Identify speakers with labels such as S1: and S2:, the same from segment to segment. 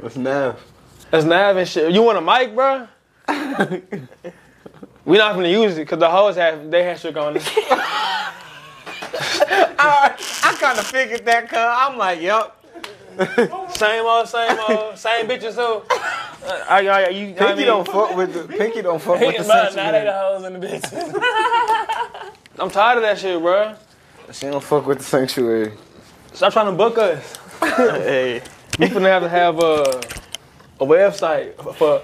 S1: That's Nav.
S2: That's Nav and shit. You want a mic, bro? we not gonna use it, cause the hoes have they had shit on it.
S3: I kind of figured that, cuz. I'm like, yup.
S2: same old, same old, same bitches too. I, I, I, you, I
S1: Pinky
S2: mean,
S1: don't fuck with the Pinky don't fuck with the
S4: But now they
S1: sanctuary.
S4: the hoes and the bitches.
S2: I'm tired of that shit, bro.
S1: She don't fuck with the sanctuary.
S2: Stop trying to book us.
S3: Hey.
S2: We finna have to have a a website for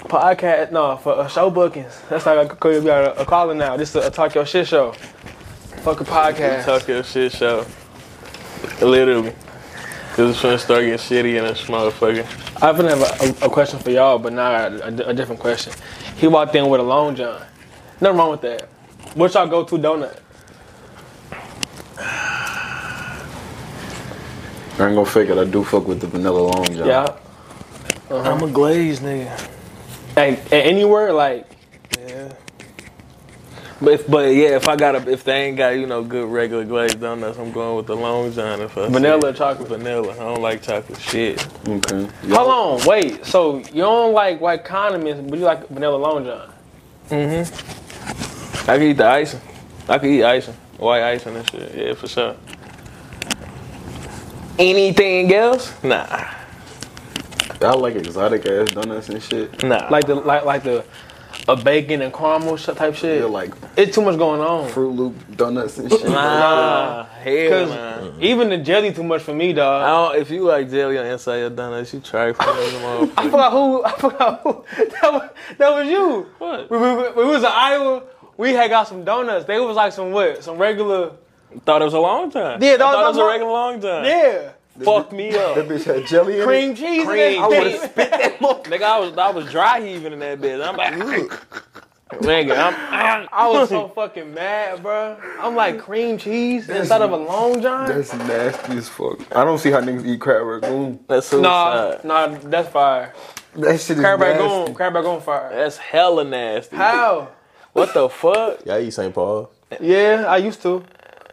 S2: podcast, no, for uh, show bookings. That's like a, we got a, a calling now. This is a talk your shit show. Fuck a podcast.
S4: Talk your shit show. Literally. Cause it's gonna start getting shitty in this motherfucker.
S2: I finna have a, a, a question for y'all, but not a, a different question. He walked in with a long john. Nothing wrong with that. What's y'all go-to donut?
S1: I ain't gonna fake it. I do fuck with the vanilla long john.
S2: Yeah.
S3: I'm a glazed nigga.
S2: Like, a- anywhere, like,
S3: Yeah.
S4: But if, but yeah, if I got a, if they ain't got you know good regular glazed donuts, I'm going with the long john. If I see
S2: vanilla or
S4: it.
S2: chocolate?
S4: vanilla. I don't like chocolate shit.
S1: Okay.
S2: How long? Wait. So you don't like white condiments, but you like vanilla long john.
S4: I can eat the icing. I can eat icing, white icing and shit. Yeah, for sure. Anything else? Nah,
S1: I like exotic ass donuts and shit.
S4: nah.
S2: Like the like like the a bacon and caramel sh- type shit.
S1: They're like
S2: it's too much going on.
S1: Fruit Loop donuts and shit.
S4: nah, hell
S2: Cause Mm-hmm.
S4: nah.
S2: even the jelly too much for me,
S4: I
S2: dog.
S4: don't, if you like jelly on inside your donuts, you try for them
S2: I forgot who. I forgot who. That was, that was you.
S4: What?
S2: We, we, we- we was in Iowa. We had got some donuts. They was like some what? Some regular.
S4: Thought it was a long time.
S2: Yeah, that
S4: I thought it
S2: was
S4: was
S2: my-
S4: a regular long time.
S2: Yeah.
S4: Fuck me
S1: That
S4: up.
S1: bitch had jelly in
S2: Cream cheese. Cream.
S4: Cream. I
S2: And
S4: would've
S2: that
S4: spit that motherfucker. Nigga, I was, I was dry heaving in that bitch. I'm like, nigga, I'm,
S2: I was so fucking mad, bro. I'm like cream cheese instead of a long john.
S1: it. That's nasty as fuck. I don't see how niggas eat crab ragoon.
S4: that's
S2: Nah,
S4: suicide.
S2: nah, that's fire.
S1: That shit is
S2: Crab
S1: nasty.
S2: Ragoon, Crab Ragoon fire.
S4: That's hella nasty.
S2: How?
S4: What the fuck?
S5: Y'all eat St. Paul.
S2: Yeah, I used to.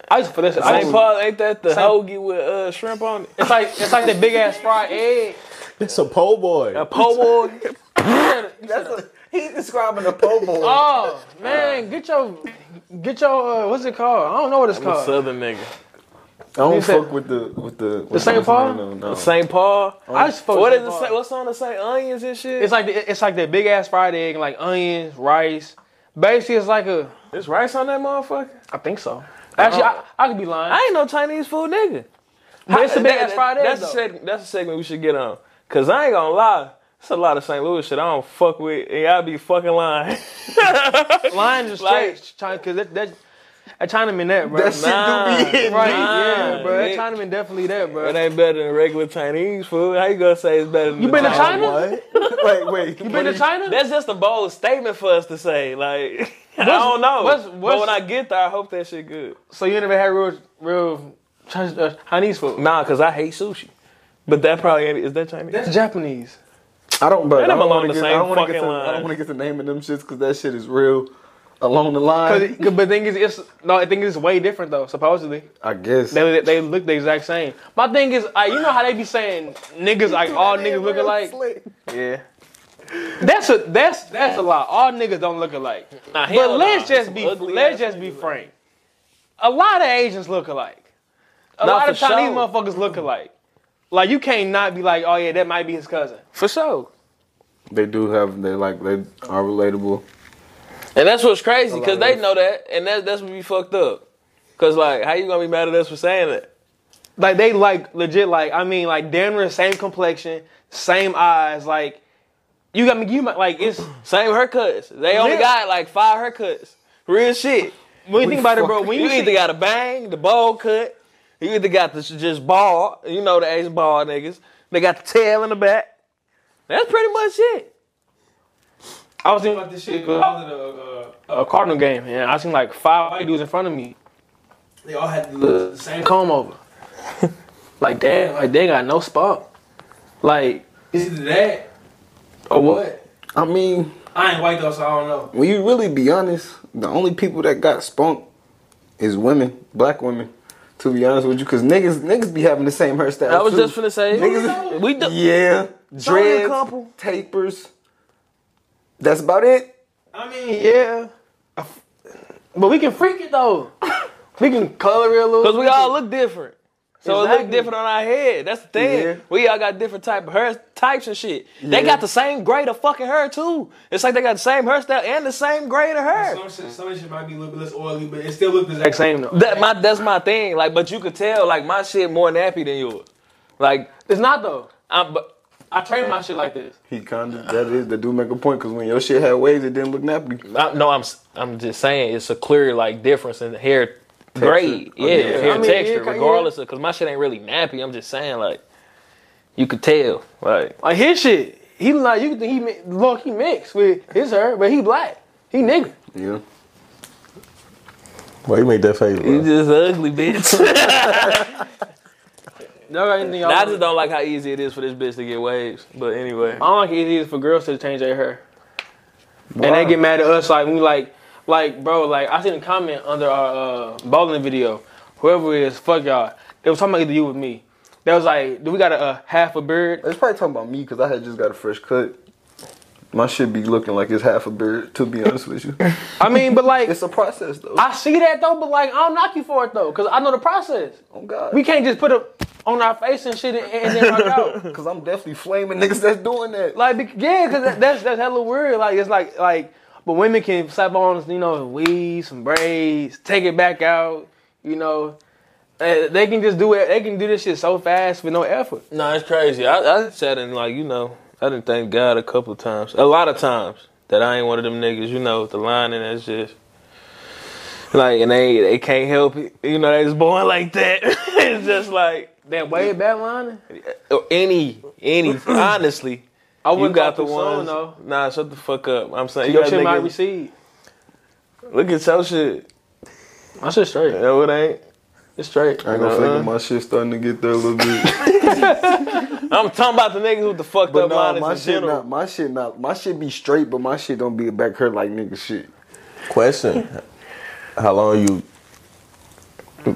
S2: I used to for this. I
S4: St.
S2: used to,
S4: Paul ain't that the
S2: Same-
S4: hoagie with uh, shrimp on it?
S2: it's like it's like that big ass fried egg.
S5: It's a po' boy.
S4: A po' boy?
S3: He's describing a po' boy.
S2: Oh man, get your get your uh, what's it called? I don't know what it's
S4: I'm a
S2: called.
S4: southern nigga.
S1: I don't
S2: You said-
S1: fuck with the with the with
S2: Saint
S1: what's her
S2: Paul?
S1: name, though, No,
S4: St. Paul.
S2: I just fuck
S4: What
S2: with
S4: is
S2: Saint
S4: it?
S2: Paul.
S4: Say, what's on the say onions and shit?
S2: It's like the, it's like that big ass fried egg, and like onions, rice. Basically, it's like a
S4: It's rice on that motherfucker.
S2: I think so. Actually, I, Oh. I could be lying.
S4: I ain't no Chinese food nigga.
S2: But it's a big ass fried egg.
S4: That's a,
S2: though.
S4: seg- that's a segment we should get on. Cause I ain't gonna lie, it's a lot of St. Louis shit I don't fuck with, and y'all be fucking lying.
S2: Lions is
S4: Like-
S2: straight China, cause that that that Chinaman that bro.
S1: that shit do be in.
S2: right,
S4: nah,
S2: yeah, bro. That
S4: nigga.
S2: Chinaman definitely that, bro.
S4: it ain't better than regular Chinese food. How you gonna say it's better than
S2: You
S4: the
S2: been to
S4: Chinese?
S2: China?
S1: What? Wait, wait.
S2: You been to China?
S4: That's just a bold statement for us to say. Like I don't know.
S2: what's- what's-
S4: but when I get there, I hope that shit good.
S2: so you never had real, real Chinese, uh, Chinese food?
S4: Nah, cause I hate sushi. But that probably ain't, is that Chinese?
S2: That's Japanese.
S1: I don't, but I
S4: They them
S1: don't
S4: along
S1: want to
S4: the
S1: get. I
S4: same
S1: don't want to get
S4: fucking
S1: the. I
S4: line.
S1: don't want to get the name of them shits because that shit is real. Along the
S2: But
S1: line,
S2: the thing is, it's no. I think it's way different though. Supposedly,
S1: I guess.
S2: they they look the exact same. My thing is, I, you know how they be saying niggas like all niggas look alike.
S4: yeah.
S2: That's a that's that's a lie. All niggas don't look alike.
S4: Nah, hell
S2: But
S4: nah.
S2: let's
S4: That's
S2: just
S4: some
S2: be
S4: ugly
S2: let's
S4: ass
S2: just be frank. A lot of Asians look alike. A
S4: Nah,
S2: lot
S4: for
S2: of Chinese
S4: sure.
S2: motherfuckers look alike. Like you can't not be like, oh yeah, that might be his cousin.
S4: For sure.
S1: They do have. They like. They are relatable.
S4: And that's what's crazy because they know that, and that's that's what we fucked up. Cause like, how you gonna be mad at us for saying that?
S2: Like they like legit like I mean like damn near same complexion, same eyes. Like you got me. You might like it's
S4: Same haircuts. They only
S2: Yeah.
S4: got like five haircuts. Real shit.
S2: when you think about it, bro. When you,
S4: You either
S2: see,
S4: got a bang, the bowl cut. You either got the just ball. You know the Asian ball niggas. They got the tail in the back. That's pretty much it.
S2: I was thinking about this shit. 'cause I was at a, uh, a Cardinal game and I seen like five white dudes in front of me. They all had the the same comb over. like damn, like they got no spot. Like it's either that or what?
S1: I mean,
S2: I ain't white though, so I don't know.
S1: when you really be honest, the only people that got spunk is women, black women. To be honest with you, because niggas niggas be having the same hairstyle.
S4: I was
S1: too.
S4: just finna say,
S1: Niggas-
S4: we do,
S1: Yeah,
S4: dreads,
S2: couple.
S1: tapers. That's about it.
S2: I mean, yeah. I f- But we can freak it though. we can color it a little.
S4: Cause we all look different. So it
S2: Exactly.
S4: look different on our head. That's the thing.
S1: Yeah.
S4: We all got different type of hair types and shit. They got the same grade of fucking hair too. It's like they got the same hairstyle and the same grade of hair.
S2: Some shit, some shit might be a little bit less oily, but it still looks the exact same though.
S4: That my that's my thing. Like, but you could tell like my shit more nappy than yours. Like,
S2: It's not though.
S4: I'm but
S2: I train my shit like this.
S1: He kind of that is that do make a point because when your shit had waves, it didn't look nappy.
S4: I, no, I'm s- I'm just saying it's a clear like difference in hair grade. Yeah, hair
S2: I mean,
S4: texture,
S2: Oh, yeah, ca-
S4: regardless of because my shit ain't really nappy. I'm just saying like you could tell like
S2: Like his shit, he look like you could think he mi- look he mixed with his hair, but he black. He nigga.
S1: Yeah.
S5: Why you make that face, bro?
S4: you just ugly bitch.
S2: Y'all got anything y'all
S4: Nah, I
S2: want?
S4: just don't like how easy it is for this bitch to get waves. But anyway,
S2: I don't like it either for girls to change their hair. And they get mad at us like we like like bro, like I seen a comment under our uh, bowling video. Whoever it is, fuck y'all. They was talking about either you with me. That was like, do we got a, uh half a beard?
S1: It's probably talking about me because I had just got a fresh cut. My shit be looking like it's half a beard. To be honest with you,
S2: I mean, but like
S1: it's a process though.
S2: I see that though, but like I don't knock you for it though, cause I know the process.
S1: oh God,
S2: We can't just put it on our face and shit and, and then rock out.
S1: because I'm definitely flaming niggas that's doing that.
S2: Like bec- yeah, cause that- that's that's hella weird. Like it's like like, but women can slap on you know weaves, some braids, take it back out. You know, Uh, they can just do it. They can do this shit so fast with no effort.
S4: no, it's crazy. I, I sat in like you know, I didn't thank God a couple of times, a lot of times that I ain't one of them niggas. You know, with the line and that's just like, and they they can't help it. You know, they was born like that. it's just like
S2: That way back lining.
S4: or any any honestly.
S2: I
S4: You
S2: wouldn't
S4: got the
S2: go too soon,
S4: ones.
S2: though.
S4: Nah, shut the fuck up. I'm saying you
S2: Your
S4: got
S2: shit might
S4: niggas-
S2: recede.
S4: Look at your shit.
S2: My shit straight.
S4: No, it ain't. Uh-uh.
S2: It's straight.
S1: I ain't gonna fake it. My shit starting to get there a little bit.
S4: I'm talking about the niggas with the fucked
S1: But
S4: up
S1: nah,
S4: lines
S1: my
S4: in
S1: shit
S4: general.
S1: not. My shit not. My shit be straight, but my shit don't be back hurt like nigga shit.
S5: Question. How long you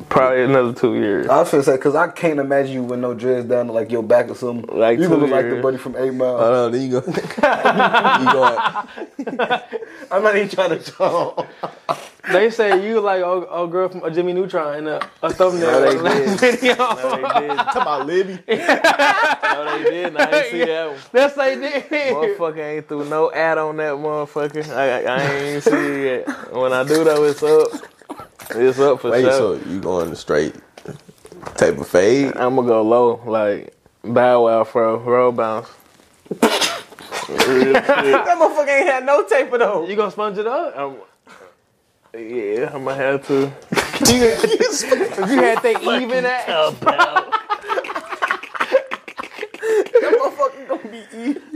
S4: Probably another two years.
S1: I feel sad because I can't imagine you with no dreads down to like your back or something.
S4: Like
S1: you
S4: two
S1: gonna look like the
S4: years.
S1: buddy from Eight Mile.
S5: Hold on, then you go. you go
S1: I'm not even trying to talk.
S2: They say you like old, old girl from a Jimmy Neutron in a, a thumbnail. video.
S5: Talk about Libby.
S4: No, they didn't. I ain't see that one.
S2: That's like this.
S4: Motherfucker ain't through no ad on that motherfucker. I, I, I ain't see it yet. When I do though, it's up. It's up for
S5: Wait,
S4: sure.
S5: so you going straight type of fade?
S4: I'm gonna go low, like bow wow, fro, roll bounce.
S3: That motherfucker ain't had no taper though.
S2: You gonna sponge it up?
S4: I'm, yeah, I'm gonna have to.
S2: You had that even at.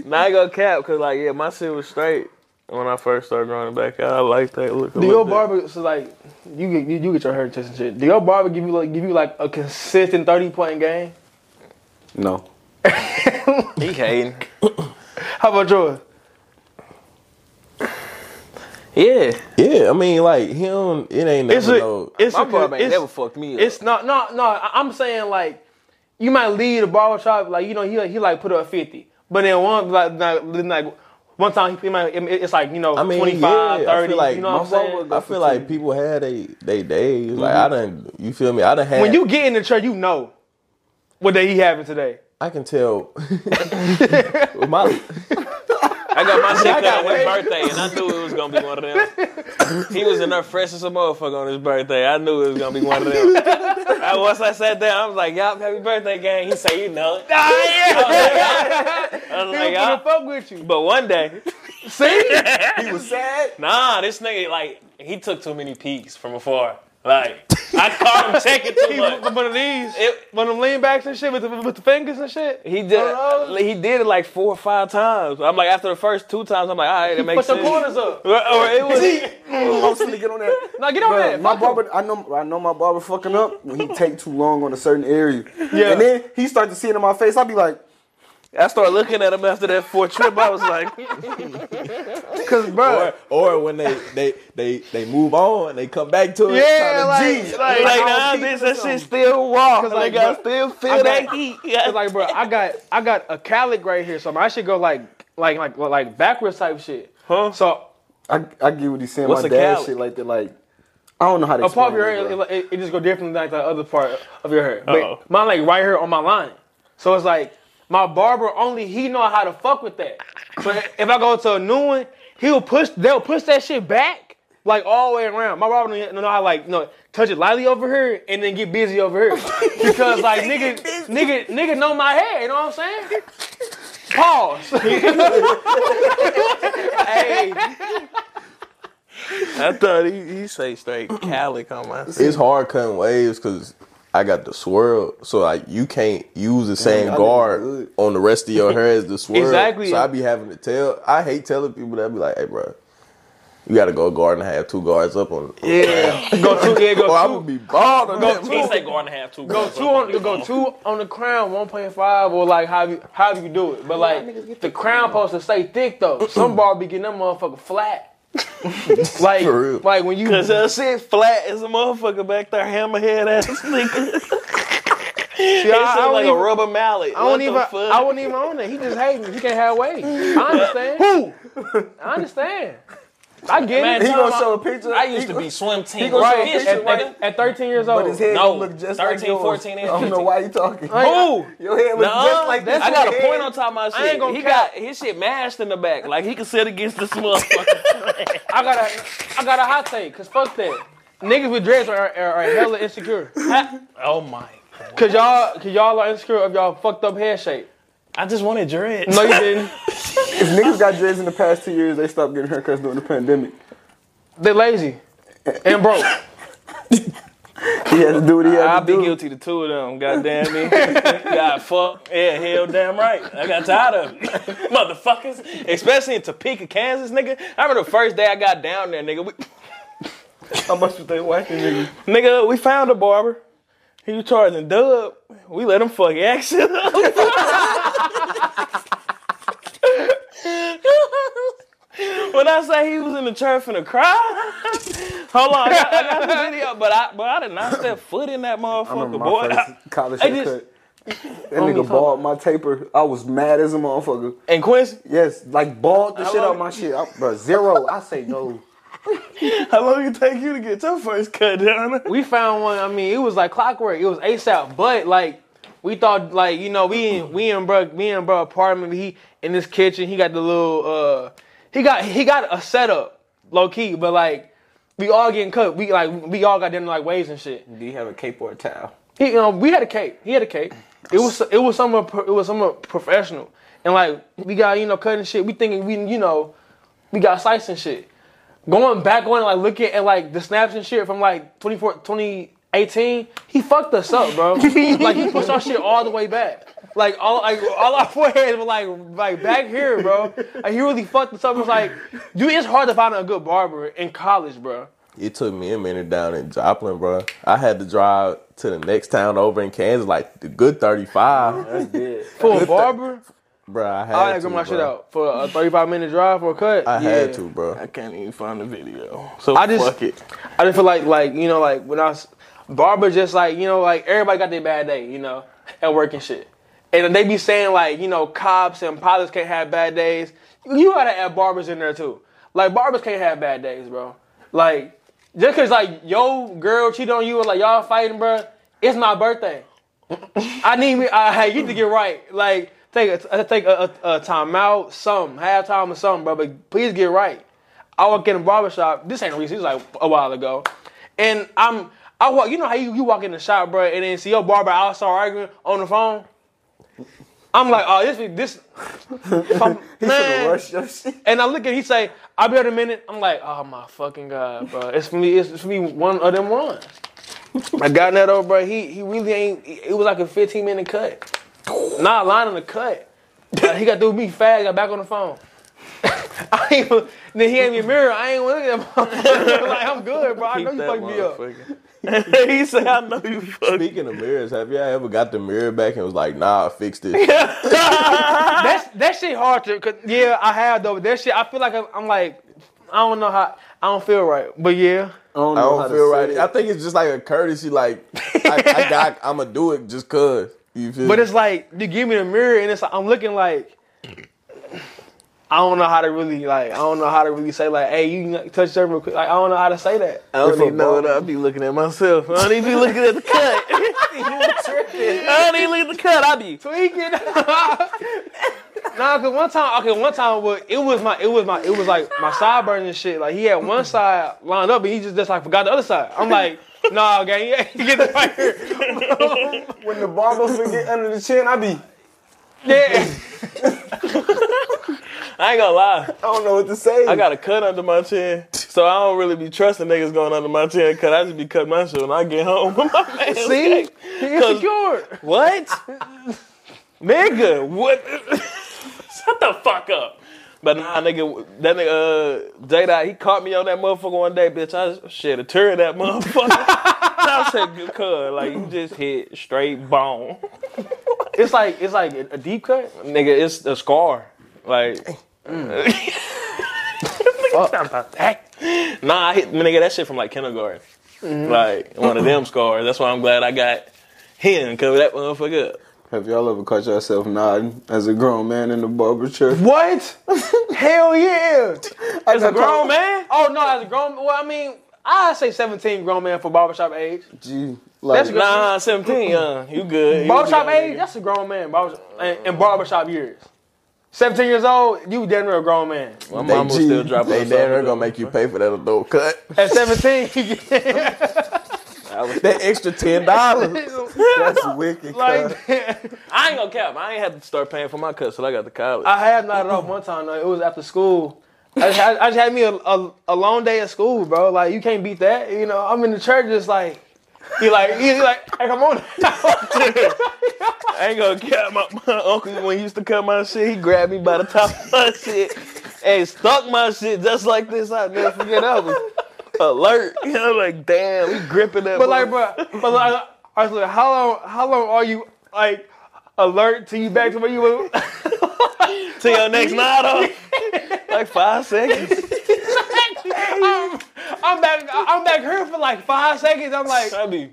S4: Now I go cap because like yeah, my shit was straight when I first started growing it back out. I like that look. a
S2: Do
S4: little
S2: your
S4: bit.
S2: barber so like you get you, you get your hair test and shit? Do your barber give you like give you like a consistent thirty point game?
S1: No.
S4: He hating.
S2: How about yours?
S4: Yeah,
S5: Yeah, I mean, like him. It ain't never
S2: It's a
S5: no.
S2: it's
S4: my
S2: a,
S4: barber ain't
S2: it's,
S4: never fucked me up.
S2: it's not no no. I- I'm saying like you might leave the barber shop like you know he like, he like put up fifty, but then one like like, like one time he might it- it's like you know
S5: I mean,
S2: 25,
S5: yeah, I
S2: 30,
S5: feel like
S2: you know what I'm
S5: my
S1: barber
S2: saying?
S1: go
S5: I feel like people had they they days. Like I done, you feel me? I done had.
S2: When you get in the church, you know what day he having today.
S5: I can tell. with my
S4: I got my shit cut on his birthday, and I knew it was gonna be one of them. He was in there fresh as a motherfucker on his birthday. I knew it was gonna be one of them. I, once I sat down, I was like, "Y'all, happy birthday, gang!" He said, "You know." it." I was
S2: He gonna
S4: like, "Y'all."
S2: fuck with you.
S4: But one day,
S2: See,
S4: he was sad. Nah, this nigga like he took too many peeks from afar. Like I caught him checking too
S2: he
S4: much.
S2: one of these,
S4: It-
S2: one of them lean backs and shit with the, with the fingers and shit.
S4: He did.
S2: Hello?
S4: He did it like four or five times. I'm like, after the first two times, I'm like, all right, that makes
S2: Put the
S4: sense.
S2: corners up.
S4: Or- or oh, it was.
S1: I'm finna get on that.
S2: Now get on
S1: Bruh,
S2: that.
S1: my
S2: Fuck him.
S1: barber, I know, I know my barber fucking up when he take too long on a certain area. Yeah. And then he start to see it in my face. I be like,
S4: I started looking at him after that fourth trip. I was like,
S2: Cause bro,
S5: Or, or when they, they they they move on and they come back to it.
S2: yeah,
S5: tryna
S2: like,
S5: G.
S2: like,
S4: like,
S2: I don't
S4: nah,
S2: keep
S4: this
S2: it
S4: that
S2: something.
S4: shit still raw.
S2: Cause
S4: Like,
S2: like,
S4: I
S2: bro,
S4: still
S2: I
S4: feel that
S2: got-
S4: heat.
S2: It's like, bro, I got I got a calic right here, so I should go like like like like backwards type shit.
S4: Huh?
S2: So
S1: I, I get what he's saying.
S4: What's
S1: My
S4: a
S1: dad
S4: cowlick?
S1: shit like that. Like I don't know how to
S2: a part of your
S1: explain.
S2: hair,
S1: it,
S2: it,
S1: bro.
S2: it, it just go different than like the other part of your hair.
S4: Uh-oh.
S2: But mine like right here on my line, so it's like my barber only he know how to fuck with that. But if I go to a new one, he'll push they'll push that shit back like all the way around. My barber don't know how like no touch it lightly over here and then get busy over here because like nigga nigga nigga know my hair. You know what I'm saying? Pause.
S4: Hey. I thought he, he say straight calic on my
S5: It's hard cutting waves because I got the swirl, so like you can't use the same
S1: y'all niggas
S5: guard
S1: good.
S5: on the rest of your hair as the swirl.
S2: Exactly.
S5: So I be having to tell. I hate telling people that. I be like, hey, bro, you got to go guard and have two guards up on.
S2: Yeah. go two. Yeah, go
S5: Oh, I
S2: two.
S5: would be bald on that.
S4: He say go and have two.
S2: Go two on go two on the crown, one point five, or like however you, however you do it. But like the crown supposed to stay thick though. Some bar be getting that motherfucker flat. like
S5: For real.
S2: like when you
S4: Cause that shit flat as a motherfucker back there, hammerhead ass nigga. It's
S2: I don't
S4: like a
S2: even-
S4: rubber mallet.
S2: I don't even I wouldn't even own it. He just hate me. He can't have weight. I understand. Who? I understand. I get
S4: Man,
S2: it.
S4: he
S1: He gonna show a picture.
S4: I used to be swim team.
S1: gonna show
S2: right,
S1: a
S2: at,
S4: Fish,
S1: picture,
S4: nigga.
S2: at- at 13 years old.
S1: But his head
S4: No,
S1: look just like
S4: 13,
S1: yours.
S4: 14, and
S1: I don't know
S4: 15.
S1: why you talking.
S2: Who?
S1: Your head look just like this.
S2: that's
S4: I
S2: what
S4: got a
S2: it
S4: point
S2: is.
S4: on top of my shit.
S2: ain't gonna
S4: he
S2: cap.
S4: got his shit mashed in the back. Like he can sit against this motherfucker.
S2: I got a I got a hot take, cause fuck that. Niggas with dreads are, are, are hella insecure.
S4: oh my. God.
S2: Cause y'all cause y'all are insecure of y'all fucked up hair shape.
S4: I just wanted dread.
S2: No you didn't.
S1: If niggas got dreads in the past two years, they stopped getting haircuts during the pandemic.
S2: They lazy and broke.
S1: He had to do what he had
S4: I'd
S1: to
S4: be
S1: do.
S4: guilty to two of them. Goddamn me. God fuck. Yeah, hell damn right. I got tired of it. Motherfuckers. Especially in Topeka, Kansas, nigga. I remember the first day I got down there, nigga. We,
S1: How much was they whacking niggas?
S4: nigga, we found a barber. He was charging dub. We let him fuck action. when I say he was in the church finna cry, hold on, I got, I got the video, but I but I did not step foot in that
S1: I
S4: motherfucker,
S1: remember
S4: boy.
S1: my first college
S4: I just-
S1: haircut. That nigga bald my taper. I was mad as a motherfucker.
S4: and Quincy,
S1: Yes, like bald the shit
S4: long-
S1: out my shit. I, bro, zero. I say no.
S4: How long it take you to get your first cut, Donna?
S2: We found one. I mean, it was like clockwork. It was ASAP. But like, we thought like you know we in we in bro we in bro apartment. He in this kitchen. He got the little uh he got he got a setup low key. But like we all getting cut. We like we all got them like waves and shit.
S1: Do you have a cape or a towel?
S2: He, you know, we had a cape. He had a cape. It was it was somewhat pro- it was somewhat professional, and like we got you know cutting shit. We thinking we you know we got slicing shit. Going back on like looking at like the snaps and shit from like 24, 2018, he fucked us up, bro. like he pushed our shit all the way back. Like all like all our foreheads were like like back here, bro. Like he really fucked us up. It was like, dude, it's hard to find a good barber in college, bro.
S5: It took me a minute down in Joplin, bro. I had to drive to the next town over in Kansas, like the good thirty-five,
S1: That's dead.
S2: For a barber,
S5: bro. I had
S2: I had to
S5: to
S2: get my
S5: bruh.
S2: shit out for a thirty-five minute drive for a cut.
S5: I
S2: Yeah.
S5: had to, bro.
S4: I can't even find the video. So
S2: I just-
S4: fuck it.
S2: I just feel like like you know like when I was barber just like you know like everybody got their bad day you know at work and shit, and they be saying like you know cops and pilots can't have bad days. You gotta add barbers in there too. Like barbers can't have bad days, bro. Like just cause like yo girl cheat on you or like y'all fighting, bro. It's my birthday. I need me. I I need to get right. Like take a take a, a, a timeout, some halftime or something, bro. But please get right. I walk in a barber shop. This ain't recent. This was like a while ago. And I'm I walk. You know how you, you walk in the shop, bro, and then see your barber outside arguing on the phone. I'm like, oh, this this. if I'm-
S1: He
S2: man.
S1: finna rush your shit.
S2: And I look at. He say, I'll be there in a minute. I'm like, oh my fucking god, bro. It's for me. It's for me. One of them ones. I got in that over, bro. He he really ain't. It was like a 15 minute cut. Not a line on the cut. Uh, he got through with me fast. Got back on the phone. I ain't, even- then he gave me a mirror. I ain't looking at him. like I'm good, bro. I know
S4: Keep
S2: you
S4: that
S2: fucked me up.
S4: motherfucker. he said, I know you fucked me
S5: Speaking of mirrors, have y'all ever got the mirror back and was like, nah, I fixed it?
S2: That's that shit hard to. Cause, yeah, I have though. But that shit, I feel like I'm, I'm like, I don't know how. I don't feel right. But yeah,
S1: don't,
S5: I
S1: know how
S5: don't
S1: to
S5: feel
S1: say
S5: right.
S1: it.
S5: I think it's just like a courtesy, like I, I got, I'm gonna do it just cause. You feel?
S2: but
S5: me?
S2: it's like you give me the mirror and it's like, I'm looking like. I don't know how to really like. I don't know how to really say like, "Hey, you can, like, touch that real quick." Like, I don't know how to say that.
S4: I don't
S5: If a
S4: even know what
S5: ball-
S4: I be looking at myself. I don't even be looking at the cut. I don't even look at the cut. I be.
S2: Tweaking. nah, cause one time, okay, one time, well, it was my, it was my, it was like my sideburns and shit. Like he had one side lined up, and he just just like forgot the other side. I'm like, nah, gang, you ain't get the right here.
S1: When the barber forget under the chin, I be, I
S2: Yeah,
S4: I ain't gonna lie.
S1: don't know what to say.
S4: I got a cut under my chin, so I don't really be trusting niggas going under my chin. Cause I just be cutting my shit when I get home. my man,
S2: see, he insecure.
S4: What? nigga, what? Shut the fuck up. But nah, nigga, that nigga, uh, Jada, he caught me on that motherfucker one day, bitch. I shit a tear of that motherfucker. I said, good cuz, like, you just hit straight bone.
S2: It's like, it's like a deep cut.
S4: Nigga, it's a scar. Like, nah, I hit, nigga, that shit from like kindergarten. Like, one of them scars. That's why I'm glad I got him, cover that motherfucker up.
S1: Have y'all ever caught yourself nodding as a grown man in the barber chair?
S2: What? Hell yeah.
S1: As
S2: a grown man? Oh no, as a grown, well, I mean, I say 17 grown man for barbershop age.
S1: G, like,
S2: That's good.
S4: Nah, 17, uh, you good. You
S2: Barbershop
S4: good, nigga.
S2: age, that's a grown man. Barbershop, and, and barbershop years. 17 years old, you damn near a grown man.
S4: My
S5: They
S4: mama
S5: G,
S4: still dropping
S5: They
S4: us
S5: damn
S4: off
S5: near
S4: at
S5: gonna
S4: the-
S5: make you pay for that adult cut.
S2: At 17,
S5: that extra ten dollars.
S1: that's wicked.
S2: like,
S1: cuz.
S4: I ain't gonna cap. I ain't had to start paying for my cut till I got to college.
S2: I had not off one time, though. It was after school. I just had, I just had me a, a, a long day at school, bro. Like, you can't beat that. You know, I'm in the church, just like, you like, you like, hey, come on.
S4: I ain't gonna cap. My, my uncle when he used to cut my shit, he grabbed me by the top of my shit and stuck my shit just like this. I never forget. I was alert. You know, like damn, we gripping that.
S2: But like, bro, but like, I was like, how long, how long are you, like, alert till you back to where you were?
S4: to your next night off. like five seconds.
S2: I'm, I'm back, I'm back here for like five seconds. I'm like,
S4: I be.
S2: And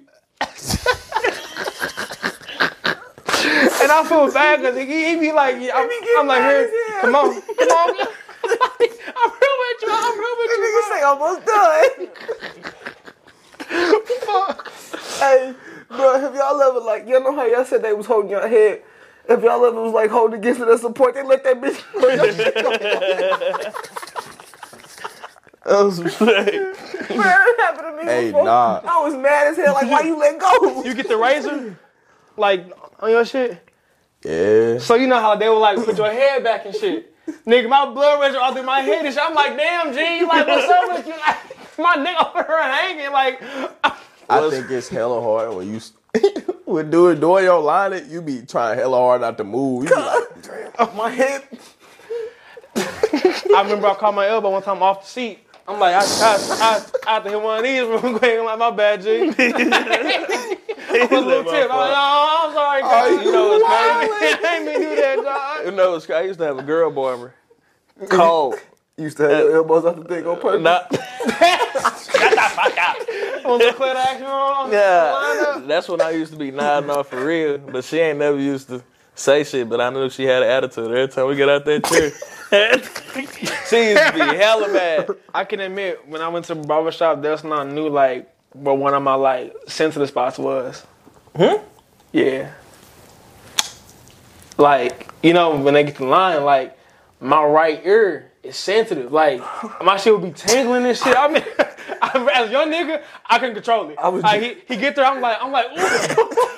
S2: I feel bad because he, he be like, I'm, I'm like, here, come on, come on. I'm real with you. I'm real with you.
S3: Nigga say almost done. hey, bro, have y'all ever like y'all know how y'all said they was holding your head? If y'all ever was like holding against it as support, they let that bitch.
S4: Oh, some shit.
S3: Bro, that happened to me
S5: hey,
S3: before.
S5: nah.
S3: I was mad as hell. Like, why you let go?
S2: You get the razor, like on your shit.
S5: Yeah.
S2: So you know how they will like put your head back and shit. Nigga, my blood pressure all through my head and shit. I'm like, damn, G, you like what's up with you? Like, my nigga over here hanging, like,
S5: I think it's hella hard when you s- when doing doing your line, it you be trying hella hard not to move. You be like,
S3: My head.
S2: I remember I caught my elbow one time off the seat. I'm like, I, I, I, I have to hit one of these real quick. I'm like, my bad, G. I'm a little tip. I'm like, oh, I'm sorry, guys.
S4: You know what's crazy?
S2: I ain't mean to do that, dog.
S4: You know what's crazy? I used to have a girl barber. Cold.
S1: You used to have your elbows out the thing on purpose.
S4: Not.
S2: On the clear action on the
S4: Yeah,
S2: lineup.
S4: that's when I used to be nodding off for real. But she ain't never used to say shit. But I knew she had an attitude every time we get out that chair. she used to be hella mad.
S2: I can admit, when I went to the barbershop, that's not new, like, what one of my, like, sensitive spots was.
S4: Hmm?
S2: Yeah. Like, you know, when they get the line, like, my right ear is sensitive. Like, my shit would be tingling and shit. I mean, I, as a young nigga, I couldn't control it. I
S1: was
S2: like, he, he get there, I'm like, I'm like, ooh,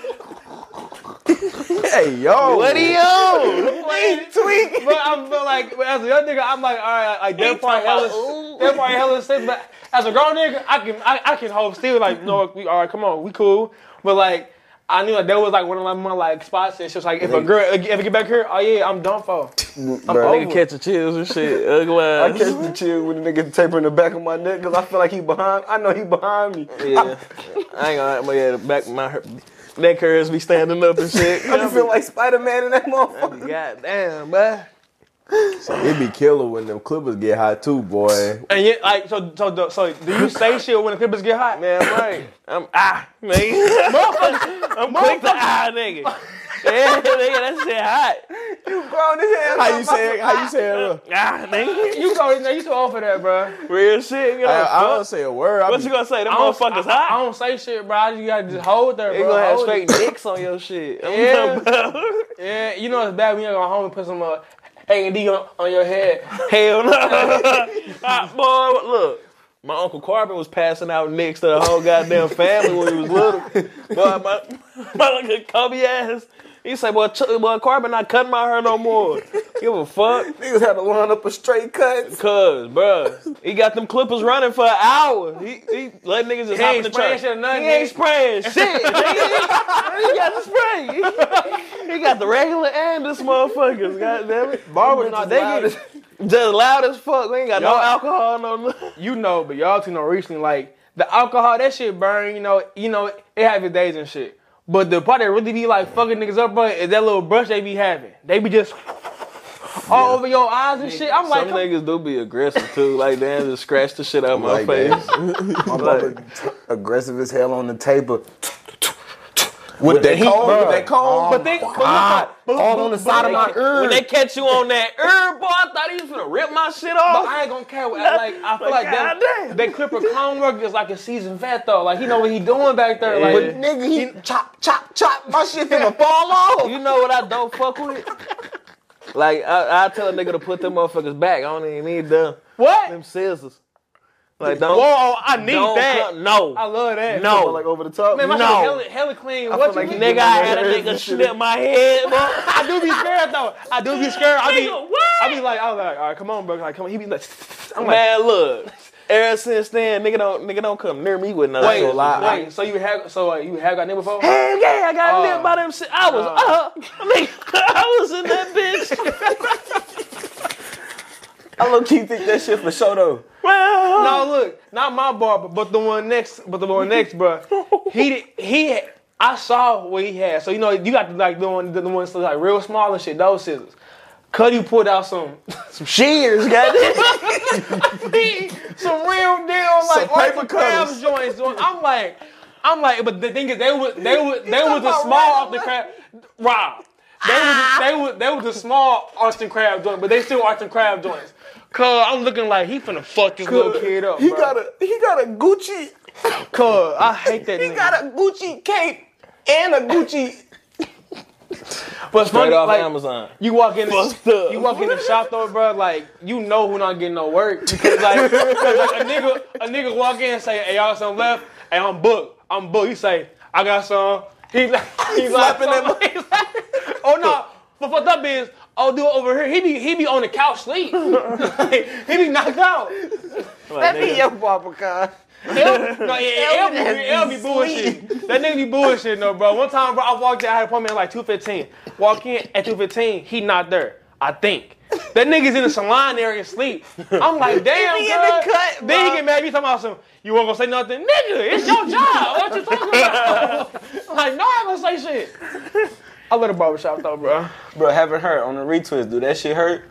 S5: hey yo,
S4: What do you own?
S2: like, tweak. But I'm but like, but as a young nigga, I'm like, all right, like that part hella, that part hella sensitive. But as a grown nigga, I can, I, I can hold still. Like, no, we all right, come on, we cool. But like, I knew that, that was like one of my, my like spots, and she was like, if a girl ever get back here, oh yeah, I'm done for. I'm
S4: Nigga
S2: over.
S4: catch the chills and shit. Ugly
S3: I
S4: ass.
S3: catch the chill with the nigga tapering the back of my neck because I feel like he behind. I know he behind me.
S4: Yeah. I ain't gonna lie, yeah, the back of my her- neck hurts be standing up and shit.
S3: I just feel like Spider Man in that motherfucker.
S4: God damn, bruh.
S5: It be killer when them clippers get hot too, boy.
S2: And yet, like, so, so, the- so, do you say shit when the Clippers get hot?
S4: Man, I'm right. I'm ah, man. I'm quick to ah, nigga. Yeah, nigga, that shit hot.
S3: Grown as hell.
S5: How you say? How you say? it, look?
S4: Ah, nigga.
S2: You go, you too old for that, bro.
S4: Real shit. You know,
S5: I, I don't say a word. I
S4: what
S5: be,
S4: you gonna say? Them
S2: I don't, I,
S4: motherfuckers
S2: I
S4: hot.
S2: don't say shit, bro. You gotta just hold there, bro.
S4: They gonna have
S2: Hold
S4: straight
S2: it.
S4: dicks on your shit. I'm
S2: Yeah.
S4: talking about-
S2: Yeah, you know it's bad when you go home and put some uh, A and D on, on your head.
S4: Hell no. Hot boy, look. My uncle Corbin was passing out nicks to the whole goddamn family when he was little. Boy, my my little cubby ass. He say, "Boy, Ch- boy, Corbin not cutting my hair no more. Give a fuck."
S3: Niggas had to line up a straight cut.
S4: Cuz, bruh, he got them clippers running for an hour. He, he let niggas just
S2: He
S4: hop in
S2: ain't
S4: the
S2: spraying
S4: truck.
S2: shit or nothing.
S4: he ain't spraying shit. nigga. he got the spray. He, got the regular and this motherfuckers. God damn it.
S2: Barbers not
S4: They get just loud as fuck. We ain't got no
S2: Y'all-
S4: alcohol, no nothing.
S2: You know, but y'all two know recently, like the alcohol, that shit burn. You know, you know it have its days and shit. But the part that really be like fucking niggas up, bro, is that little brush they be having. They be just all over your eyes and shit. I'm like,
S4: Some
S2: come-
S4: niggas do be aggressive too. Like damn, just scratch the shit out my
S5: Like,
S4: face.
S1: My brother aggressive as hell on the table.
S5: with that
S1: heat,
S5: comb,
S1: bruh.
S5: with that comb.
S2: but think, but look, but look,
S1: All on the side of my
S4: When they
S1: ear.
S4: catch you on that herb, boy, I thought he was gonna rip my shit
S2: But
S4: off.
S2: I ain't gonna care. What, like I feel like, that,
S4: goddamn.
S2: that Clipper clown work is like a seasoned vet though. Like he know what he doing back there. Like
S4: Yeah.
S1: Nigga, he chop, chop, chop. My shit finna fall off.
S4: You know what I don't fuck with? Like I, I tell a nigga to put them motherfuckers back. I don't even need them
S2: what?
S4: them scissors. Like don't.
S2: Whoa, Oh, I need
S4: don't
S2: that.
S4: come- no.
S2: I love that.
S4: no.
S3: Like over the top.
S2: man, my
S4: No.
S2: shit hella, hella clean. what you
S3: like
S2: mean?
S4: nigga, I had a nigga snip my head, bro.
S2: I do be scared though. I do be scared. I be,
S4: Nigga, what?
S2: I be like, I was like, all right, come on, bro. Like, come on. He be like, I'm like,
S4: Man, look. Ever since then, nigga don't nigga don't come near me with nothing.
S2: wait,
S4: So, like, I-
S2: wait. So you have, so uh, you have got nigga before?
S4: Hell yeah, I got
S2: Oh.
S4: nipped by them shit. I
S2: uh.
S4: was up. Nigga, I was in that bitch.
S3: I low key think that shit for show though.
S4: Well,
S2: No, look, not my barber, but the one next, but the one next, bro. He did, he. I saw what he had. So you know, you got the, like the one, the ones that's like real small and shit. Those scissors. Cuddy pulled out some,
S4: some shears, goddamn.
S2: some real deal like
S5: paper
S2: Orson Crab joints. doing- I'm like, I'm like, but the thing is, they was they was they was the small off the crab. Rob, they was they was they was the small Austin Crab joint, but they still Austin Crab joints. Cause I'm looking like he finna fuck this little kid up.
S3: He
S2: bro.
S3: got a he got a Gucci
S2: Cause I hate that.
S3: he
S2: nigga.
S3: got a Gucci cape and a Gucci
S2: But it's funny,
S4: Straight off
S2: like,
S4: Amazon.
S2: You walk in,
S4: Fucked up.
S2: the, you walk in the shop though, bro. Like you know who not getting no work because like, 'cause, like, a nigga, a nigga walk in and say, "Hey, y'all some left? Hey, I'm booked. I'm booked." He say, "I got some." He like, he slapping that. He's like, oh no! But fucked up is, oh dude over here, he be he be on the couch sleep. Like, he be knocked out.
S3: That be your barber car.
S2: El, no, yeah, El, be- El be bullshit. That nigga be bullshit, though, bro. One time, bro, I walked in, I had an appointment at like 2.15. Walk in at 2.15, he not there, I think. That nigga's in the salon area asleep. I'm like, damn,
S3: He be in
S2: bro.
S3: the cut,
S2: Then
S3: bro.
S2: he get mad at me talking about some, you weren't gonna say nothing? Nigga, it's your job. What you talking about? like, no, I ain't gonna say shit. I love the barbershop, though, bro.
S3: Bro, having her on the retwist, do that shit hurt?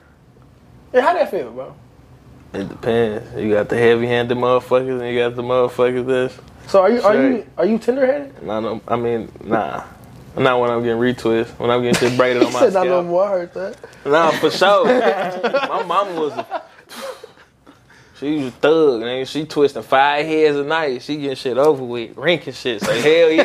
S2: Yeah, how that feel, bro?
S4: It depends. You got the heavy-handed motherfuckers, and you got the motherfuckers that's
S2: So are you are
S4: you-
S2: are you tender headed?
S4: Nah, no, I mean, nah. Not when I'm getting retwist. When I'm getting shit braided on my scalp.
S2: more. I heard that.
S4: Nah, for sure. my mama was a, she was a thug, nigga. She twisting five heads a night. She getting shit over with, rinking shit. So hell yeah,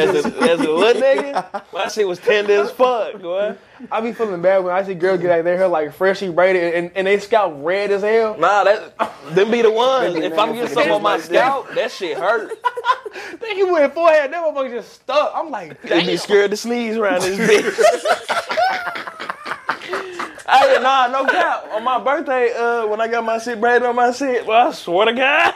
S4: as a, as a little nigga, my shit was tender as fuck, boy.
S2: I be feeling bad when I see girls get out their hair like freshly braided and, and they scalp red as hell.
S4: Nah, that them be the ones. If I'm getting something on my
S2: like that.
S4: scalp, that shit hurt.
S2: Think he went forehead, that motherfucker just stuck. I'm like,
S4: They be
S2: damn.
S4: scared to sneeze around this bitch. Hey, nah, no cap. On my birthday, uh, when I got my shit braided on my shit, well, I swear to God,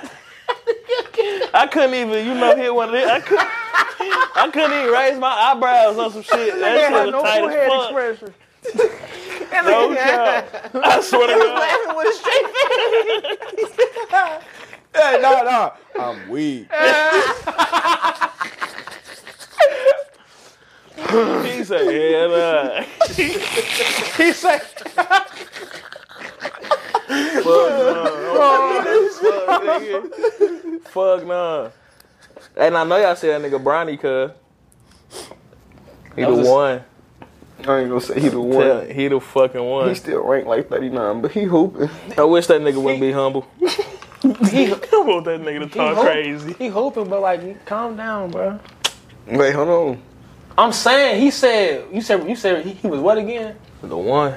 S4: I couldn't even, you know, hit one of them. I couldn't. I couldn't even raise my eyebrows on some shit. That shit was
S2: no
S4: tight as
S2: forehead
S4: fuck.
S2: expression.
S4: No cap. I swear to God.
S5: Hey, no, no. I'm weak.
S4: He said, yeah, nah.
S2: He said,
S4: Fuck nah. And I know y'all see that nigga Bronny, cuz. He the
S2: was a-
S4: one.
S1: I ain't gonna say he the
S4: Tell-
S1: one.
S4: He the fucking
S1: He
S4: one.
S1: still ranked like 39, but he hooping.
S4: I wish that nigga wouldn't be humble.
S2: he,
S4: I want that nigga to talk
S2: hope-
S4: crazy.
S2: he hoping, but like, calm down, bro.
S1: Wait, hold on.
S2: I'm saying he said you said you said he, he was what again?
S4: The one.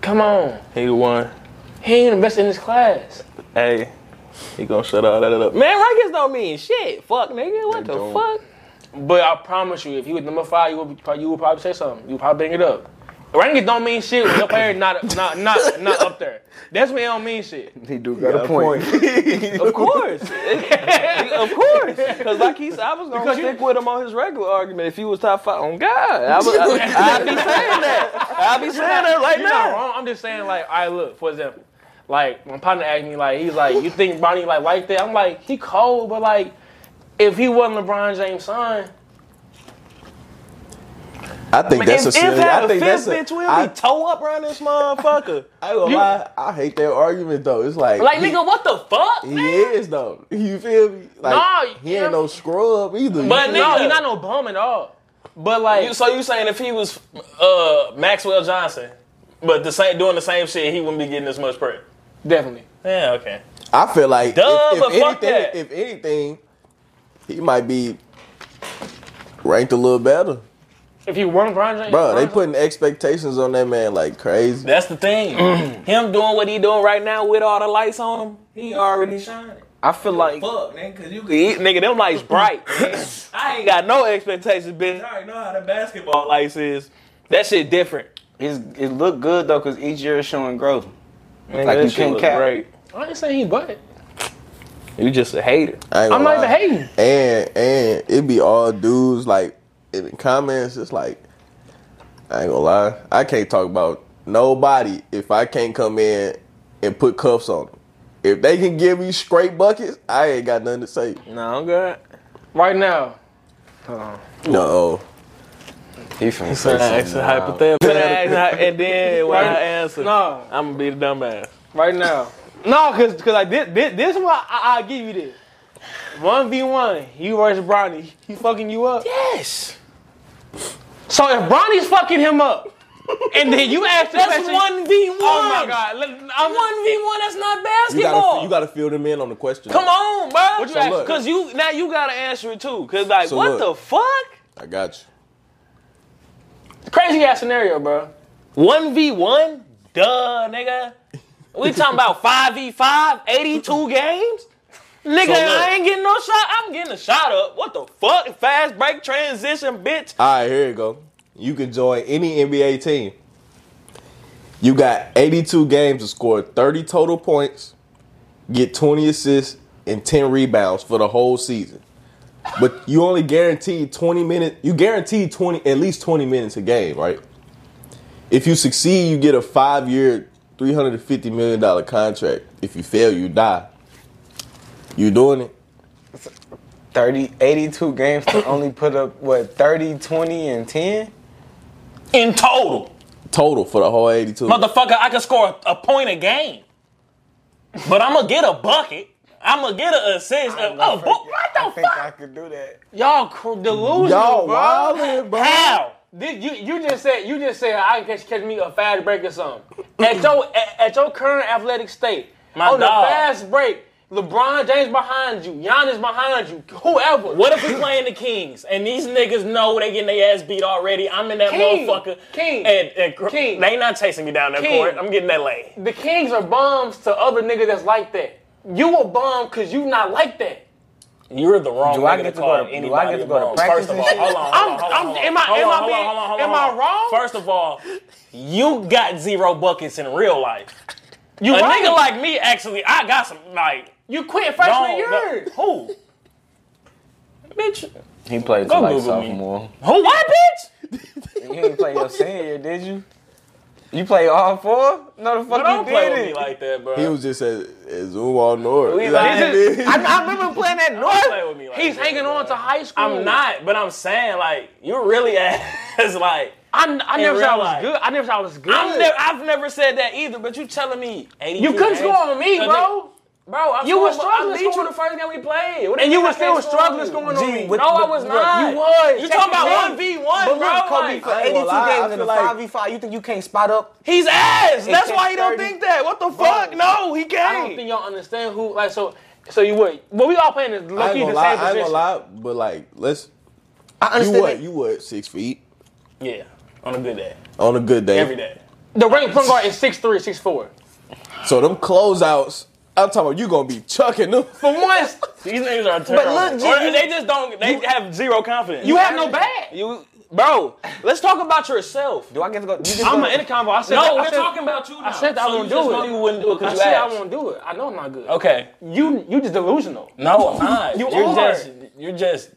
S2: Come on,
S4: He the one.
S2: he ain't the best in his class.
S4: Hey, he gonna shut all that up. Man, rankings don't mean shit. Fuck, nigga. What
S5: They
S4: the
S5: don't.
S4: fuck?
S2: But I promise you, if he was number five, you would be, you would probably say something. You would probably bring it up. Rankings don't mean shit when your player not not not not up there. That's when it don't mean shit.
S1: He do got, a point.
S4: Of course. of course. Because, like he said, I was going to stick with him on his regular argument if he was top five. On God. I would, I, I'd be saying that. I'd be saying that right
S2: You're not
S4: now.
S2: wrong. I'm just saying, like, I look, for example, like, my partner asked me, like, he's like, you think Bronny, like, like that? I'm like, he cold, but, like, if he wasn't LeBron James' son,
S5: I think that's a
S4: if if
S5: silly.
S4: had
S5: I
S4: a
S5: think
S4: fifth
S5: that's a.
S4: bitch, we'll
S5: I-
S4: be toe up around this motherfucker.
S5: I ain't gonna
S2: You-
S5: lie, I hate that argument though. It's like,
S2: like,
S5: he,
S2: nigga, what the fuck?
S5: he is though. You feel me? Like
S2: Nah,
S5: he
S2: yeah.
S5: ain't no scrub either. You
S2: But,
S5: feel
S2: no,
S5: me?
S2: he's not no bum at all. But, like,
S4: You- so you saying if he was uh, Maxwell Johnson, but the same doing the same shit, he wouldn't be getting as much praise?
S2: definitely.
S4: Yeah, okay.
S5: I feel like
S4: Duh,
S5: if,
S4: but
S5: if
S4: fuck that.
S5: anything, if anything, he might be ranked a little better.
S2: If he won LeBron James,
S5: Bro, they
S2: LeBron-
S5: putting expectations on that man like crazy.
S4: That's the thing. Him doing what he doing right now with all the lights on him, he already shining.
S1: I feel like
S4: Fuck, nigga, cause you could eat, nigga. Them lights bright. nigga. I ain't got no expectations, bitch. I already know how the basketball lights is. That shit different.
S1: it's, it look good though, cause each year is showing growth.
S4: like
S1: you can't cap.
S4: Great.
S2: I ain't saying he but.
S4: You just a hater.
S5: I ain't
S2: I'm
S5: gonna
S2: not
S5: lie.
S2: even hating.
S5: And and it be all dudes like in the comments. It's like I ain't gonna lie, I can't talk about nobody if I can't come in and put cuffs on them. If they can give me straight buckets, I ain't got nothing to say.
S4: No, I'm good.
S2: Right now,
S5: No,
S1: He finna
S4: Can I ask a hypothetical? Can I ask- and then when I answer,
S2: no,
S4: I'm gonna be the dumbass.
S2: right now, no, cause cause I did this. This is why I, I give you this. One v one, you versus Bronny, he fucking you up.
S4: Yes.
S2: So if Bronny's fucking him up, and then you ask the
S4: That's
S2: question,
S4: one v one.
S2: oh my god, let, I'm
S4: One v one. That's not
S5: you gotta
S4: basketball.
S5: you gotta fill them in on the question.
S4: Come on, bro. What
S2: you
S4: you
S2: ask?
S5: look.
S4: Cause you now you gotta answer it too. Cause like,
S5: So
S4: what
S5: look.
S4: the fuck?
S5: I got you.
S2: crazy ass scenario, bro.
S4: One v one? Duh, nigga. We talking about five v five, 82 games? Nigga,
S5: So look.
S4: I ain't getting no shot. I'm getting a shot up. What the fuck? Fast break transition, bitch.
S5: All right, here you go. You can join any NBA team. You got 82 games to score 30 total points, get 20 assists, and 10 rebounds for the whole season. But you only guaranteed 20 minutes. You guaranteed 20 at least 20 minutes a game, right? If you succeed, you get a five-year, 350 million dollar contract. If you fail, you die. You doing it?
S1: 30, 82 games to only put up what 30, 20, and 10.
S4: In total.
S5: Total for the whole 82.
S4: Motherfucker, I can score a, a point a game. But I'ma get a bucket. I'ma get an assist. A, a bu- what
S1: I
S4: the
S1: think
S4: fuck?
S1: I could do that.
S2: Y'all cr- delusional,
S5: Y'all
S2: bro.
S5: wildin', bro.
S4: How?
S2: Did you you just said you just said I can catch, catch me a fast break or something? At your at, at your current athletic state,
S4: My
S2: on
S4: dog.
S2: the fast break, LeBron James behind you, Giannis behind you, whoever.
S4: What if we playing the Kings and these niggas know they getting their ass beat already? I'm in that
S2: King.
S4: motherfucker.
S2: King.
S4: And, and cr-
S2: King.
S4: They not chasing me down that
S2: King.
S4: court. I'm getting that lane.
S2: The Kings are bums to other niggas that's like that. You a bum cause you not like that.
S4: You're the wrong
S1: Do
S4: nigga
S1: I get
S4: to
S1: to
S4: call
S1: go to- do I
S4: anybody
S1: get to
S4: a
S1: go to
S4: bum.
S1: practice
S4: First of
S1: and
S4: all,
S1: shit?
S4: hold on, hold on, hold
S2: I'm-
S4: on,
S2: am I-
S4: hold
S2: am
S4: on,
S2: I
S4: hold on,
S2: being-
S4: hold on, hold on,
S2: am
S4: hold
S2: I
S4: on.
S2: wrong?
S4: First of all, you got zero buckets in real life.
S2: You
S4: A
S2: right.
S4: nigga like me, actually, I got some like
S2: you quit freshman
S4: no,
S2: year.
S4: no. Who? Bitch, He played till like
S6: Google me.
S4: sophomore.
S6: Who what, bitch?
S4: You didn't play your senior, year, did you? You played all four? No, the fuck
S6: But don't
S4: you
S6: play with me
S4: didn't.
S6: like that, bro.
S5: He was just at, at Zoom all North.
S4: We
S5: You know
S4: like-
S5: what I
S2: This
S5: mean?
S2: is- I, I remember playing that
S6: Don't
S2: North.
S6: play with me like
S2: He's
S6: that,
S2: hanging
S6: bro.
S2: on to high school.
S6: I'm not, but I'm saying like you really ass like
S2: I'm, I never
S6: In
S2: said I
S6: real
S2: was
S6: life.
S2: good. I never said I was good.
S6: I'm ne- I've never said that either. But you telling me 82
S2: you couldn't
S6: games-
S2: score on me,
S6: Uh,
S2: bro.
S6: Bro, I
S2: You
S6: scored-
S2: was struggling
S6: I beat you
S2: scoring-
S6: the first game we played, What do
S2: And you
S6: mean
S2: were
S6: I
S2: still
S6: can't score
S2: struggling
S6: you?
S2: scoring
S4: Gee,
S2: on me.
S4: with-
S2: no, I
S4: with-
S2: was
S4: look,
S2: not.
S4: you was.
S2: You
S6: talking about
S2: Technically.
S6: one v one,
S2: But
S6: bro?
S2: look, Kobe,
S6: Like,
S4: For 82 games in a 5v5, you think you can't spot up?
S6: He's ass. That's
S4: catch
S6: why he don't
S4: 30.
S6: think that. What the fuck? No, he
S2: I don't
S6: can't.
S2: think y'all understand who like so. So you would. Well, we all playing the
S5: I ain't
S2: lucky
S5: gonna
S2: the
S5: lie,
S2: same
S5: I ain't gonna
S2: position.
S5: lie, but like, let's.
S4: I
S5: You
S4: understand
S5: what?
S4: that.
S5: You what? Six feet
S6: Yeah, on a good day,
S5: on a good day.
S6: every day.
S2: The ranked point guard is 6'3", 6'4".
S5: So them closeouts, I'm talking about you gonna be chucking them.
S2: For once,
S6: These niggas are terrible.
S4: But look, G,
S6: Or
S4: you-
S6: they just don't. They have zero confidence.
S2: you have no bag.
S6: you, bro. Let's talk about yourself.
S4: Do I get to go? You just
S2: I'm
S4: go-
S2: an intercom. I said.
S6: No,
S2: I
S6: we're
S2: said,
S6: talking about you. Now.
S2: I said that I
S6: so
S2: won't
S6: you just
S2: do it.
S6: know You wouldn't do it
S2: I
S6: because you
S2: said I
S6: ass.
S2: won't do it. I know I'm not good.
S6: Okay.
S2: You you just delusional.
S6: No, I'm not.
S2: You
S6: are
S2: are.
S6: just you're just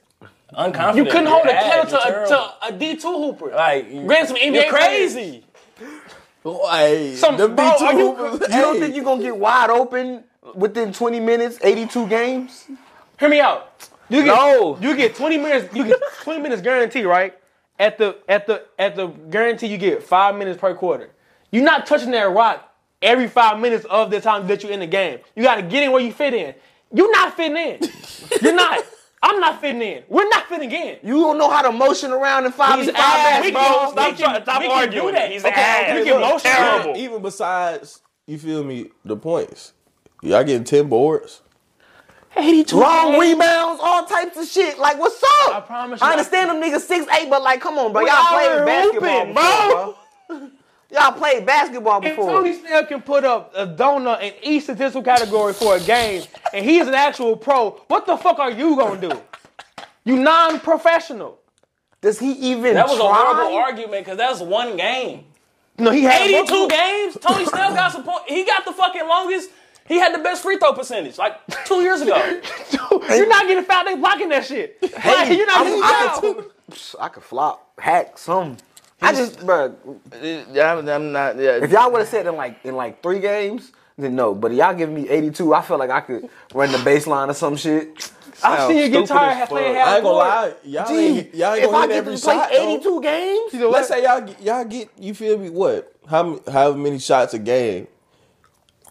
S6: unconfident.
S2: You couldn't hold a
S6: You're
S2: candle
S6: ass.
S2: to
S6: You're
S2: a,
S6: terrible.
S2: to a D2 hooper.
S6: like you-
S2: Granted, some NBA
S6: You're crazy.
S5: Like,
S2: Some-
S5: them
S2: bro,
S5: B2
S2: are you-
S5: hoopers,
S4: You don't
S5: hey.
S4: think you're going to get wide open within 20 minutes, 82 games?
S2: Hear me out. You get,
S6: No.
S2: You get 20 minutes. You get 20 minutes guarantee, right? At the at the at the guarantee, you get five minutes per quarter. You're not touching that rock every five minutes of the time that you're in the game. You got to get in where you fit in. You're not fitting in. you're not. I'm not fitting in. We're not fitting in.
S4: You don't know how to motion around in 5v5.
S6: He's ass,
S2: we
S6: bro.
S2: can-
S6: stop
S2: we can-
S6: try- stop
S2: we can do
S6: arguing.
S2: that.
S6: He's
S2: Okay,
S6: ass.
S2: okay, We get
S5: look,
S2: motion.
S6: terrible.
S5: Even besides, you feel me, the points. Y'all getting 10 boards.
S2: 82
S4: Long
S2: games.
S4: rebounds, all types of shit. Like, what's up?
S2: I promise you.
S4: I understand them niggas six eight, but like, come on, bro.
S2: We
S4: Y'all
S2: out
S4: played
S2: here
S4: basketball,
S2: hooping,
S4: before, bro. Y'all played basketball
S2: If
S4: before.
S2: Tony Snell can put up a donut in each statistical category for a game, and he is an actual pro, what the fuck are you gonna do? You non-professional.
S4: Does he even
S6: That was a
S4: try?
S6: horrible argument because that's one game.
S2: No, he had
S6: 82
S2: multiple-
S6: games. Tony Snell got some point. He got the fucking longest. He had the best free throw percentage like two years ago.
S2: you're not getting fouled. They blocking that shit. Like, you're not getting
S4: I,
S2: fouled.
S4: could, I could flop, hack, some. I just, bro.
S7: I'm, I'm not. Yeah.
S4: If y'all would have said in like in like three games, then no. But if y'all give me 82, I feel like I could run the baseline or some shit.
S2: I see you get
S4: Sounds stupid
S2: tired
S4: as
S2: of playing
S4: fuck.
S5: I
S2: half
S5: ain't gonna
S2: court.
S5: lie, y'all
S4: Gee,
S5: ain't, y'all ain't
S4: if
S5: gonna
S4: I
S5: hit
S4: get
S5: every
S4: to play
S5: shot. though.
S4: 82 games,
S5: Let's say y'all get- y'all get you feel me what how m- how many shots a game?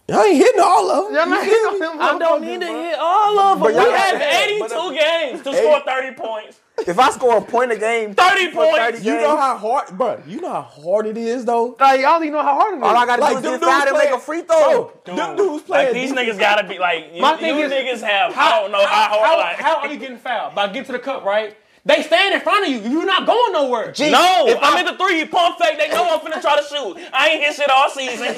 S5: Y'all ain't hitting all of them. you feel me?
S6: I don't need to hit all of them.
S4: But y'all
S6: We had
S4: had-
S6: 82 games to score 30 points.
S4: if I score a point a game,
S6: 30 points.
S5: You know how hard, bro. You know how hard it is though.
S2: Like, y'all don't even know how hard it is.
S4: all I gotta
S5: Like,
S4: do
S5: them
S4: is get fouled
S5: dudes
S4: and make
S5: play-
S4: a free throw.
S5: Bro, them dudes playing.
S6: Like, these niggas gotta be like, you,
S2: My thing
S6: you
S2: is-
S6: niggas have, I don't know how,
S2: how,
S6: hard. like,
S2: how are you getting fouled? By getting to the cup, right? They stand in front of you. You're not going nowhere.
S6: no, if I'm in the three, pump fake, they know I'm finna try to shoot. I ain't hit shit all season.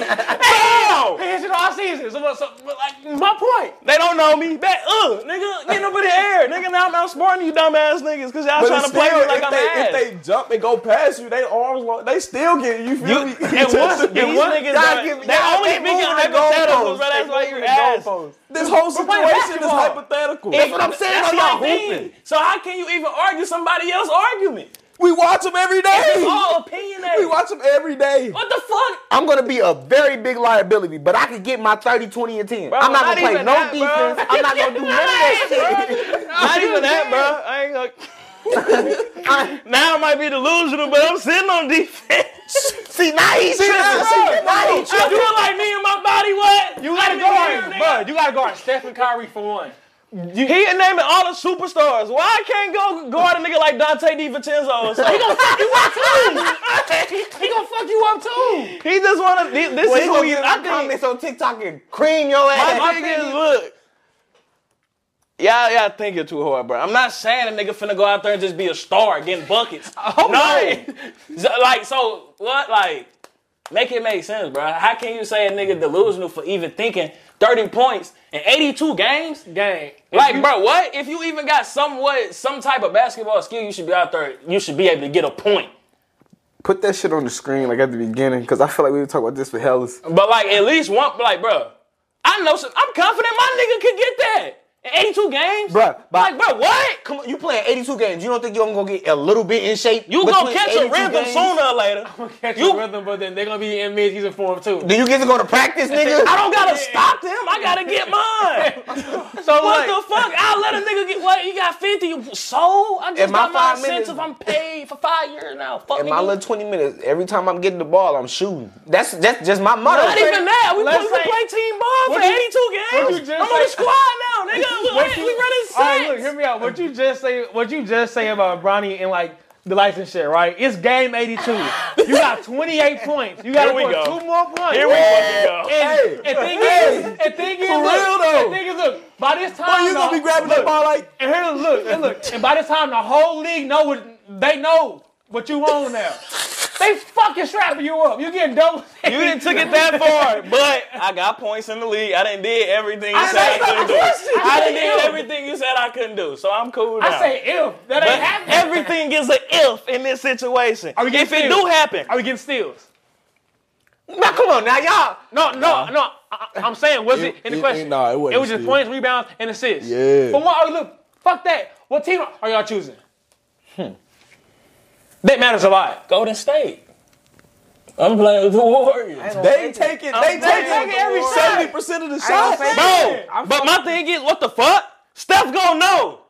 S6: Damn!
S2: Hands it all season. So, so, like, my point.
S6: They don't know me. Back, ugh, nigga, get up in the air. Nigga, now I'm outsmarting you dumbass niggas because y'all
S5: But
S6: trying to
S5: still,
S6: play me like
S5: if
S6: I'm
S5: they,
S6: ass.
S5: if they jump and go past you, they arms long. They still get you feel me.
S6: and once, and
S5: These niggas
S6: once niggas,
S5: got-
S6: that,
S5: give-
S6: they
S5: y'all
S6: only
S5: keep
S6: speaking
S5: moving the
S6: hypotheticals,
S5: goalposts.
S6: bro. That's
S5: They
S6: why
S5: moving
S6: you're
S5: the
S6: ass.
S5: goalposts. This whole
S2: playing
S5: situation is
S2: basketball.
S5: hypothetical.
S6: That's
S4: what I'm saying,
S6: That's
S4: I'm not
S6: my thing.
S4: hooping.
S6: So how can you even argue somebody else's argument?
S5: we watch them every day.
S6: It's all opinionated.
S5: we watch them every day.
S6: what the fuck?
S4: I'm gonna be a very big liability, but I could get my 30, 20, and 10. I'm not,
S6: not
S4: gonna play
S6: even
S4: no
S6: that, bro.
S4: defense. I'm not gonna do none of that shit.
S6: Not even that, bro. I ain't gonna. now I might be delusional, but I'm sitting on defense.
S4: See, now he's
S6: See,
S4: tripping.
S6: that's
S4: See,
S6: right.
S4: now he's
S6: I
S4: tripping.
S6: feel like me and my body what?
S2: You gotta guard, bro. You gotta guard Stephen Curry for one.
S6: He naming all the superstars. Why I can't go guard a nigga like Dante DiVincenzo or something? he gonna fuck you up too.
S2: He gonna fuck you up too.
S6: he just wanna. This
S4: Well,
S6: is
S4: he
S6: who
S4: gonna
S6: he.
S4: get
S6: I
S4: in the
S6: think
S4: comments on TikTok and cream your ass.
S6: My thing is, look. Y'all, y'all think you're too hard, bro. I'm not saying a nigga finna go out there and just be a star getting buckets. no.
S2: right.
S6: So, like, so what? Like, make it make sense, bro. How can you say a nigga delusional for even thinking 30 points in 82 games?
S2: Gang.
S6: Like, bro, what? If you even got somewhat, some type of basketball skill, you should be out there, you should be able to get a point.
S4: Put that shit on the screen like at the beginning, because I feel like we were talking about this for hellas.
S6: But like at least one, like, bro, I know some. I'm confident my nigga could get that In 82 games?
S4: Bruh, but-
S6: like, bro, what?
S4: Come on, you playing 82 games. You don't think you're gonna get a little bit in shape?
S6: You gonna
S4: between
S6: catch a
S4: 82
S6: rhythm
S4: games?
S6: sooner or later.
S2: Catch
S6: You-
S2: you, rhythm, but then they're gonna be in mid season form too.
S4: Do you get to go to practice, nigga?
S6: I don't gotta stop them. I gotta get mine.
S2: So
S6: What
S2: like,
S6: the fuck? I'll let a nigga get what? You got 50. You, so? I just
S4: In my
S6: got my
S4: five
S6: incentive.
S4: minutes-
S6: I'm paid for five years now. Fuck
S4: In my
S6: nigga.
S4: little 20 minutes, every time I'm getting the ball, I'm shooting. That's that's just my motto.
S6: Not even that. We
S2: Let's
S6: supposed to
S2: say-
S6: play team ball for
S2: What you-
S6: 82
S2: what you
S6: games.
S2: just
S6: I'm on the
S2: say-
S6: squad now, nigga. We,
S2: What you-
S6: we running six.
S2: All right, look, hear me out. What you just say, what you just say about Bronny and like the lights and shit, right? It's game 82. You got 28 points. You got to
S6: Here we
S2: put
S6: go.
S2: two more points.
S6: Here we fucking go.
S2: And, and thing is, and thing is,
S5: For
S2: look,
S5: real, though.
S2: and thing is, look, by this time,
S5: you gonna
S2: though,
S5: be grabbing that
S2: look,
S5: ball like
S2: And here, look, and look, and by this time, the whole league know what they know what you on now. They fucking strapping you up. You getting double.
S6: You didn't took it that far, but I got points in the league. I didn't did everything you
S2: I-
S6: said I
S2: that's not
S6: couldn't
S2: the
S6: do.
S2: question.
S6: I didn't
S2: I
S6: did
S2: said
S6: everything you said I couldn't do, so I'm cool now.
S2: I say if that
S6: but
S2: ain't happening.
S6: everything is an if in this situation.
S2: Are we getting
S6: if it
S2: steals?
S6: do happen,
S2: Are we getting steals?
S4: Now come on, now y'all.
S2: No, no, no. I, I'm saying, was it,
S5: It-
S2: in the
S5: it-
S2: question?
S5: it- nah, it wasn't
S2: was just
S5: steal.
S2: points, rebounds, and assists.
S5: Yeah.
S2: But what? Are, look, fuck that. What team are y'all choosing?
S5: Hmm.
S2: That matters a lot.
S6: Golden State. I'm playing with the Warriors.
S5: they take it.
S2: saying
S5: They take it every
S2: the Warriors.
S5: seventy percent of the shots.
S6: Bro, but my thing is, what the fuck? Steph gonna know.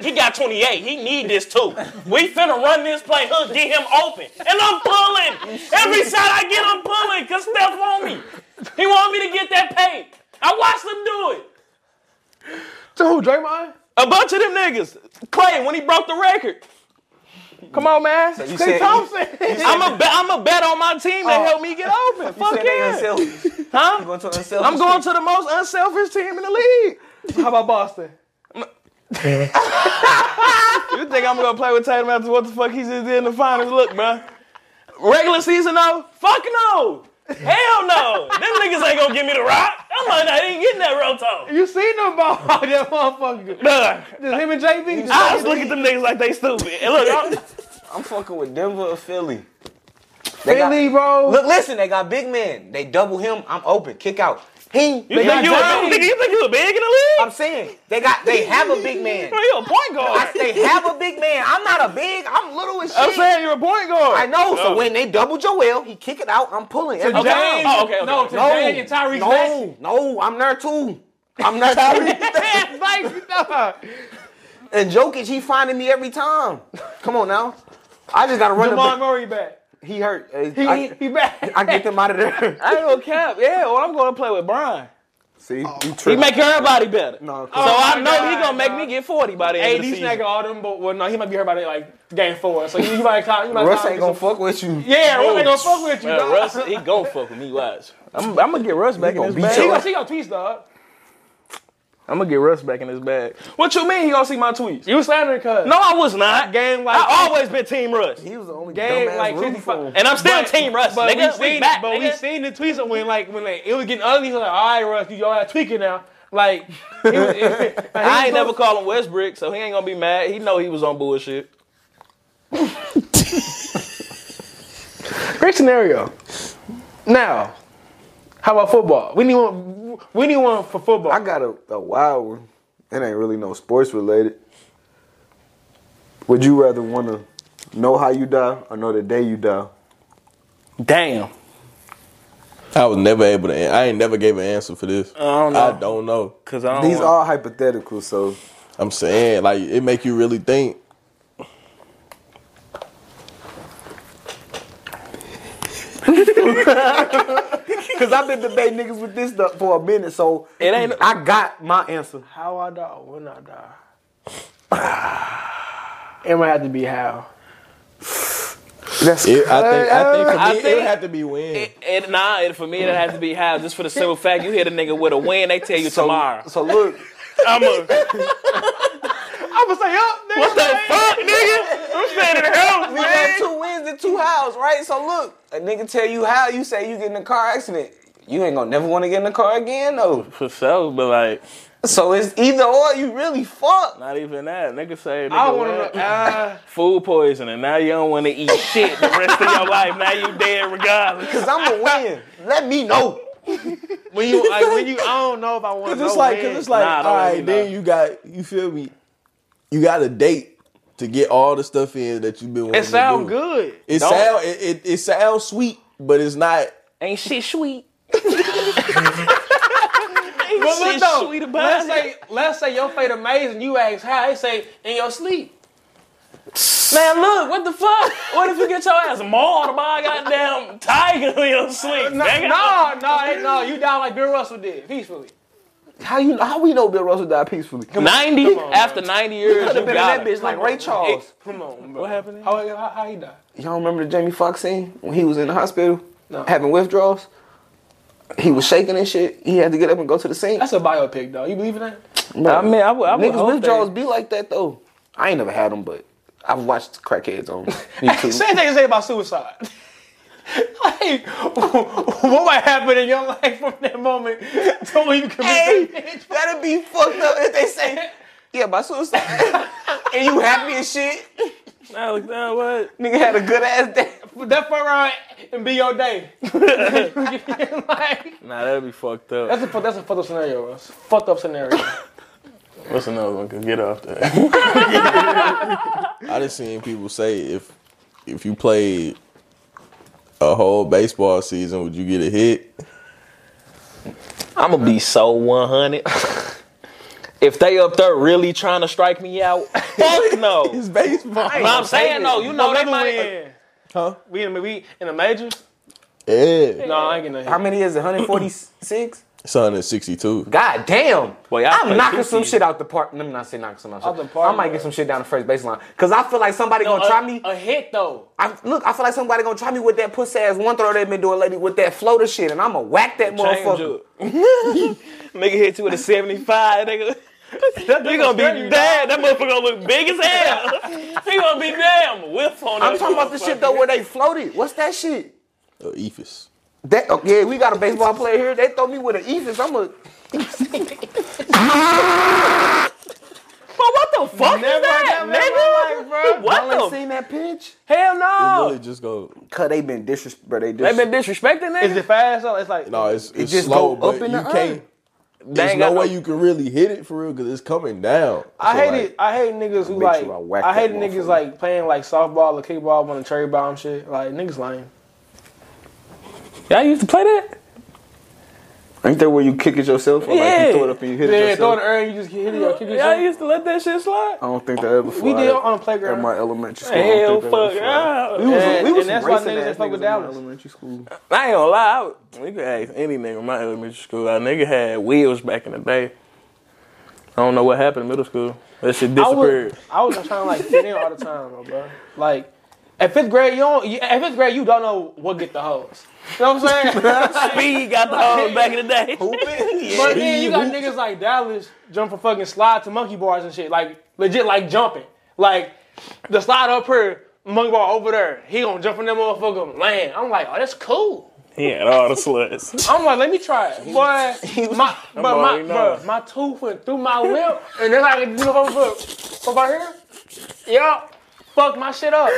S6: He got 28. He need this too. We finna run this play. Hook, get him open. And I'm pulling. Every shot I get, I'm pulling. Cause Steph want me. He want me to get that paid. I watched him do it.
S2: To who, Draymond?
S6: A bunch of them niggas. Clay, when he broke the record.
S2: Come on, man.
S4: you
S2: Klay
S4: said-
S2: Thompson.
S6: I'm a, bet, I'm a bet on my team to help me get open. Fuck yeah. Huh?
S4: Going to unselfish.
S6: I'm going to the most unselfish team in the league.
S2: How about Boston?
S6: You think I'm gonna play with Tatum after what the fuck he just did in the finals? Look, bruh. Regular season though? Fuck no! Hell no! Them niggas ain't gonna give me the rock. I'm like, I ain't getting that roto.
S2: You seen them ball that motherfucker?
S6: Nah.
S2: Just him and JB.
S6: I just look at them niggas like they stupid. And look, I'm,
S4: I'm fucking with Denver or Philly. They got-
S2: Philly, bro.
S4: Look, listen, they got big men. They double him. I'm open. Kick out. He.
S6: you, think
S2: got
S6: you, a,
S2: James.
S6: nigga, you think you a big in the league?
S4: I'm saying they got. They have a big man.
S6: Bro, you a point guard.
S4: I, they have a big man. I'm not a big. I'm little as shit.
S2: I'm saying you're a point
S4: I
S2: guard.
S4: know. So when they double Joel, he kick it out. I'm pulling. every
S6: James-
S4: time.
S6: Okay. Oh, okay, okay.
S2: No, to
S4: No,
S2: James and Tyrese
S4: no,
S2: Maxey.
S4: no, I'm there too. I'm there too.
S2: That's like, nah.
S4: and Jokic, he finding me every time. Come on now. I just gotta run the
S2: Jamal
S4: back.
S2: Murray back.
S4: He hurt.
S2: He,
S4: I,
S2: he, he back.
S4: I get them out of there.
S6: I ain't gonna cap. Yeah, well, I'm gonna play with Brian.
S4: See, you
S6: Oh. He
S4: tripping.
S6: make everybody better.
S4: No,
S6: So
S2: Oh
S6: I
S2: my
S6: know he
S2: God,
S6: gonna make
S2: bro.
S6: me get 40 by the end
S2: Hey,
S6: of the
S2: these
S6: season.
S2: nigga, all them, but well, no, he might be here by that, like game four. So you, you might call, you might
S4: Russ
S2: call
S4: ain't gonna fuck with you.
S2: Yeah, Russ ain't gonna fuck with you.
S6: Man,
S2: dog.
S6: Uh, Russ, he gonna fuck with me. Watch. I'm, I'm gonna get Russ back in
S4: gonna
S6: this
S4: beat
S6: bag.
S2: She gonna, she gonna tweets, dog.
S6: I'm gonna get Russ back in his bag. What you mean he gonna see my tweets?
S2: You slandering cuz.
S6: No, I was not.
S2: Game like-
S6: I always been Team Russ,
S4: He was the only
S2: Game
S4: dumbass
S2: like
S4: rooting for
S2: 55.
S4: him.
S6: and I'm still
S2: But-
S6: Team Russ.
S2: But
S6: nigga,
S2: we seen,
S6: we back,
S2: but we
S6: nigga.
S2: seen the tweets of when like when like it was getting ugly. He was like, all right, Russ, you all that tweaking now. Like, he was, like,
S6: I ain't never called him Westbrook, so he ain't gonna be mad. He know he was on bullshit.
S2: Great scenario. Now, how about football? We need one. We need one for football.
S4: I got a, a wild one. It ain't really no sports related. Would you rather wanna know how you die or know the day you die?
S6: Damn.
S5: I was never able to. an- I ain't never gave an answer for this. I
S6: don't know.
S5: I don't know.
S6: Cause I don't
S4: These are hypothetical, so
S5: I'm saying like it make you really think.
S4: Cause I've been debating niggas with this stuff for a minute, so
S6: It ain't-
S4: I got my answer.
S2: How I die or when I die. it might have to be how.
S4: That's
S5: It, I think. I think for me,
S6: I
S5: it
S6: think-
S5: would have to be win.
S6: It, it, nah, it, for me, it has to be how. Just for the simple fact, you hit a nigga with a win, they tell you tomorrow.
S4: So look,
S6: I'm a, what
S2: I was like, yup, nigga.
S6: the fuck, nigga? I'm standing in hell,
S4: we got
S6: man.
S4: two wins and two hows, right? So look, a nigga tell you how, you say you get in a car accident. You ain't gonna never want to get in a car again, though.
S6: For sure, but like,
S4: So it's either or. You really fucked.
S6: not even that. Nigga say, nigga,
S2: I want
S6: win.
S2: to know. Uh,
S6: food poisoning. Now you don't want to eat shit the rest of your life. Now you dead regardless.
S4: Cause I'm a win. Let me know.
S2: when you like when you I don't know if I want to
S5: Cause
S2: know.
S5: it's like,
S2: when.
S5: cause it's like,
S4: Nah, don't
S5: all
S4: let me
S5: right, then
S4: know.
S5: you got, you feel me? You got a date to get all the stuff in that you've been. wanting
S2: it
S5: to
S2: sound
S5: do.
S2: good.
S5: It
S4: Don't-
S5: sound, it, it, it sounds sweet, but it's not.
S4: Ain't shit sweet.
S2: But
S4: shit
S2: look though,
S4: sweet about
S2: let's
S4: it.
S2: say let's say your fate amazing. You ask how they say in your sleep.
S4: Man, look, what the fuck? What if you get your ass mauled by a goddamn tiger in your sleep?
S2: No,
S4: nigga?
S2: no,
S6: oh.
S2: no, they- no. You down like Bill Russell did peacefully.
S3: How you? How we know Bill Russell died peacefully? Could
S4: 90, after 90 years, you
S3: have been in
S4: got
S3: that
S4: it.
S3: bitch like Ray Charles.
S2: Come on, bro.
S4: What happened?
S2: How, Oh, how, how he died?
S3: Y'all remember the Jamie Foxx scene when he was in the hospital having withdrawals? He was shaking and shit. He had to get up and go to the sink.
S2: That's a biopic, though. You believe in that?
S4: I mean, I would, I would
S3: Niggas
S4: hope
S3: withdrawals
S4: that.
S3: be like that though. I ain't never had them, but I've watched crackheads on YouTube.
S2: Same thing you say about suicide. like, what might happen in your life from that moment to when you commit that?
S3: that'd be fucked up if they say, yeah, by suicide. and you happy as shit.
S4: Nah, look, nah, what?
S3: Nigga had a good ass day.
S2: That fuck around and be your day. like,
S4: Nah, that'd be fucked up.
S2: that's a fu- that's a fucked up scenario, bro. It's a fucked up scenario.
S4: What's another one? Cause get off there.
S5: I just seen people say if, if you played a whole baseball season, would you get a hit?
S4: I'm gonna be so 100. if they up there really trying to strike me out, fuck no.
S5: It's baseball.
S4: But I'm saying though, you know they
S2: Another
S4: might.
S2: win.
S5: Huh?
S2: We in we in the majors?
S5: Yeah.
S2: No, I ain't getting no
S3: How
S2: hit.
S3: many is it? 146?
S5: It's 162.
S2: Ah,
S3: God damn.
S4: Boy, y'all play
S3: I'm knocking some
S4: 60.
S3: shit out the park. Let me not say knocking some out.
S2: Out
S3: the
S2: the park,
S3: I might get
S2: bro.
S3: some shit down the first baseline. Cause I feel like somebody gonna try me.
S2: A hit though.
S3: I, look, I feel like somebody gonna try me with that pussy ass one throw they been doing lady with that floater shit, and I'ma whack that motherfucker.
S4: Change up. nigga hit you with a 75, nigga. You gonna be dead. That motherfucker gonna look big as hell. he gonna be damn whiff on
S3: I'm
S4: that
S3: talking about the shit though where they floated. What's that shit?
S5: Uh, Ephes.
S3: That oh, yeah, we got a baseball player here. They throw me with an Ephes. I'm a
S4: But what the fuck is that,
S3: y'all
S4: nigga?
S3: ain't
S4: what the?
S3: seen that pitch?
S4: Hell
S5: It
S4: no.
S5: really just go.
S3: Cause they been disrespect. Bro, they
S4: They
S3: dis-
S4: been disrespecting
S2: Is
S4: nigga.
S2: it fast? Or it's like
S5: No, it's, it's
S3: just
S5: slow,
S3: go up
S5: but
S3: in
S5: you
S3: the
S5: can't. There's
S4: ain't got
S5: no way
S4: no-
S5: you can really hit it for real because it's coming down.
S2: I
S5: So,
S2: hate
S5: like,
S2: it. I hate niggas who
S3: bet
S2: like.
S3: you I
S2: I,
S3: whacked
S2: hate
S3: that
S2: niggas
S3: motherfucker.
S2: like playing like softball or kickball on a cherry bomb shit. Like niggas lame.
S4: Y'all used to play that?
S3: Ain't that where you kick it yourself? Or like
S4: Yeah.
S3: you throw it up and you hit it
S2: Yeah, throw
S3: yourself?
S2: the urn, you just hit it or kick
S4: Y'all
S2: yourself.
S4: used to let that shit slide?
S3: I don't think that ever
S2: We
S3: fly
S2: did on the
S3: at
S2: playground.
S3: my elementary school. I don't
S4: Hell
S3: think that ever
S4: fuck.
S3: fly.
S4: yeah.
S3: We was,
S2: And-
S3: we was
S2: and that's why
S3: racing
S2: niggas
S3: ass
S2: that fuck
S3: niggas
S2: with
S3: in my
S2: Dallas.
S3: elementary school.
S4: I ain't gonna lie, I would, you could ask any nigga in my elementary school. Our nigga had wheels back in the day. I don't know what happened in middle school. That shit
S2: I
S4: disappeared.
S2: was, I was just trying to like fit in all the time, though, bro. Like, at fifth grade, you don't. you- At fifth grade, you don't know what get the hoes. You know what I'm saying?
S4: Speed got the hoes back in the day.
S2: But then you got niggas like Dallas jump from fucking slide to monkey bars and shit. Like legit, like jumping. Like the slide up here, monkey bar over there. He gonna jump from that motherfucker and land. I'm like, oh, that's cool.
S4: He had all the sluts.
S2: I'm like, let me try it. Boy, my, but my,
S4: already knowing.
S2: bruh, my tooth went through my lip, and then I can do the whole book. Over here, yup, fuck my shit up,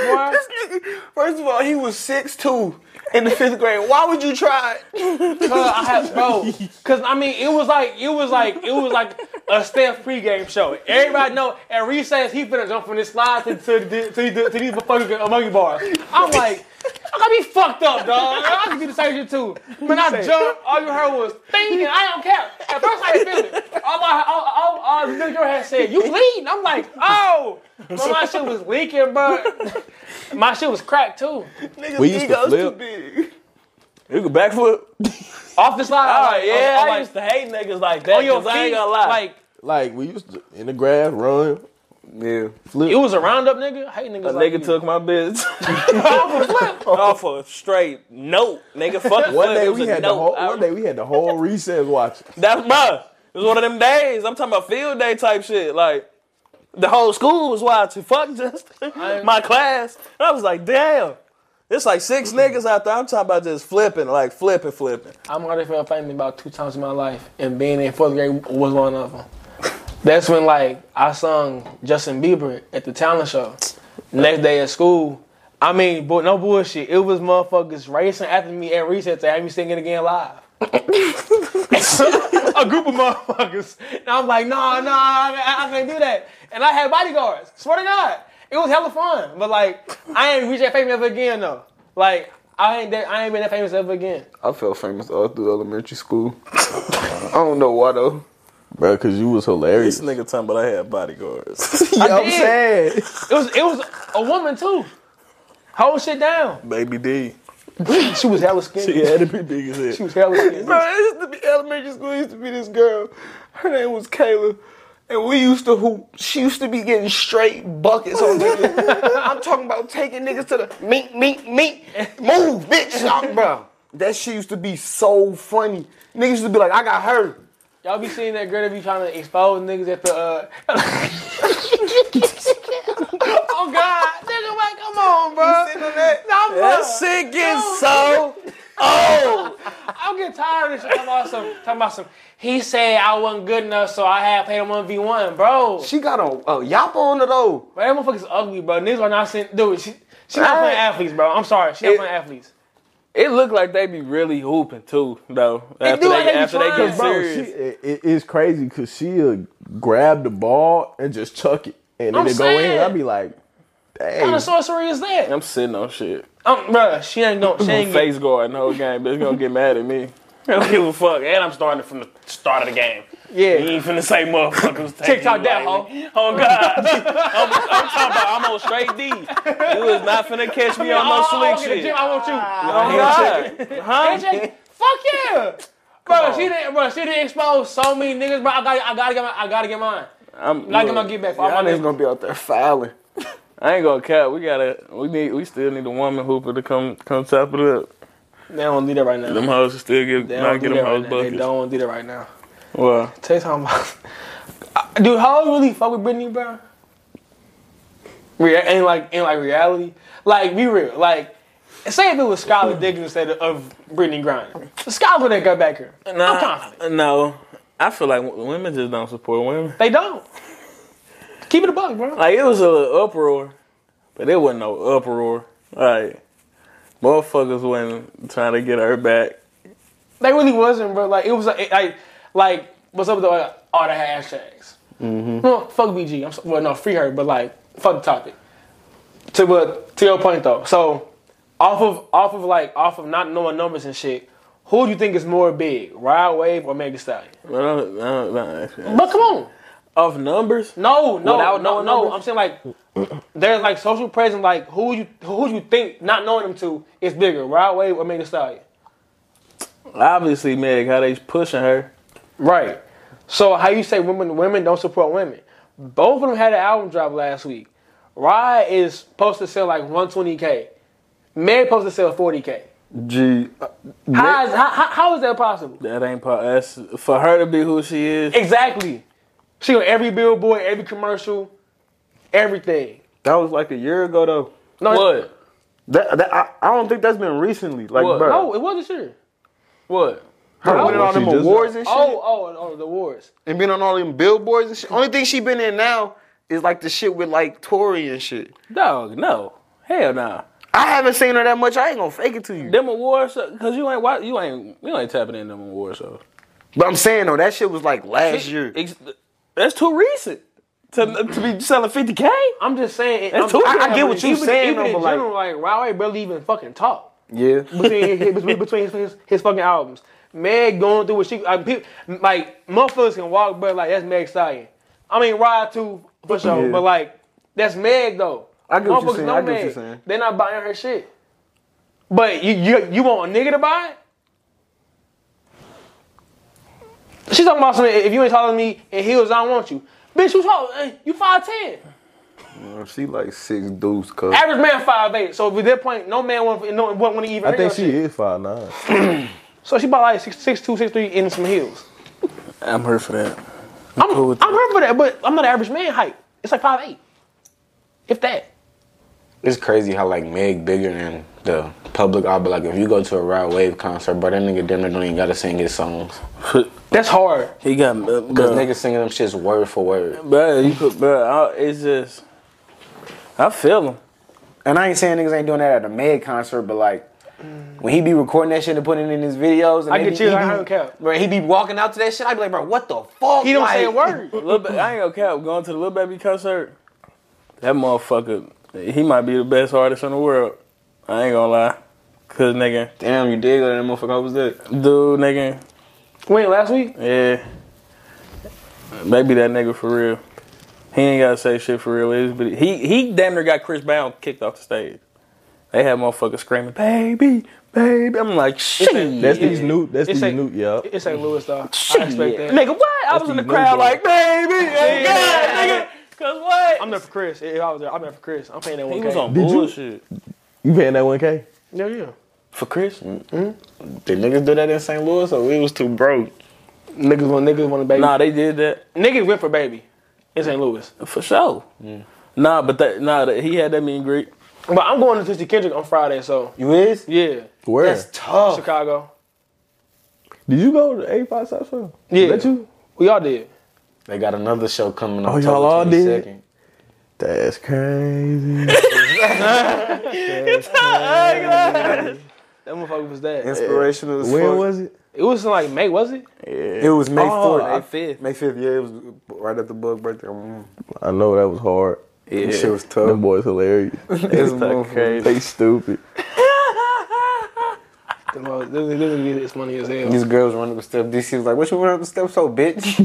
S2: boy.
S3: First of all, he was 6'2 in the fifth grade. Why would you try it?
S2: Cause Uh, I had bro. Cause I mean, it was like it was like it was like a Steph pregame show. Everybody know at recess he finna jump from this slide to to, to, to, to these motherfucking uh, monkey bars. I'm like, I gotta be fucked up, dog. I can do the same shit too. When I jumped, all you heard was thing, and I don't care. At first I didn't feel it. All my all all, all the niggas had said you lean. I'm like, oh, but my shit was leaking, bro. My shit was cracked too.
S5: We used to flip.
S3: big.
S4: You could backflip?
S2: Off the slide.
S4: Oh,
S2: I'm like,
S4: yeah.
S2: I'm
S4: I
S2: like,
S4: used to hate niggas like that.
S2: on your
S4: 'cause I ain't
S2: feet,
S4: gonna lie.
S2: like.
S5: Like we used to in the grass run.
S3: Yeah.
S2: It was a roundup, nigga. I hate niggas.
S4: a
S2: like
S4: nigga
S2: you.
S4: took my bitch off a straight note, nigga. Fuck
S5: One
S4: flip,
S5: day
S4: it was
S5: we
S4: a
S5: had the
S4: note.
S5: whole.
S4: I-
S5: One day we had the whole recess watching.
S4: That's bruh. It was one of them days. I'm talking about field day type shit. Like the whole school was watching. Fuck just my class. And I was like, damn. It's like six niggas out there. I'm talking about just flipping, like flipping, flipping.
S2: I'm already felt family about two times in my life, and being in fourth grade was one of them. That's when like I sung Justin Bieber at the talent show. Next day at school, I mean, but no bullshit. It was motherfuckers racing after me at recess to have me singing again live. a group of motherfuckers. And I'm like, nah, nah, I, I can't do that. And I had bodyguards. Swear to God, it was hella fun. But like, I ain't reached that fame ever again though. Like, I ain't that, I ain't been that famous ever again.
S1: I felt famous all through elementary school. I don't know why though.
S5: bro, because you was
S6: This
S5: hilarious.
S6: nigga talking about I had bodyguards.
S2: I did. It was it was a woman too. Hold shit down.
S6: Baby D.
S2: She was hella skinny.
S6: She had to be big as
S2: She
S6: hell.
S2: was hella skinny.
S1: Bro, it used to be elementary school. It used to be this girl. Her name was Kayla. And we used to hoop. She used to be getting straight buckets on niggas. I'm talking about taking niggas to the meet, meet, meet. Move, bitch. Nah, bro. That shit used to be so funny. Niggas used to be like, I got her.
S2: Y'all be seeing that girl that be trying to expose niggas at the. Uh... oh God, nigga, like, come on, bro. Nah, bro.
S6: That shit gets so.
S2: I'm getting tired of this. shit. Talking about some. Talking about some. He said I wasn't good enough, so I had played him one v one, bro.
S1: She got a, a yap on her though.
S2: Bro, that motherfucker's ugly, bro. Niggas are not seeing. Dude, she she not playing athletes, bro. I'm sorry, she not playing athletes.
S4: It looked like they be really hooping too, though. After
S2: do
S4: they,
S2: like they be
S4: after they
S2: trying,
S4: get
S2: bro.
S4: serious.
S5: She, it, it- it's crazy because she'll grab the ball and just chuck it, and
S2: I'm
S5: it'll go in.
S2: saying.
S5: I'll be like,
S2: What kind
S5: dang.
S2: of sorcery is that?
S4: I'm sitting on shit.
S2: Um, bro, she ain't gonna. She ain't
S4: Face guard the whole game. Bitch gonna get mad at me. I don't give a fuck. And I'm starting from the start of the game.
S2: Yeah.
S4: You ain't finna say motherfuckers. take
S2: TikTok
S4: you
S2: that,
S4: lightly. Oh, God. I'm, I'm talking about I'm on straight D. You is not finna catch me on
S2: Oh,
S4: no
S2: I
S4: slick
S2: walk in the
S4: shit.
S2: gym, I want you.
S4: Oh, God.
S2: AJ, fuck yeah. Bro, she didn't. Bro, she didn't expose so many niggas. Bro, I got. I gotta get. My, I gotta get mine.
S4: I'm
S2: I gotta get my get back. For all
S1: My
S2: my
S1: niggas
S2: niggas.
S1: gonna be out there fouling.
S4: I ain't gonna cap. We gotta. We need. We still need a woman hooper to come come top it up.
S2: They don't do that right now.
S4: Them hoes still get
S2: They
S4: not
S2: don't
S4: get
S2: do that
S4: them
S2: right
S4: hoes
S2: now. They
S4: buckets.
S2: don't do that right now.
S4: Well,
S2: Tell you something about. I- Dude, how you really fuck with Britney, bro? Rea- and like in like reality, like be real, like say if it was Skylar Diggins instead of Brittany Griner, Skylar would have got back here. I'm confident.
S4: nah, no. I feel like w- women just don't support women.
S2: They don't. Keep it a buck, bro.
S4: Like it was a little uproar, but it wasn't no uproar. Like motherfuckers wasn't trying to get her back.
S2: They really wasn't, bro. Like it was like, like, like what's up with all, the- uh, all the hashtags? Mm-hmm. No, fuck BG. I'm so, well, no, free her, but like fuck the topic. To but to your point though, so off of off of like off of not knowing numbers and shit, who do you think is more big, Ride Wave or Megan Stallion?
S4: But I don't, I don't, I don't-
S2: But come on,
S4: Off numbers,
S2: no, no,
S4: Without
S2: no,
S4: knowing numbers?
S2: no. I'm saying like there's like social presence, like who you who you think not knowing them to is bigger, Ride Wave or Megan Stallion?
S4: obviously, Meg, how they pushing her.
S2: Right. So how you say women women don't support women? Both of them had an album drop last week. Rye is supposed to sell like 120k. Meg supposed to sell 40k.
S1: Gee,
S4: uh,
S2: How is, how, how- how is that possible?
S4: That ain't part. That's for her to be who she is.
S2: Exactly. She on every billboard, every commercial, everything.
S1: that was like a year ago though.
S2: No,
S4: What?
S1: That, that I, I don't think that's been recently. Like,
S4: What?
S1: bro,
S2: no, it wasn't sure.
S4: What?
S1: her winning all
S5: she
S1: them
S5: just-
S1: awards and shit.
S2: Oh, oh, oh, the awards.
S1: and been on all them billboards and shit. Only thing she been in now is like the shit with like Tory and shit.
S4: Dog, no. Hell nah.
S1: I haven't seen her that much. I ain't gonna fake it to you.
S4: Them award
S2: uh,
S4: shows, cause you ain't watch, you ain't you ain't tapping in them award shows.
S1: But I'm saying though, that shit was like last year.
S4: Ex- That's too recent to, to be selling fifty k.
S2: I'm just saying.
S4: That's
S2: I'm-
S4: too
S2: I, I get
S4: average.
S2: what you
S1: Even-
S2: saying,
S1: even
S2: though,
S1: in
S2: but like, like Rye barely even fucking talk.
S1: Yeah.
S2: between his, between his, his, his fucking albums. Meg going through what she like, people, like motherfuckers can walk, but like that's Meg Stallion. I mean, Rod too for sure,
S1: Yeah.
S2: but like that's Meg though.
S1: I get what you're
S2: Motherfuckers
S1: saying.
S2: know
S1: I get what
S2: Meg.
S1: you're saying.
S2: They're not buying her shit. But you you you want a nigga to buy it? She's talking about something. If you ain't taller than me in heels, I don't want you. Bitch, you tall? eh, You five ten.
S1: She like six dudes, cuz.
S2: Average man five eight. So at that point, no man want no want to even.
S5: I think she is five nine.
S2: So she bought like six six two six three in some heels.
S4: I'm here for that.
S2: I'm, I'm here for that, but I'm not average man height. It's like five eight, if that.
S8: It's crazy how like Meg bigger than the public eye, but like if you go to a Rod Wave concert, bro, that nigga damn near don't even gotta sing his songs.
S2: That's hard.
S4: He got uh,
S8: Cause
S4: bro,
S8: niggas singing them shits word for word.
S4: bro, you could, bro. I, it's just I feel him.
S8: And I ain't saying niggas ain't doing that at a Meg concert, but like When he be recording that shit and putting it in his videos, and
S2: I
S8: they
S2: get
S8: be-
S2: you,
S8: he
S2: I
S8: be-
S2: don't care.
S8: Bro, he be walking out to that shit. I be like, bro, what the fuck?
S2: He don't say a
S8: Like,
S2: word.
S4: Lil Ba- I ain't gonna cap going to the Lil Baby concert. That motherfucker, he might be the best artist in the world. I ain't gonna lie. Cause nigga,
S8: Damn, you dig that motherfucker? I was there.
S4: dude, nigga,
S2: When last week?
S4: yeah. Maybe that nigga for real. He ain't gotta say shit for real. It's- But he he damn near got Chris Brown kicked off the stage. They had motherfuckers screaming, baby, baby. I'm like, shit.
S5: That's these new. That's
S2: It's a-
S5: these new. Yeah.
S2: It's St. Louis though. I expect that.
S4: Nigga, what? I was in the
S5: the new
S4: crowd
S5: joint.
S4: like, baby, oh god,
S2: yeah,
S4: nigga. Cause what?
S2: I'm there for Chris. If I was there, I'm there for Chris. I'm paying that one.
S4: he was on
S5: Did you-
S4: bullshit.
S5: You paying that one k?
S2: Yeah, yeah.
S4: For Chris?
S8: Did niggas do that in St. Louis, or we was too broke?
S2: Niggas want niggas want a baby.
S4: Nah, they did that.
S2: Niggas went for baby in St. Louis.
S4: For sure. Nah, but that nah, that, he had that mean greet.
S2: But I'm going to Twisty Kendrick on Friday, so
S8: You is?
S2: yeah,
S5: Where?
S8: Tough.
S2: Chicago.
S5: Did you go to eighty five South Show?
S2: Yeah,
S5: Let you.
S2: we all did.
S8: They got another show coming.
S5: Oh,
S8: October
S5: y'all all did?
S8: 22nd.
S5: That's crazy.
S2: That motherfucker was that.
S1: Inspirational. as
S5: Where
S1: fuck.
S5: was it?
S2: It was like May, was it?
S1: It was May
S4: Oh,
S1: fourth,
S4: I fifth.
S1: May fifth. Yeah, it was right at the bug birthday. Mm.
S5: I know that was hard.
S1: That shit was tough.
S5: Them boys hilarious.
S1: It's crazy.
S5: they stupid.
S2: Them mother- This this nigga is funny as hell.
S1: These girls running up the steps. DC was like, "What you running up the steps, so bitch?"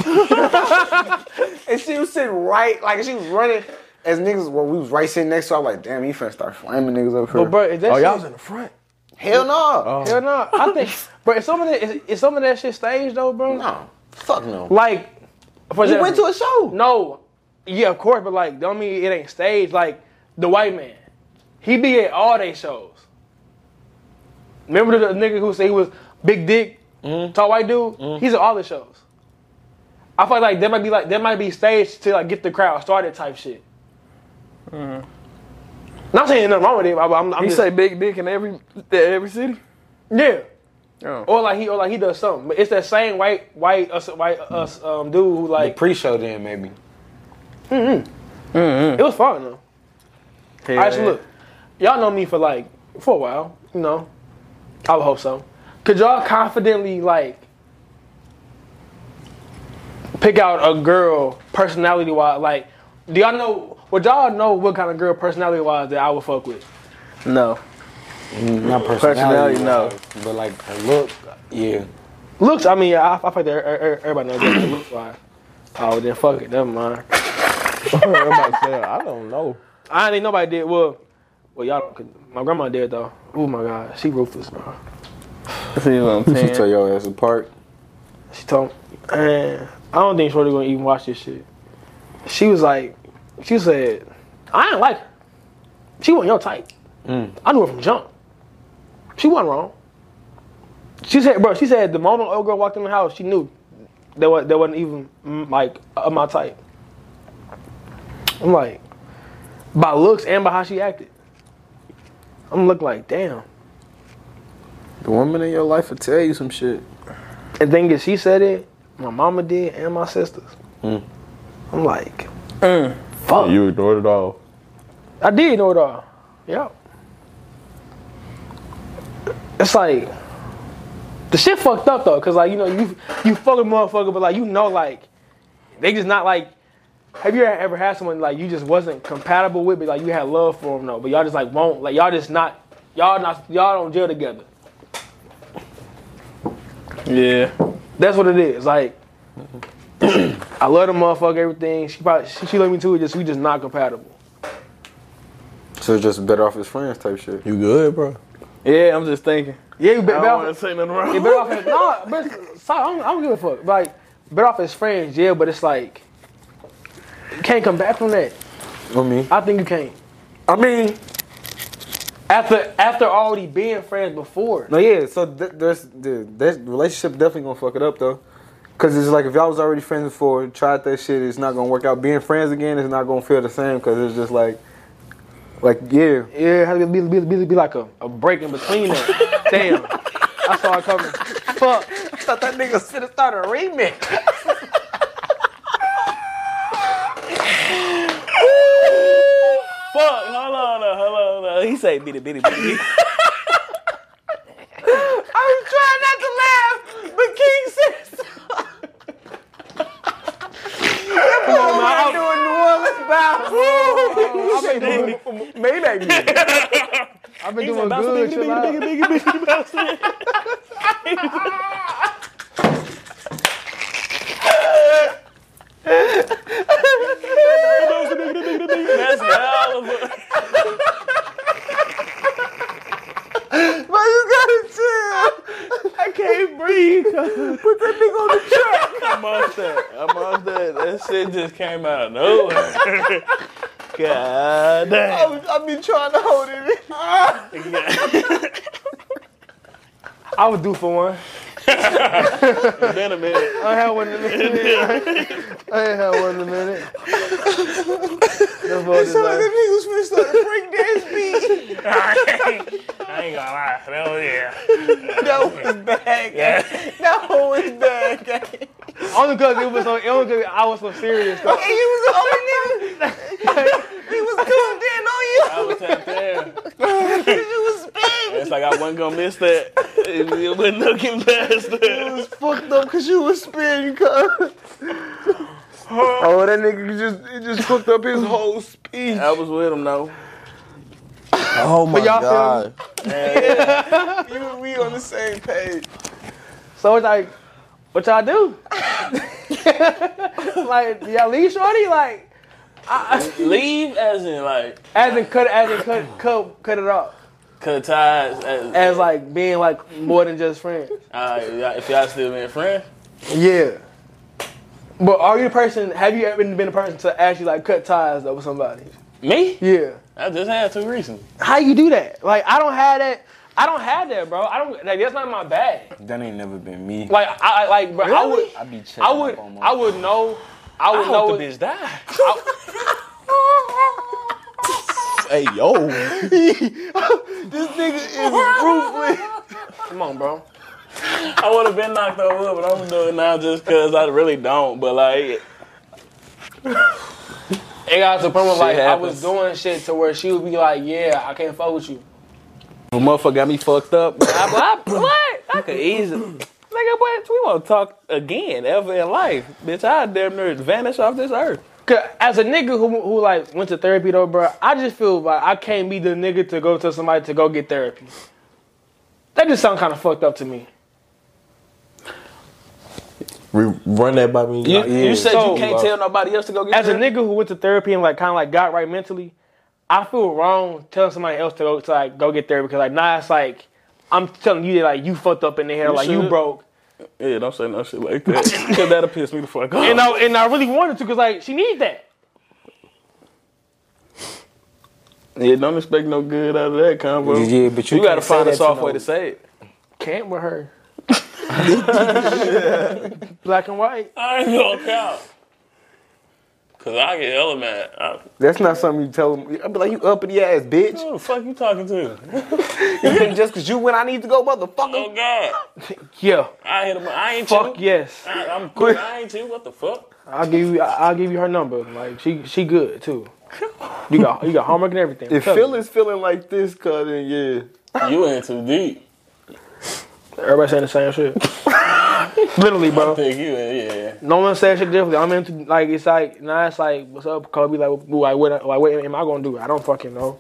S1: and she was sitting right, like she was running as niggas. Well, we was right sitting next to. her. I'm like, "Damn, you finna start flaming niggas up here."
S2: But bro, Oh. is that
S5: Oh,
S2: shit,
S5: y'all was in the front.
S1: Hell no,
S2: hell no. I think, bro, is some of that is, is some of that shit staged though, bro?
S1: no, fuck no.
S2: Like, for
S1: We
S2: example-
S1: went to a show.
S2: No, yeah, of course, but like, don't mean it ain't staged. Like the white man, he be at all they shows. Remember the, the nigga who said he was big dick,
S4: Mm-hmm.
S2: tall white dude? He's at all the shows. I feel like that might be like that might be staged to like get the crowd started type shit. Not saying nothing wrong with it, but I'm, I'm
S4: Mm-hmm. He
S2: just
S4: say big dick in every every city.
S2: yeah.
S4: Oh.
S2: Or like he or like he does something, but it's that same white white us white us um dude who like
S8: Pre-show then maybe.
S2: it was fun though.
S4: Hell,
S2: All right, so look, y'all know me for like for a while, you know. I would hope so. Could y'all confidently like pick out a girl personality wise? Like, do y'all know? Would y'all know what kind of girl personality wise that I would fuck with?
S4: no.
S8: Not
S4: Personality, no.
S8: But like a look, yeah.
S2: Looks, I mean, I, I feel like that er- er- everybody knows that looks wise. Oh, then fuck it, never mind.
S5: Everybody said, I don't know.
S2: I ain't nobody did. Well, well, y'all. Don't, 'cause my grandma did though. Oh my god, she ruthless, bro.
S4: See what I'm
S8: She tore
S4: saying?
S8: your ass apart.
S2: She told me, man, I don't think Shorty gonna even watch this shit. She was like, she said, I didn't like her. She wasn't your type. I knew her from jump. She wasn't wrong. She said, bro, she said the moment old girl walked in the house, she knew that was that wasn't even mm, like of my type. I'm like, by looks and by how she acted. I'm looking like, damn.
S1: The woman in your life will tell you some shit.
S2: And thing is, she said it, my mama did, and my sisters. I'm like, fuck.
S5: You ignored it all.
S2: I did know it all. Yeah. It's like the shit fucked up though, cause like you know you you fucking motherfucker, but like you know like they just not like. Have you ever had someone like you just wasn't compatible with, but like you had love for them though, but y'all just like won't like y'all just not y'all not y'all don't gel together.
S4: Yeah.
S2: That's what it is. Like, I love the motherfucker, everything. She probably she, she love me too. Just we just not compatible.
S1: So just better off as friends type shit.
S5: You good, bro?
S4: Yeah, I'm just thinking.
S2: Yeah, you be-
S4: I
S2: better
S4: don't want
S2: off.
S4: to say nothing
S2: yeah,
S4: wrong.
S2: better off. As, nah, but sorry, I don't, I don't give a fuck. Like, better off as friends, yeah. But it's like, you can't come back from that.
S1: I mean,
S2: I think you can't.
S1: I mean,
S2: After after already being friends before.
S1: no, yeah. So th- there's the that relationship definitely gonna fuck it up though. Cause it's like if y'all was already friends before, tried that shit, it's not gonna work out. Being friends again, it's not gonna feel the same. Cause it's just like, like yeah.
S2: Yeah, it had to be, be, be, be like a, a break in between that. Damn, I saw it coming. Fuck.
S1: thought that nigga was finna start a remix.
S4: Fuck, hold on, uh, hold on. uh, He say bitty bitty bitty.
S3: Maybach music. I've been doing good. Chill out.
S4: That's hell of a- I'm off that. I'm off that. That shit just came out of nowhere. God damn.
S1: I've been trying to hold it in.
S2: I would do for one.
S4: Been a minute.
S2: I had one in a minute. I ain't had one in a minute. That's what it's like.
S4: I ain't gonna lie. That was yeah.
S2: Only because it was so, only because I was so serious. Though.
S4: I was tapped in. It's like I wasn't gonna miss that. You wasn't looking past that.
S1: Fucked up because you was spin, cuz.
S3: Oh, that nigga just it just fucked up his whole speech.
S4: I was with him though.
S5: Oh my
S2: y'all feel
S5: god.
S1: We on the same page.
S2: So it's like, what y'all do? like, y'all leave shorty? Like,
S4: Leave as in like
S2: as in cut, as in cut, cut, cut it off.
S4: cut ties. As,
S2: As like being like more than just friends.
S4: uh, y'all- if y'all still being friends.
S2: Yeah. But are you a person? Have you ever been a person to actually like cut ties though with somebody?
S4: Me?
S2: Yeah.
S4: I just had two recently.
S2: How you do that? Like I don't have that. I don't have that, bro. I don't. Like that's not my bag.
S8: That ain't never been me.
S2: Like I I- like, bro. I would.
S8: I be checking
S2: I would.
S8: up on
S2: I would know. I would
S4: I
S2: know.
S4: hope the bitch die.
S5: Hey yo.
S2: Come on, bro.
S4: I would have been knocked over, but I'm doing it now just because I really don't. But like,
S2: It got to the point where like I was
S4: happens.
S2: doing shit to where she would be like, "Yeah, I can't fuck with you."
S5: Well, motherfucker got me fucked up.
S4: I, I, what? I could easily. Nigga, what? We won't talk again ever in life. Bitch, I damn near vanish off this earth.
S2: 'Cause As a nigga who who like went to therapy though, bro, I just feel like I can't be the nigga to go to somebody to go get therapy. That just sound kind of fucked up to me.
S5: Re- run that by me.
S4: You,
S8: Oh,
S5: Like,
S4: you said
S2: So-
S4: you can't tell nobody else to go get
S2: As a
S4: therapy?
S2: nigga who went to therapy and like kind of like got right mentally, I feel wrong telling somebody else to go to like go get therapy because like now it's like I'm telling you that like you fucked up in the head, like you
S4: should.
S2: broke.
S4: Yeah, don't say no shit like that. Because that'll piss me the fuck off.
S2: And I and I really wanted to because like she needs that.
S4: yeah, don't expect no good out of that combo.
S8: Yeah, but you,
S4: You gotta
S8: can't say
S4: find
S8: that
S4: a soft
S8: no-
S4: way to say it.
S2: Can't with her. Black and white.
S4: I ain't gonna count. Cause I get hella mad. I,
S3: That's not something you tell him. I'd be like, you up in your ass, bitch.
S4: who the fuck you talking to?
S3: Just because you went, I need to go, motherfucker.
S4: Oh God!
S2: Yeah.
S4: I hit him. I ain't
S2: Fuck
S4: you.
S2: yes.
S4: I, I'm good. I ain't you. What the fuck?
S2: I'll give you. I- I'll give you her number. Like she, she good too. You got, you got homework and everything.
S3: If
S2: Tell you.
S3: Phil is feeling like this, cuz then yeah.
S4: You in too deep.
S2: Everybody saying the same shit. Literally,
S4: I
S2: bro.
S4: think you in. Yeah.
S2: No one said shit differently. I'm into like it's like now it's like what's up, Kobe? Like, wh- like what? Like what am I gonna do? I don't fucking know.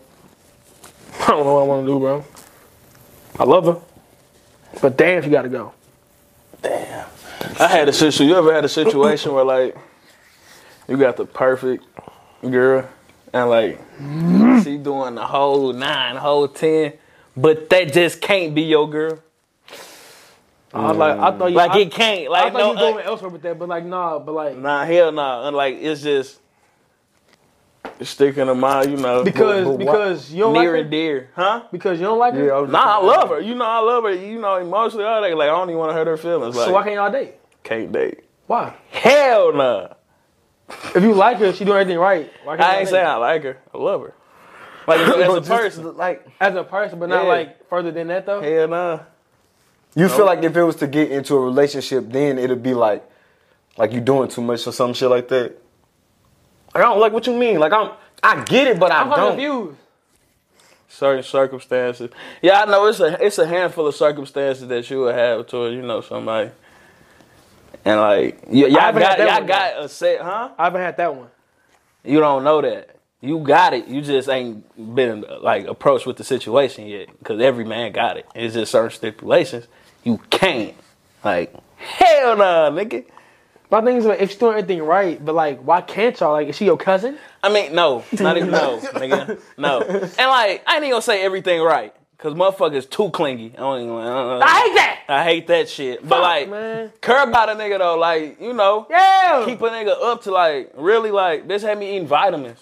S2: I don't know what I want to do, bro. I love her, but damn, she gotta go.
S4: I had a situation. You ever had a situation where like you got the perfect girl and like she doing the whole nine, whole ten, but that just can't be your girl.
S2: I was like, I thought you,
S4: Like
S2: I,
S4: it can't.
S2: I
S4: Like
S2: thought
S4: no.
S2: you going
S4: uh,
S2: elsewhere with that, but like nah, but like
S4: nah, hell nah. And like it's just sticking to my, you know,
S2: because because you don't like
S4: near
S2: her,
S4: and dear, huh?
S2: because you don't like her.
S3: Yeah, I was
S4: Nah, I love her. You know, I love her. You know, emotionally, all that. Like I don't even want to hurt her feelings. Like
S2: So why can't y'all date?
S4: can't date.
S2: Why?
S4: Hell nah.
S2: If you like her, she doing everything right. Why can't
S4: I
S2: y'all
S4: ain't
S2: date?
S4: saying I like her. I love her. Like as a person,
S3: like
S2: as a person, but not
S4: Yeah.
S2: like further than that though.
S4: hell nah.
S3: you feel like if it was to get into a relationship, then it'd be like like you doing too much or some shit like that. Like, I don't like what you mean. Like I'm I get it, but I
S2: I'm
S3: don't.
S2: confused.
S4: Certain circumstances. Yeah, I know it's a it's a handful of circumstances that you would have towards you know somebody. And like y- y'all
S2: haven't had
S4: got
S2: that
S4: y'all
S2: one,
S4: got a set, huh?
S2: I haven't had that one.
S4: You don't know that. You got it. You just ain't been like approached with the situation yet, because every man got it. It's just certain stipulations. You can't. Like hell nah, nigga.
S2: My thing is, like, if she's doing everything right, but like, why can't y'all? Like, is she your cousin?
S4: I mean, no, not even no, nigga, no. And like, I ain't even gonna say everything right, cause motherfuckers too clingy. I don't even. uh,
S2: I hate that.
S4: I hate that shit. but like,
S2: man.
S4: care about a nigga though. Like, you know,
S2: Yeah.
S4: keep a nigga up to like really like this had me eating vitamins.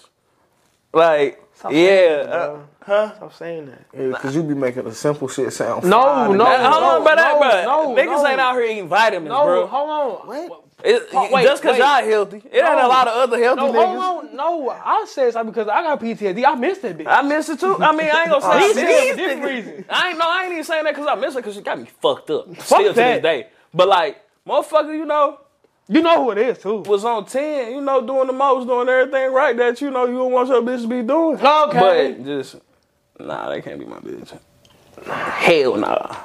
S4: Like, yeah. uh,
S2: huh? Stop saying that.
S1: Because you be making the simple shit sound.
S2: No,
S1: fine.
S2: no.
S4: hold on, bro. that-
S2: no,
S4: bro.
S2: no,
S4: Niggas
S2: no.
S4: ain't out here eating vitamins,
S2: No,
S4: bro.
S2: hold on.
S4: It-
S2: Oh, wait,
S4: just because
S2: wait.
S4: y'all healthy, it ain't
S2: No.
S4: a lot of other healthy
S2: No,
S4: niggas.
S2: hold on. No, I said something because I got PTSD. I missed that bitch.
S4: I miss it too. I mean, I ain't gonna say Ah, I
S2: These
S4: miss
S2: niggas
S4: it.
S2: for different reasons.
S4: I ain't no, I ain't even saying that because I miss her because she got me fucked up. Still to this
S2: that.
S4: day. But like, motherfucker, you know,
S2: You know who it is too.
S4: was on 10, you know, doing the most, doing everything right that you know you don't want your bitch to be doing.
S2: Okay.
S4: But just nah, that can't be my bitch. Hell nah.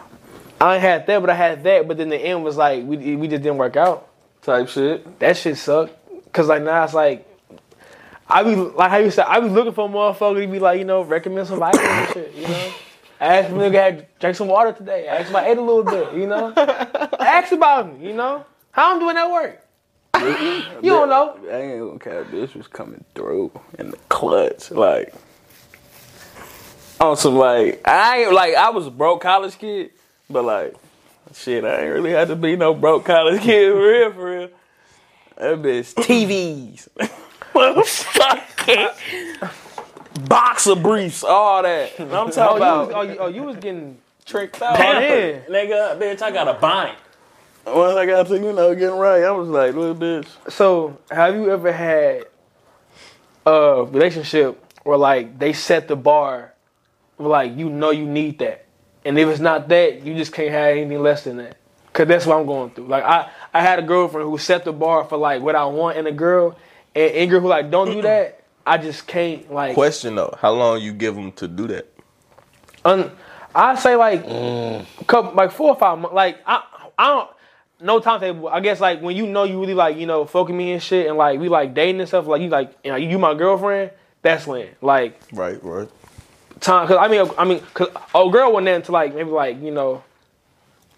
S2: I ain't had that, but I had that. But then the end was like we we just didn't work out.
S4: Type shit.
S2: That shit sucked. Cause like now it's like I be like how you said I be looking for a motherfucker to be like you know recommend some vitamins and shit. You know, ask me to had drink some water today. Ask my ate a little bit. You know, ask about me. You know how I'm doing at work. you don't know.
S4: I ain't gonna care. Bitch was coming through in the clutch. Like on some like I ain't like I was a broke college kid, but like shit, I ain't really had to be no broke college kid for real, for real. That bitch TVs. Motherfucker. Boxer briefs, all that. And I'm talking
S2: Oh, you
S4: about
S2: was, oh, you, oh, you was getting
S4: tricked out.
S2: Pampered.
S4: Nigga, bitch, I got a bonnet. Once I got to, you know, getting right, I was like, little bitch.
S2: So, have you ever had a relationship where like they set the bar, where, like you know you need that, and if it's not that, you just can't have anything less than that? Cause that's what I'm going through. Like I, I had a girlfriend who set the bar for like what I want in a girl, and in girl who like don't do that, I just can't like.
S5: Question though, how long you give them to do that?
S2: un, I say like couple, like four or five months. Like I, I don't no timetable. I guess like when you know you really like you know fucking me and shit, and like we like dating and stuff. Like you like you, know, you my girlfriend. That's when like
S5: Right, right.
S2: time. Cause I mean I mean cause old girl wasn't there until like maybe like you know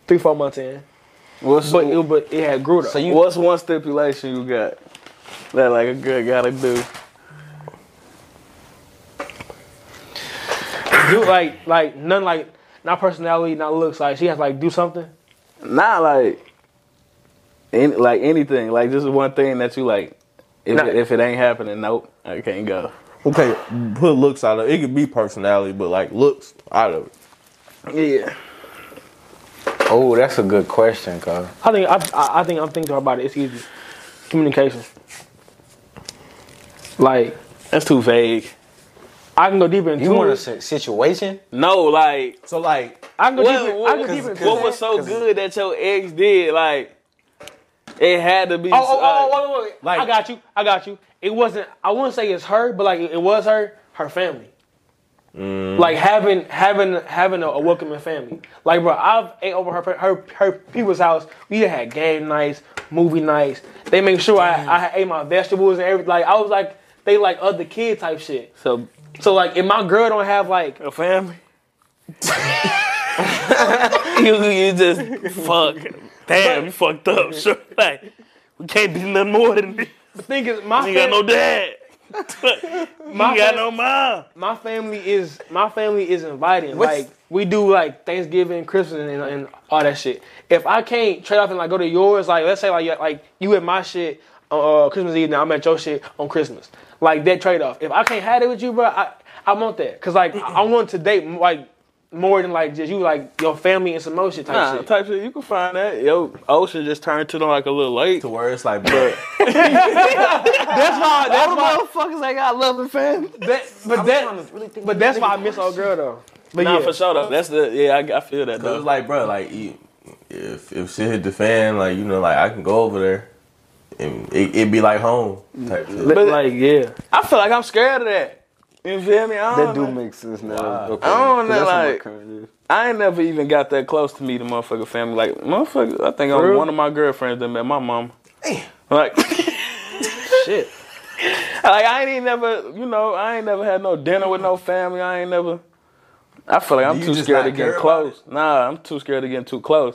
S2: three four months in.
S4: What's,
S2: But it, but it had grew though.
S4: What's one stipulation you got that like a girl gotta do?
S2: do like like none like not personality, not looks. Like she has to, like do something.
S4: Not like, any, like anything. Like just one thing that you like. If,
S2: Nah.
S4: it, if it ain't happening, nope, I can't go.
S5: Okay, put looks out of it. It could be personality, but like looks out of it.
S4: Yeah.
S9: Oh, that's a good question, cuz.
S2: I think I I, I think I'm thinking about it. It's easy communication. Like.
S4: That's too vague.
S2: I can go deeper into
S9: You want a
S2: it.
S9: si- situation?
S4: No, like
S5: So like,
S2: I can go
S4: what,
S2: deeper.
S4: what,
S2: I can go deeper into
S4: what
S2: it.
S4: was so good that your ex did? Like it had to be.
S2: Oh, oh, oh, oh, wait, wait, wait.
S5: Like-
S2: I got you. I got you. It wasn't. I wouldn't say it's her, but like it, it was her. Her family.
S4: Mm.
S2: Like having having having a, a welcoming family. Like bro, I've ate over her her her people's house. We had game nights, movie nights. They make sure I, I ate my vegetables and everything. Like I was like they like other kid type shit.
S4: so
S2: So like if my girl don't have like
S4: a family. you, you just fuck. Damn, you fucked up. Sure, like we can't be nothing more than this.
S2: the thing is my
S4: You got
S2: fam-
S4: no dad.
S2: my
S4: You got
S2: fam-
S4: no mom.
S2: my family is my family is inviting.
S9: What's-
S2: Like we do like Thanksgiving, Christmas, and, and all that shit. If I can't trade off and like go to yours, like let's say like you- like you at my shit on uh, Christmas Eve, and I'm at your shit on Christmas. Like that trade off. If I can't have it with you, bro, I I want that because like I- I want to date like more than like just you like your family and some more shit type
S4: Nah,
S2: shit.
S4: type shit. You can find that. Yo, Ocean just turned to them like a little late.
S5: to where it's like, bro,
S2: that's why that's why
S4: motherfuckers ain't got love and fam.
S2: that, but that but that's why I miss old girl though. But
S4: Nah,
S2: yeah.
S4: for sure though. That's the yeah. I, I feel that
S5: it's
S4: though.
S5: like, bro, like you- if if shit hit the fan, like you know, like I can go over there, and it, it'd be like home. Type shit.
S2: But like yeah,
S4: I feel like I'm scared of that. You feel me? I
S1: That
S4: don't,
S1: do
S4: know.
S1: make sense now. Okay.
S4: I
S1: 'Cause
S4: don't know,
S1: that's what my
S4: like-
S1: current is.
S4: I ain't never even got that close to me, the motherfucker family. Like motherfucker, I think
S2: For
S4: I'm
S2: real?
S4: one of my girlfriends that met my mom. Like shit. Like I ain't even never, you know, I ain't never had no dinner with no family. I ain't never. I feel like I'm
S5: you
S4: too
S5: just
S4: scared
S5: not
S4: of getting
S5: care about
S4: close. Nah, I'm too scared of getting too close.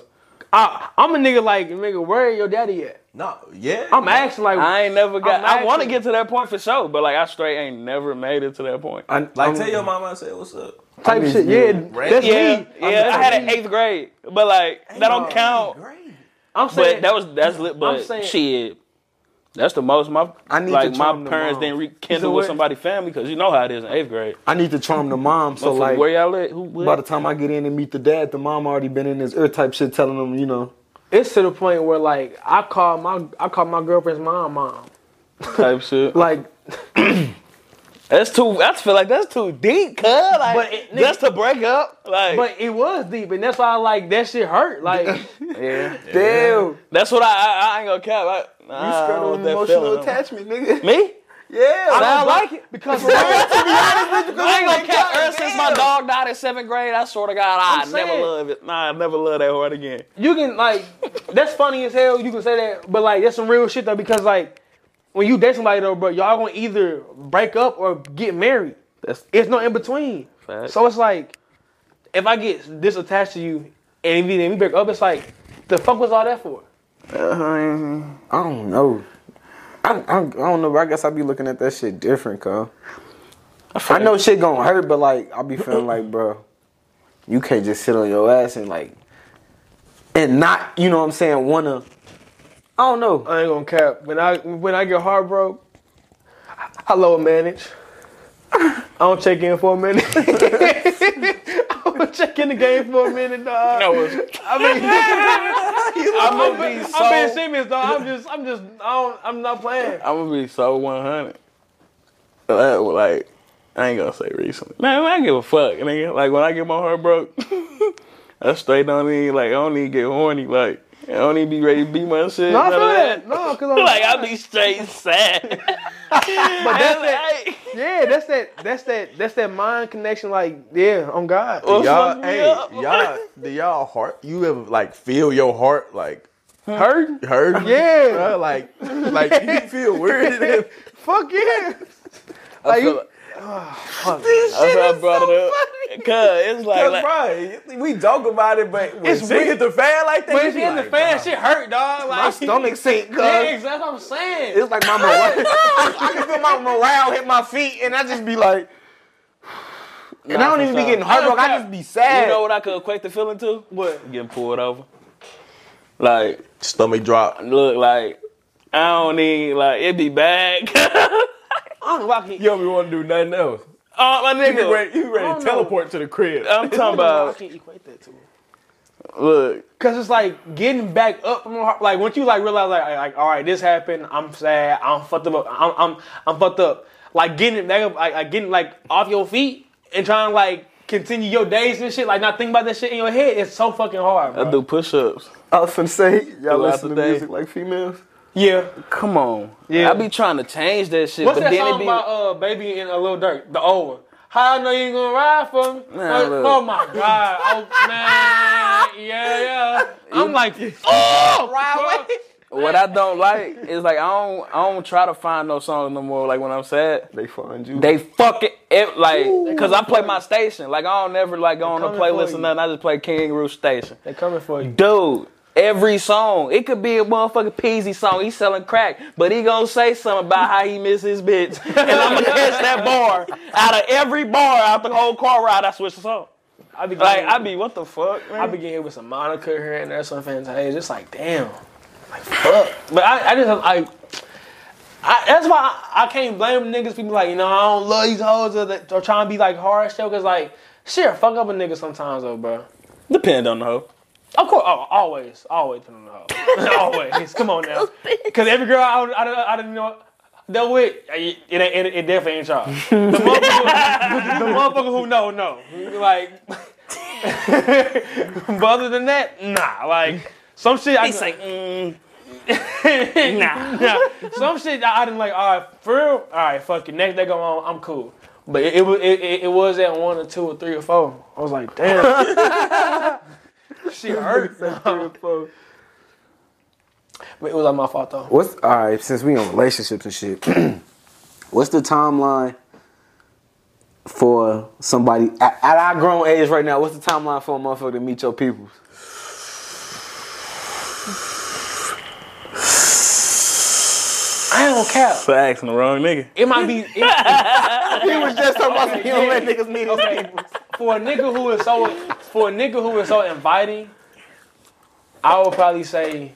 S2: I, I'm a nigga like nigga. Where your daddy at?
S5: No, yeah.
S2: I'm asking like
S4: I ain't never got.
S2: I'm
S4: I want
S2: actually-
S4: to get to that point for sure, but like I straight ain't never made it to that point.
S5: like tell your mama I said what's up.
S2: type shit. Yeah, that's
S4: yeah,
S2: me.
S4: yeah. I had an eighth grade, but like that don't count.
S2: I'm
S4: But
S2: saying
S4: that was that's lit. But
S2: saying-
S4: shit, that's the most my
S1: I need
S4: like
S1: to
S4: my
S1: charm the
S4: parents
S1: mom.
S4: didn't
S1: You know
S4: rekindle with
S1: what?
S4: somebody's family because you know how it is in eighth grade.
S1: I need to charm the mom. So
S4: From
S1: like,
S4: where y'all at? Who? what?
S1: by the time I get in and meet the dad, the mom already been in this ear type shit, telling them, you know,
S2: it's to the point where like I call my I call my girlfriend's mom mom.
S4: type shit.
S1: like
S4: That's too. I feel like that's too deep, cuz. Like
S2: But it- nigga-
S4: that's to break up. Like
S2: But it was deep, and that's why like that shit hurt. Like
S4: yeah,
S1: damn,
S4: that's what I. I, I ain't gonna cap. I, I don't know what that feeling.
S1: attachment, nigga.
S4: Me?
S1: Yeah,
S2: I
S4: Sound
S2: don't
S4: like
S2: like
S4: it.
S2: it because I'm
S4: I ain't gonna cap. Ever since my dog died in seventh grade, I swear to God, I
S2: I'm
S4: never
S2: saying-
S4: love it. Nah, I never love that hard again.
S2: you can like that's funny as hell. You can say that, but like that's some real shit though. Because like when you date somebody though, bro, y'all gonna either break up or get married.
S4: That's
S2: It's no in between.
S4: Facts.
S2: So it's like if I get this attached to you and we, then we break up, it's like the fuck was all that for?
S1: I don't know. I, I, I don't know. but I guess I be looking at that shit different, cuz. I know shit gonna hurt, but like I be feeling like, bro, you can't just sit on your ass and like, and not, you know what I'm saying? Wanna, I don't know.
S2: I ain't gonna cap. When I when I get heartbroken, I lower manage. I don't check in for a minute. I don't check in the game for a minute, dog.
S4: No, it's,
S2: I mean,
S4: I'm gonna be so.
S2: I'm being serious, dog. I'm just, I'm just, I don't, I'm not playing.
S4: I'm gonna be so 100. That, like, I ain't gonna say recently. Man, I don't give a fuck, nigga. Like when I get my heart broke, I straight don't need like I don't need to get horny. Like I don't need to be ready to beat my shit.
S2: No, I
S4: none of
S2: feel that. No, cause I'm
S4: Like I be straight sad.
S2: but that's that.
S4: Like,
S2: Yeah, that's that. That's that. That's that mind connection. Like, yeah, on God.
S5: Y'all,
S4: fuck me
S5: hey,
S4: up.
S5: y'all, do y'all heart? You ever like feel your heart like
S2: Hurting.
S5: hurt?
S2: Yeah.
S5: Bruh, like, like you feel weird.
S2: Fuck yeah.
S4: I
S2: Like,
S4: feel
S2: you,
S4: like- That's why I brought it up. Cause it's like, like
S5: Right, we joke about it, but when
S2: It's
S5: shit
S2: weird.
S5: hit the fan like that,
S2: but
S5: you
S2: if
S5: be
S2: you in the
S5: like,
S2: fan, shit hurt, dog. Like,
S1: My stomach sink,
S2: yeah,
S1: cuz.
S2: exactly. What I'm saying.
S1: It's like my morale. I can feel my morale hit my feet, and I just be like, and I don't even be getting heartbroken. I just be sad.
S4: you know what I could equate the feeling to? What? Getting pulled over. Like,
S5: stomach drop.
S4: look, like I don't need like it be bad.
S2: I'm walking.
S5: You don't even want to do nothing else.
S4: oh my
S5: You
S4: nigga,
S5: ready, you ready to
S2: know.
S5: teleport to the crib?
S4: I'm talking
S2: I
S4: about
S2: can't equate that to it.
S4: look.
S2: Cause it's like getting back up from the heart. Like once you like realize like, like all right, this happened. I'm sad. I'm fucked up. I'm I'm I'm fucked up. Like getting it back up. Like, like getting like off your feet and trying to like continue your days and shit. Like not thinking about that shit in your head. It's so fucking hard. Bro.
S4: I do push-ups.
S1: I was finna say, y'all
S4: Throughout
S1: listen
S4: the
S1: to
S4: day.
S1: music like females.
S2: Yeah.
S4: Come on,
S2: Yeah.
S4: I be trying to change that shit,
S2: What's
S4: but
S2: that
S4: then
S2: song
S4: it be
S2: about uh baby and a little dirt? The old one. How I know you ain't gonna ride for me?
S4: Man,
S2: oh,
S4: look.
S2: oh my god. Oh man. Yeah, yeah. I'm like, oh, ride
S4: what I don't like is like I don't I don't try to find no songs no more. Like when I'm sad,
S1: They find you.
S4: They fucking it, like because I play my station. Like I don't never like go on a
S2: coming for
S4: playlist or
S2: you.
S4: nothing. I just play Kangaroo Station.
S2: They coming for you.
S4: Dude, every song it could be a motherfucking Peasy song. He selling crack, but he gonna say something about how he miss his bitch, and I'm gonna catch that bar out of every bar out the whole car ride. I switch the song.
S2: I be getting-
S4: Like I be what the fuck, man.
S2: I be getting hit with some Monica here and there, some Fantasia. It's like, damn, like fuck. But I, I just like, I, that's why I, I can't blame niggas. People like, you know, I don't love these hoes or, that, or trying to be like hard shell. Cause like, shit, fuck up a nigga sometimes though, bro.
S4: depend on the hoe.
S2: Of course, oh, always, always put on the hoe. always, come on now. Cause every girl I, I, I, I didn't know. Dealt with it, ain't- it, it definitely ain't y'all. The motherfucker, the motherfucker who know know, like. but other than that, nah. Like some shit, I
S4: like,
S2: nah, nah. Some shit I, I didn't like. All right, for real. All right, fuck it. Next day go on, I'm cool. But it, it was it, it, it was at one or two or three or four. I was like, damn. she hurt. But it was like my fault though.
S1: What's all right? Since we on relationships and shit,
S8: What's the timeline for somebody at, at our grown age right now? What's the timeline for a motherfucker to meet your peoples?
S2: I don't care.
S4: For asking the wrong nigga.
S2: It might be. It,
S10: He was just talking about some you don't let niggas meet his
S2: okay. For a nigga who is so for a nigga who is so inviting, I would probably say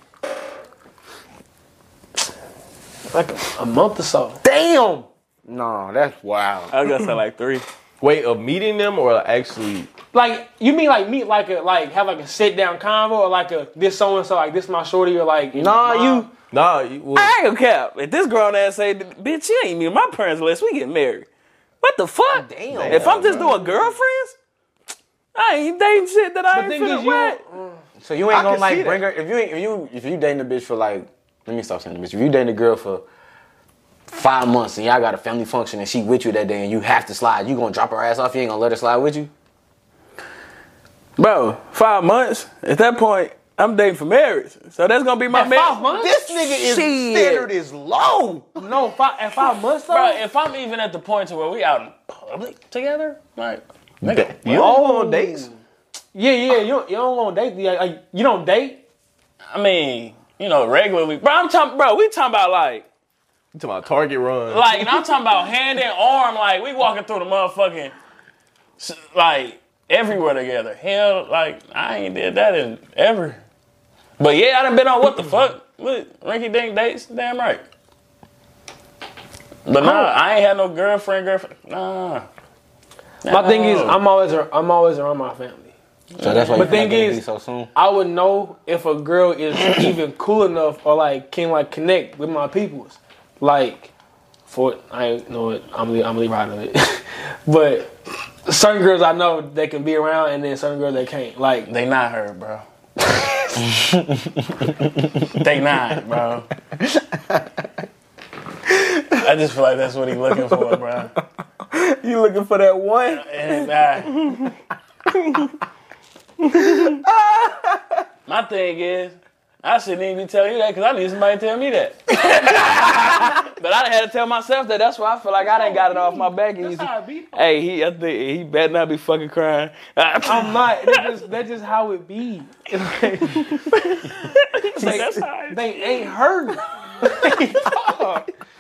S2: like a month or so.
S10: Damn.
S8: No, that's wild.
S4: I was gonna say like three.
S5: Wait, of meeting them or actually?
S2: Like you mean like meet like a like have like a sit down convo or like a this so and so like this my shorty or like
S1: Uh,
S8: Nah,
S2: my-
S8: you.
S5: Nah, you, well,
S4: I ain't gonna cap. If this grown ass say, bitch, you ain't meet my parents unless we get married. What the fuck? Damn. If I'm just doing girlfriends, I ain't dating shit that I
S2: The
S4: ain't
S2: thing is
S4: finna
S2: you
S4: what?
S8: So you ain't
S10: I can
S8: gonna
S10: see
S8: like
S10: that.
S8: bring her if you ain't, if you if you dating a bitch for like let me stop saying bitch if you dating a girl for five months and y'all got a family function and she with you that day and you have to slide you gonna drop her ass off you ain't gonna let her slide with you
S4: Bro, five months. At that point, I'm dating for marriage. So that's gonna be my
S2: at
S4: marriage.
S2: five months.
S10: This nigga is
S4: Shit.
S10: standard is low.
S2: no, five, at five months though.
S6: Bro, if I'm even at the point to where we out in public together, like, nigga,
S5: you all on dates?
S2: yeah, yeah, you don't, you don't want to date. Like, like, you don't date.
S6: I mean, you know, regularly,
S4: Bro, I'm talking bro, we talking about like
S5: You talking about Target run?
S6: like, and I'm talking about hand and arm, like we walking through the motherfucking, s- like everywhere together. Hell, like I ain't did that in ever. But yeah, I done been on what the fuck, look, rinky dink dates, damn right. But nah, I ain't had no girlfriend, girlfriend, nah.
S2: My thing
S8: Oh.
S2: is, I'm always ar- I'm always around my family.
S8: so that's why
S2: But
S8: you feel
S2: thing
S8: like it
S2: is-
S8: be so soon
S2: I would know if a girl is even cool enough or like can like connect with my peoples. Like, for I ain't know it. I'm gonna- I'm gonna leave out of it. but certain girls I know they can be around, and then certain girls they can't. Like,
S6: They not her, bro. they not, bro. I just feel like that's what he looking for, bro.
S10: You looking for that one?
S6: And, uh, my thing is, I shouldn't even be telling you that because I need somebody to tell me that.
S4: But I done had to tell myself that that's why I feel like I done got it off my back easy. Hey, he I think he better not be fucking crying.
S2: I'm not. That's just, that's just how it be.
S4: that's how it
S2: they ain't hurt.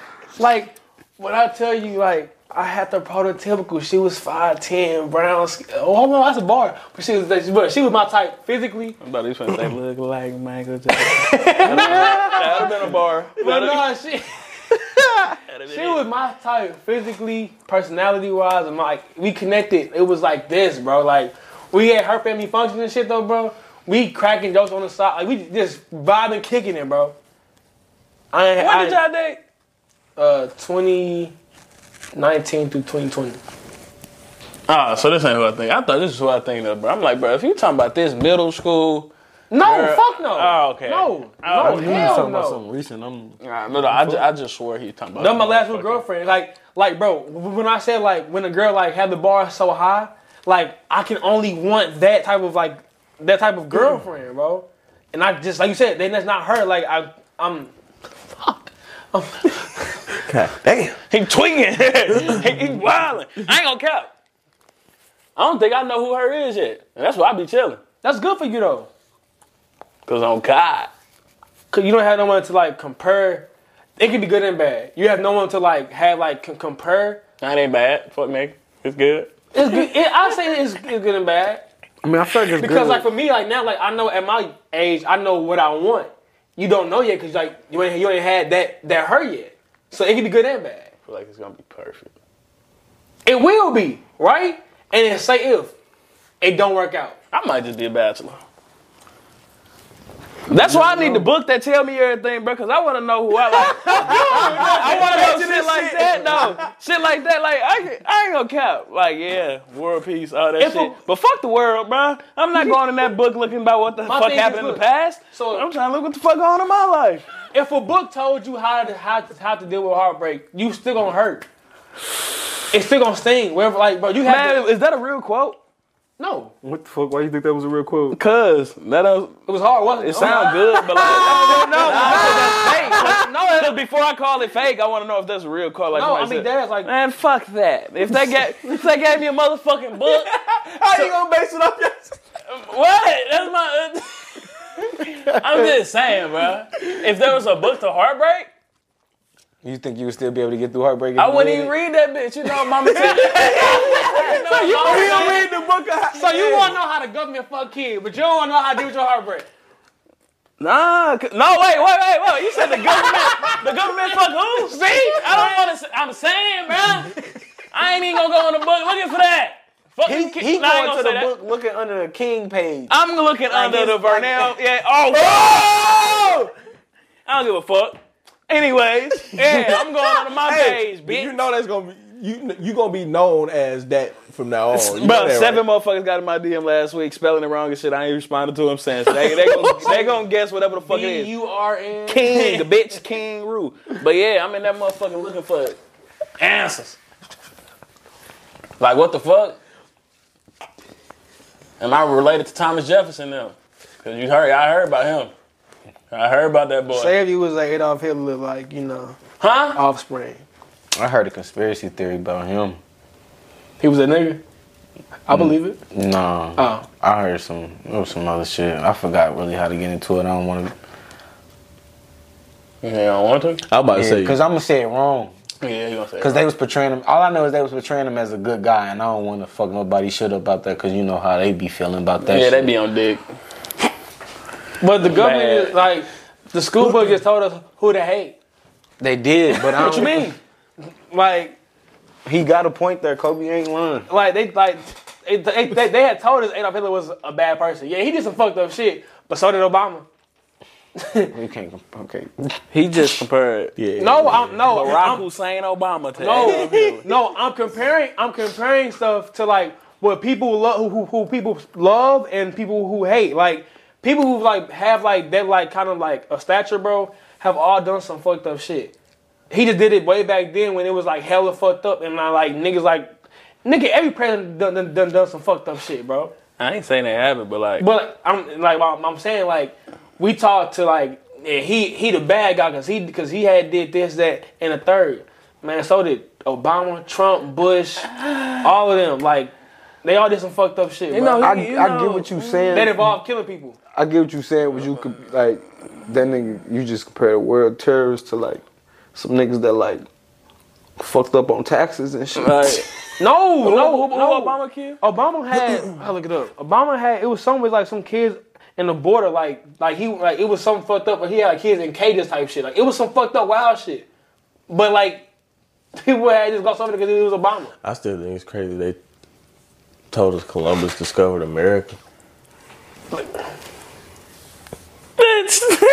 S2: like when I tell you, like I had the prototypical. She was five ten, brown. skin- Oh no, that's a bar. But she was, but she was my type physically.
S4: I thought he was trying to say look like Michael Jackson. That'd have been a bar.
S2: But no, she she was my type physically, personality wise, and like we connected. It was like this, bro. Like we had her family function and shit though, bro. We cracking jokes on the side, like we just vibing, kicking it, bro. I ain't,
S4: When did
S2: I,
S4: y'all date?
S2: uh 2019 through 2020.
S4: Ah, so this ain't who I think. I thought this is who I think of, bro. I'm like, bro, if you talking about this middle school,
S2: No,
S4: Girl.
S2: fuck no.
S4: Oh, okay.
S2: No, no,
S4: Oh,
S2: hell no.
S5: recent. I'm
S4: nah, no, no, I, ju- I just swore he talking about.
S2: That was my last
S4: motherfucker.
S2: little girlfriend. Like, like, bro, when I said like when a girl like had the bar so high, like I can only want that type of like that type of girlfriend, bro. And I just like you said, then that's not her. Like I, I'm.
S4: He tweaking. he, he wilding. I ain't gonna cap. I don't think I know who her is yet, and that's why I be chilling.
S2: That's good for you though,
S4: Cause on God,
S2: cause you don't have no one to like compare. It could be good and bad. You have no one to like have like c- compare.
S4: that ain't bad. Fuck nigga, it's good.
S2: It's good. It, I say it's, it's good and bad.
S1: I mean, I feel like it's
S2: Because
S1: good.
S2: like for me, like now, like I know at my age, I know what I want. You don't know yet, cause like you ain't you ain't had that that hurt yet. So it can be good and bad.
S4: I feel like it's gonna be perfect.
S2: It will be right, and then say if it don't work out.
S4: I might just be a bachelor. That's why I need the book that tell me everything, bro. Cause I want to know who I like. I want to know shit like that, though. Shit like that, like I, can- I ain't gonna cap. Like yeah, world peace, all that
S2: If
S4: shit.
S2: a-
S4: but fuck the world, bro. I'm not going in that book looking about what the
S2: My
S4: fuck
S2: thing is,
S4: happened in the
S2: look,
S4: past.
S2: so-
S4: I'm trying to look what the fuck going on in my life.
S2: If a book told you how to how to, how to deal with heartbreak, you still gonna hurt. It's still gonna sting. Wherever, like, bro, you have
S4: Man,
S2: to,
S4: is that a real quote?
S2: no. It
S1: what the fuck? Why you think that was a real quote?
S4: Cause that uh,
S2: was hard, wasn't it?
S4: it sound good, but like, no, no, no, no, no, Because before I call it fake, I want to know if that's a real call. Like
S2: No, I
S4: somebody
S2: mean
S4: said,
S2: that's like
S4: man, fuck that. If they gave if they gave me a motherfucking book,
S5: How you gonna base it off your?
S4: what? That's my. I'm just saying, bro. If there was a book to heartbreak,
S8: You think you would still be able to get through heartbreak?
S4: I wouldn't even read that bitch. You know, mama said. You know, mama said-
S5: read the book. Of,
S2: so you want to know how to govern your fuck kid, but you don't want to know how to deal with your heartbreak.
S4: Nah, c- no, wait, wait, wait, wait. You said the government, the government fuck who? See, I don't want to. I'm saying, bro, I ain't even gonna go on the book looking for that. Fuck you,
S8: He,
S4: ki-
S8: he
S4: nah, I ain't
S8: going
S4: gonna
S8: to
S4: say
S8: the
S4: that.
S8: book looking under the king page.
S4: I'm looking under the
S8: it's like-
S4: Vernell. Yeah. Oh. whoa! I don't give a fuck. Anyways, yeah, I'm going under my page, bitch.
S5: You know that's gonna be you. You gonna be known as that from now on. You know
S4: Bro,
S5: that,
S4: seven
S5: right?
S4: motherfuckers got in my DM last week spelling it wrong and shit. I ain't responded to them since. They, they, gonna, they gonna guess whatever the fuck it is.
S2: You are in.
S4: King, the bitch King Rue. But yeah, I'm in that motherfucker looking for answers.
S6: Like what the fuck?
S4: Am I related to Thomas Jefferson now? Cause you heard, I heard about him. I heard about that boy.
S2: Say if you was like Adolf Hitler, like you know,
S4: huh?
S2: offspring.
S8: I heard a conspiracy theory about him. Mm-hmm.
S2: He was a nigga. I believe it.
S8: No.
S2: Oh.
S8: I heard some it was some other shit. I forgot really how to get into it. I don't want to.
S4: Yeah, I don't want to.
S5: I'm about to
S8: Yeah,
S5: say.
S8: because I'm gonna say it wrong.
S4: Yeah, you gonna say.
S8: Because they was portraying him. All I know is they was portraying him as a good guy, and I don't want to fuck nobody shit up about that. Because you know how they be feeling about that.
S4: yeah,
S8: shit.
S4: they be on dick.
S2: But the government
S4: Man.
S2: is like the school book just told us who to hate.
S8: They did, but I
S4: Um,
S2: What you mean? Like,
S8: He got a point there. Kobe ain't lying.
S2: like they like they, they, they, they had told us Adolf Hitler was a bad person. Yeah, he did some fucked up shit, but so did Obama.
S8: You can't. comp- Okay.
S4: He just compared
S5: yeah.
S2: No, I'm no,
S4: Barack
S2: I'm,
S4: Hussein Obama to Adolf
S2: no,
S4: Hitler.
S2: no. I'm comparing. I'm comparing stuff to like what people love, who, who people love, and people who hate. Like people who like have like that like kind of like a stature, bro, have all done some fucked up shit. He just did it way back then when it was like hella fucked up, and I like niggas like nigga. Every president done done, done, done some fucked up shit, bro.
S4: I ain't saying they haven't, but like,
S2: But I'm like I'm I'm saying like we talked to like yeah, he he the bad guy because he because he had did this that and a third man so did Obama Trump Bush all of them like they all did some fucked up shit. You
S3: I, I get what
S4: mm.
S3: you saying.
S2: that involved killing people.
S3: I get what you saying. Was you could like that nigga? You just compare the world terrorists to like some niggas that like fucked up on taxes and shit.
S4: like
S2: No, no,
S4: who
S2: no.
S4: Obama killed?
S2: Obama had I look it up. Obama had it was some with like some kids in the border like like he like it was something fucked up but he had like, kids in cages type shit like it was some fucked up wild shit. But like people had just got something because it was Obama.
S5: I still think it's crazy they told us Columbus discovered America.
S4: bitch.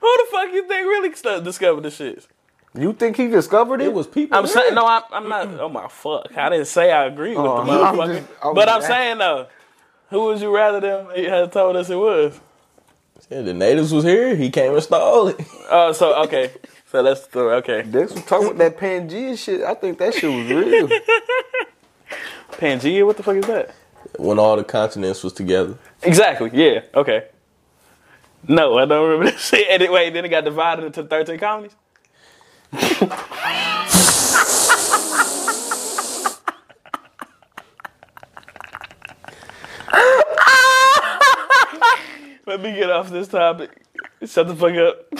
S4: Who the fuck you think really st- discovered this shit?
S3: You think he discovered it?
S5: It was people.
S4: I'm saying no, I, I'm not. Oh my fuck! I didn't say I agree with
S3: Oh,
S4: the
S3: I'm
S4: motherfucker,
S3: just- I was
S4: but I'm
S3: just-
S4: saying though, who would you rather them had told us it was?
S5: Yeah, the natives was here. He came and stole it.
S4: Oh, so okay, so that's the story. Okay,
S3: That's what talking about that Pangea shit. I think that shit was real.
S4: Pangea. What the fuck is that?
S5: When all the continents was together.
S4: Exactly. Yeah. Okay. No, I don't remember that shit. And it, wait, then it got divided into 13 colonies. Let me get off this topic. Shut the fuck up.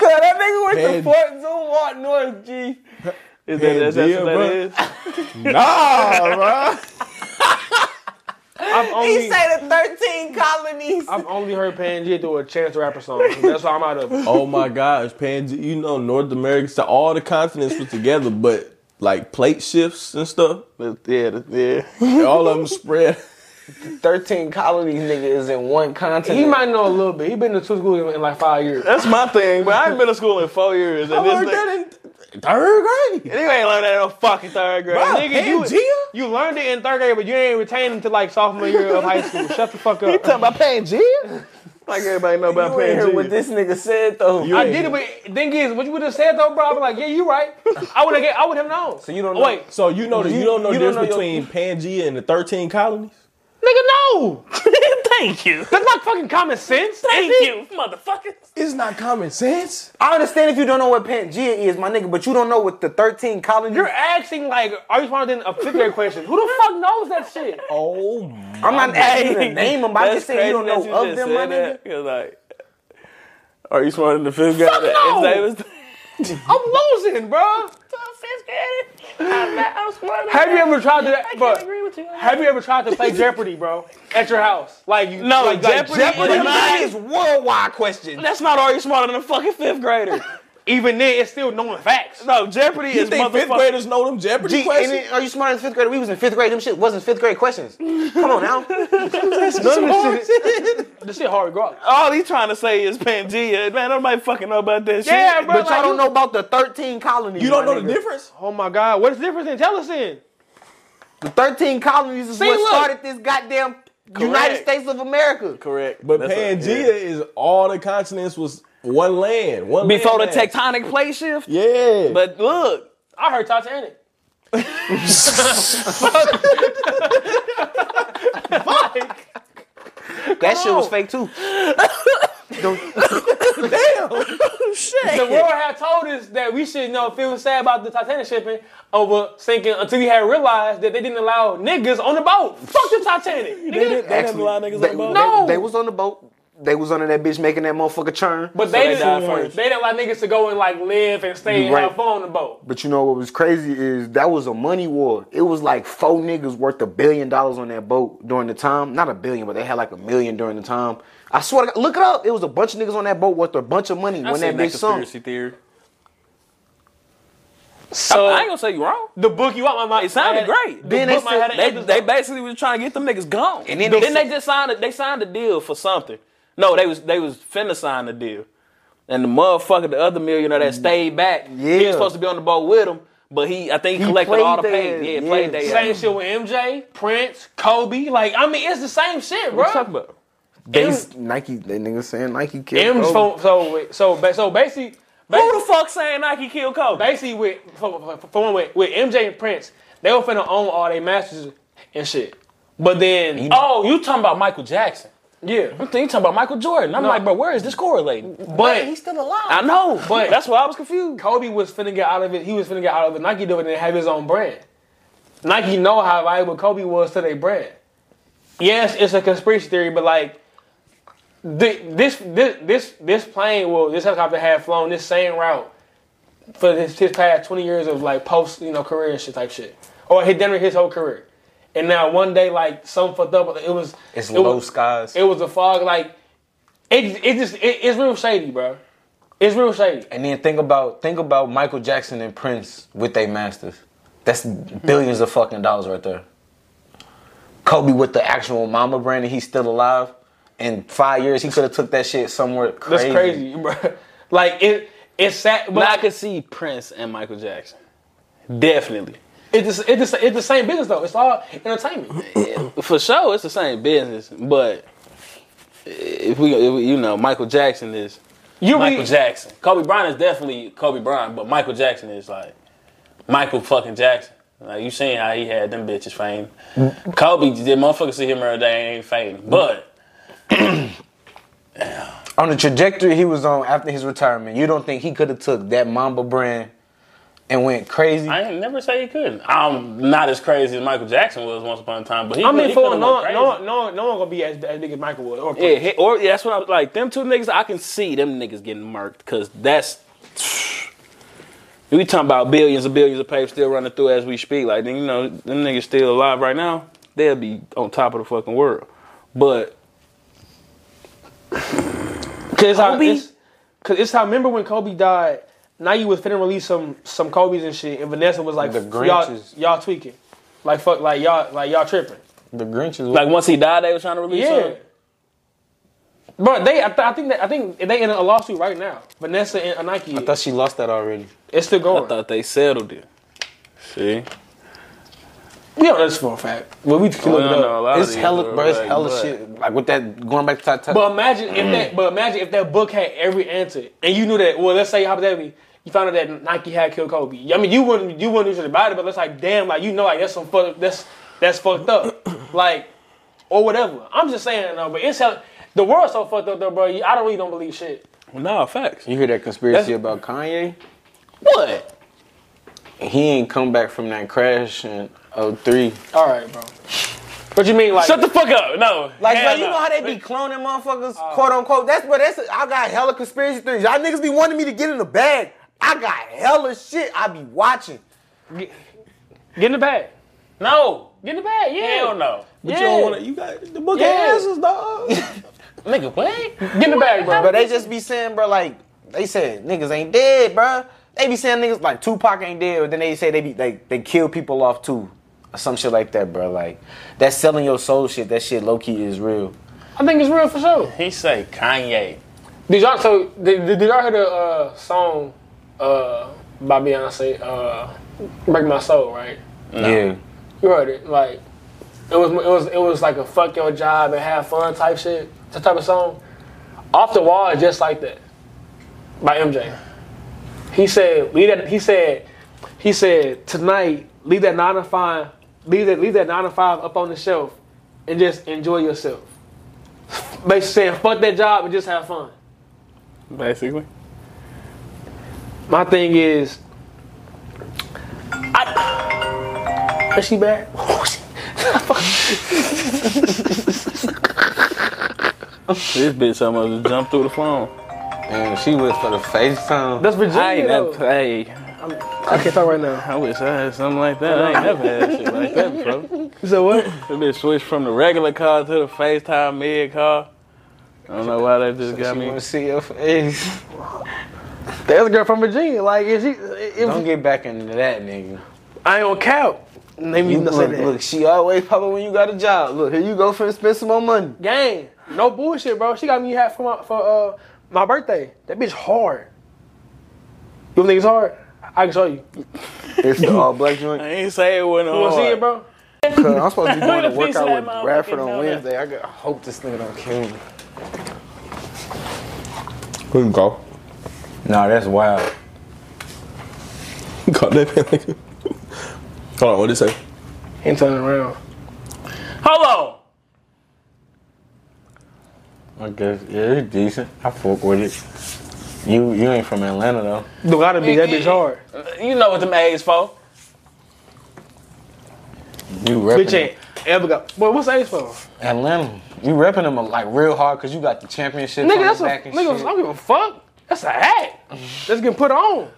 S5: Man,
S4: Is that, that's, that's what that
S5: Pangea,
S4: is?
S5: nah,
S2: I've only,
S11: the 13 colonies.
S2: I've only heard Pangea do a Chance the Rapper song. so That's why I'm out of it.
S5: bro. Oh my gosh, Pangea. You know, North America. So all the continents was together, but like plate shifts and stuff.
S4: Yeah, that- yeah.
S5: All of them spread.
S8: Thirteen colonies, nigga, is in one continent.
S2: He might know a little bit. He been to two schools in, in like five years.
S4: That's my thing, but I ain't been to school in four years. And this nigga,
S5: in third grade.
S4: and you ain't learned that in no fucking third grade.
S5: Bro,
S4: nigga, you,
S5: Pangea?
S2: You learned it in third grade, but you ain't retained until like sophomore year of high school. Shut the fuck up.
S4: talking about Pangea? Like everybody know about Pangea.
S8: this nigga said though.
S2: I did it, but thing is, what you would have said though, bro, I'd be like, yeah, you right. I would have, I would have known. So
S8: you don't know-
S2: Wait,
S5: So you know that you, don't know
S8: you
S5: the
S8: don't
S5: difference between
S8: know
S5: Pangea and the thirteen colonies.
S2: nigga, no.
S6: Thank you.
S2: That's not fucking common sense.
S6: Thank you, motherfuckers.
S5: It's not common sense.
S8: I understand if you don't know what Pangea is, my nigga, but you don't know what the 13 colonies.
S2: You're asking like, are you responding a fifth grade question? Who the fuck knows that shit?
S5: Oh my.
S8: I'm not asking you to name them, but I
S4: That's
S8: just saying you don't
S4: crazy that
S8: know
S4: you just
S8: of them, my
S4: said that,
S8: nigga.
S4: 'cause, like,
S6: Are you smarter than the fifth guy?
S2: Fuck no!
S6: His name is-
S2: Oh! I'm losing, bro. Have you ever tried to? that- Bro, have you ever tried to play Jeopardy, bro, at your house? Like you,
S4: No,
S2: like,
S4: Jeopardy is not-
S2: is-
S8: worldwide question.
S4: That's not already smarter than a fucking fifth grader.
S2: Even then, it's still knowing facts.
S4: No, Jeopardy
S5: You
S4: is
S5: think fifth
S4: motherfucking.
S5: graders know them Jeopardy
S8: G- and
S5: questions?
S8: then, are you smarter than fifth grade? We was in fifth grade. Them shit wasn't fifth grade questions. Come on now.
S2: None of this shit. This shit hard regardless.
S4: All he's trying to say is Pangea. Man, nobody fucking know about that shit.
S2: Yeah, bro.
S8: But
S2: like,
S8: y'all
S2: you-
S8: don't know about the 13 colonies.
S5: you don't
S8: my
S5: know the
S8: nigga.
S5: difference?
S2: Oh my God, what's the difference in Tellison?
S8: The 13 colonies is what
S2: look.
S8: started this goddamn United States of America.
S4: Correct.
S5: But
S4: That's
S5: Pangea
S4: a- yeah.
S5: is all the continents was one land. One
S4: Before the
S5: land mass.
S4: tectonic plate shift?
S5: Yeah.
S4: But look,
S2: I heard Titanic.
S8: That shit was fake too.
S2: The world had told us that we should know feel sad about the Titanic shipping over sinking until we had realized that they didn't allow niggas on the boat. Fuck the Titanic. Nigga.
S8: Actually,
S4: niggas
S8: they,
S4: on the boat.
S2: No.
S8: they, they was on the boat. They was under that bitch making that motherfucker churn.
S2: But they,
S4: they died
S2: didn't.
S4: first.
S2: They didn't allow niggas to go and like live and stay and
S8: Right.
S2: have fun on the boat.
S8: But you know what was crazy is that was a money war. It was like four niggas worth a billion dollars on that boat during the time. Not a billion, but they had like a million during the time. I swear to God, look it up. It was a bunch of niggas on that boat worth a bunch of money when that
S6: Seen that
S8: bitch sunk.
S6: conspiracy theory.
S2: So
S6: I ain't gonna say you wrong.
S2: the book you want my mind.
S6: It sounded great.
S2: The
S8: Then
S2: book
S8: they
S2: might
S8: said-
S2: have
S6: They,
S2: had an
S6: they basically was trying to get them niggas gone.
S8: And then
S6: then,
S8: they
S6: they
S8: said-
S6: just signed a, they signed a deal for something. No, they was they was finna sign a deal. And the motherfucker, the other millionaire that stayed back, he
S8: Yeah.
S6: was supposed to be on the boat with him, but he I think he,
S8: He
S6: collected all the
S8: played
S6: pay.
S8: that,
S6: Yeah,
S8: yeah.
S6: played that.
S2: same shit with MJ, Prince, Kobe. Like I mean, it's the same shit, bro.
S6: What you talking about?
S8: They,
S2: M-
S8: Nike, they niggas saying Nike killed
S2: M
S8: Kobe.
S2: so so so ba- so basically.
S6: Who the fuck saying Nike killed Kobe?
S2: basically with for, for, for one with, with MJ and Prince, they were finna own all their masters and shit. But then
S6: Oh, you talking about Michael Jackson?
S2: yeah,
S6: I'm thinking you talking about Michael Jordan. I'm like, bro, where is this correlating?
S2: but
S11: still alive.
S6: I know, but
S2: But-
S6: that's why I was confused.
S2: Kobe was finna get out of it. He was finna get out of it. Nike do it and have his own brand. Nike know how valuable Kobe was to their brand. Yes, it's a conspiracy theory, but like thi- this this this this plane will this helicopter had flown this same route for his, his past twenty years of like post you know career and shit type shit, or he done it his whole career, and now one day like some fucked up. It was
S8: It's
S2: it
S8: low
S2: was,
S8: skies.
S2: It was a fog. Like it it just it, it's real shady, bro. It's real shady.
S8: and then think about think about Michael Jackson and Prince with their masters. That's billions of fucking dollars right there. Kobe with the actual Mama brand, and he's still alive. In five years, he could have took that shit somewhere
S2: That's
S8: crazy.
S2: crazy, bro. Like it, it's sad, but
S6: But I
S2: like,
S6: could see Prince and Michael Jackson. Definitely.
S2: it's the- it's the- it's the same business though. It's all entertainment.
S6: for sure, it's the same business, but if we, if we- you know, Michael Jackson is
S2: You
S6: Michael
S2: be,
S6: Jackson. Kobe Bryant is definitely Kobe Bryant, but Michael Jackson is like Michael fucking Jackson. Like you seen how he had them bitches fame. Kobe did motherfuckers see him every day ain't fame, but
S8: on the trajectory he was on after his retirement, you don't think he could have took that Mamba brand and went crazy?
S6: I ain't never say he couldn't. I'm not as crazy as Michael Jackson was once upon a time, but he,
S2: I mean,
S6: he
S2: for
S6: could've
S2: no,
S6: went crazy.
S2: no, no, no one gonna be as, as big as Michael was. Or
S6: Yeah, he- or yeah, that's what I was like. Them two niggas, I can see them niggas getting murked because that's. We talking about billions and billions of papers still running through as we speak. Like, then, you know, them niggas still alive right now. They'll be on top of the fucking world. But
S2: Cause how,
S6: Kobe-
S2: it's, Cause it's how. Remember when Kobe died? Now you was finna release some some Kobe's and shit, and Vanessa was like,
S8: The
S2: "Y'all,
S8: Grinches.
S2: y'all tweaking, like fuck, like y'all, like y'all tripping."
S8: The Grinch is
S6: like once he died, they was trying to release
S2: Yeah.
S6: him.
S2: Bro, they I, th- I think that, I think they in a lawsuit right now. Vanessa and Nike,
S8: I thought she lost that already.
S2: it's still
S6: I
S2: going.
S6: thought they settled it. See,
S2: we don't know this for a fact, but we can
S6: We
S2: look
S6: don't
S2: it up.
S6: know a lot of
S8: It's
S6: these,
S8: hella, bro. It's
S6: like,
S8: hella
S6: but-
S8: shit. Like with that going back to Titanic.
S2: But imagine if that. But imagine if that book had every answer, and you knew that. Well, let's say hypothetically, you found out that Nike had killed Kobe. I mean, you wouldn't you wouldn't do shit about it, but it's like, damn, like you know, like that's some fuck, that's that's fucked up. Like, or whatever. I'm just saying though, but it's hell, the world's so fucked up though, bro. I don't really don't believe shit.
S6: Nah, facts.
S8: You hear that conspiracy about Kanye?
S2: What?
S8: He ain't come back from that crash in
S6: Oh,
S8: 03.
S2: All right, bro. What you mean, like?
S6: Shut the fuck up. No.
S8: Like,
S6: Hell
S8: bro, you
S6: no.
S8: know how they be cloning motherfuckers,
S5: Uh,
S8: quote unquote. That's but that's I got hella conspiracy theories. Y'all niggas be wanting me to get in the bag. I got hella shit I be watching.
S2: Get in the bag.
S6: No.
S2: Get in the bag. Yeah.
S6: Hell no.
S2: Yeah.
S5: You don't wanna, you got the book
S2: Yeah.
S5: of answers, dog.
S6: Nigga, what?
S2: Get in the bag, bro.
S8: But they just be saying, bro, like they said niggas ain't dead, bro. They be saying niggas like Tupac ain't dead, but then they say they be like they kill people off too, or some shit like that, bro. Like that selling your soul shit. That shit low key is real.
S2: I think it's real for sure.
S6: He say Kanye.
S2: Did y'all so did, did y'all hear the uh, song uh, by Beyonce, uh, "Break My Soul"? Right.
S8: Yeah.
S2: You heard it. Like it was it was it was like a fuck your job and have fun type shit. That type of song. Off the wall is just like that. By MJ. He said leave that he said he said tonight leave that nine to five leave that leave that nine to five up on the shelf and just enjoy yourself. Basically saying fuck that job and just have fun.
S6: Basically.
S2: My thing is, I. Is she back?
S6: This bitch almost jumped through the phone.
S8: And she was for the FaceTime.
S2: That's Virginia.
S6: I ain't
S2: though.
S6: never hey.
S2: I can't talk right now.
S6: I wish I had something like that. I ain't never had shit like that, bro.
S2: So what?
S6: That bitch switched from the regular car to the FaceTime mid car. I don't know why that just got me.
S8: You see your face.
S2: That's a girl from Virginia. Like, if she, if
S8: Don't get back into that, nigga.
S2: I ain't on cap. Name me
S8: Look, look, she always popping when you got a job. Look, here you go for spend some more money.
S2: gang. No bullshit, bro. She got me a hat for my for uh my birthday. That bitch hard. You think it's hard? I can show you.
S3: It's the all black joint.
S6: I ain't say it wasn't
S2: You wanna see it, bro?
S6: hard.
S3: Cause I'm supposed to be doing a
S6: Put a piece of
S3: workout
S6: that
S3: with
S6: motherfucker
S3: Bradford
S6: down
S3: on
S6: there.
S3: Wednesday. I got,
S8: I hope this nigga don't kill me.
S5: Who you call?
S8: Nah, that's wild.
S5: Call that man like. Hold on, what did it say?
S2: Ain't turning around.
S6: Hold
S8: I guess yeah, it's decent. I fuck with it. You you ain't from Atlanta though.
S2: Do gotta be that bitch hard.
S6: on. Uh, You know what them A's for.
S8: You
S2: Bitch
S8: repping
S2: ain't ever got. Boy, what's age for?
S8: Atlanta. You repping them like real hard because you got the championship on
S2: Nigga,
S8: your
S2: that's a
S8: back and
S2: nigga. I
S8: shit.
S2: don't give a fuck. That's a hat. That's getting put on.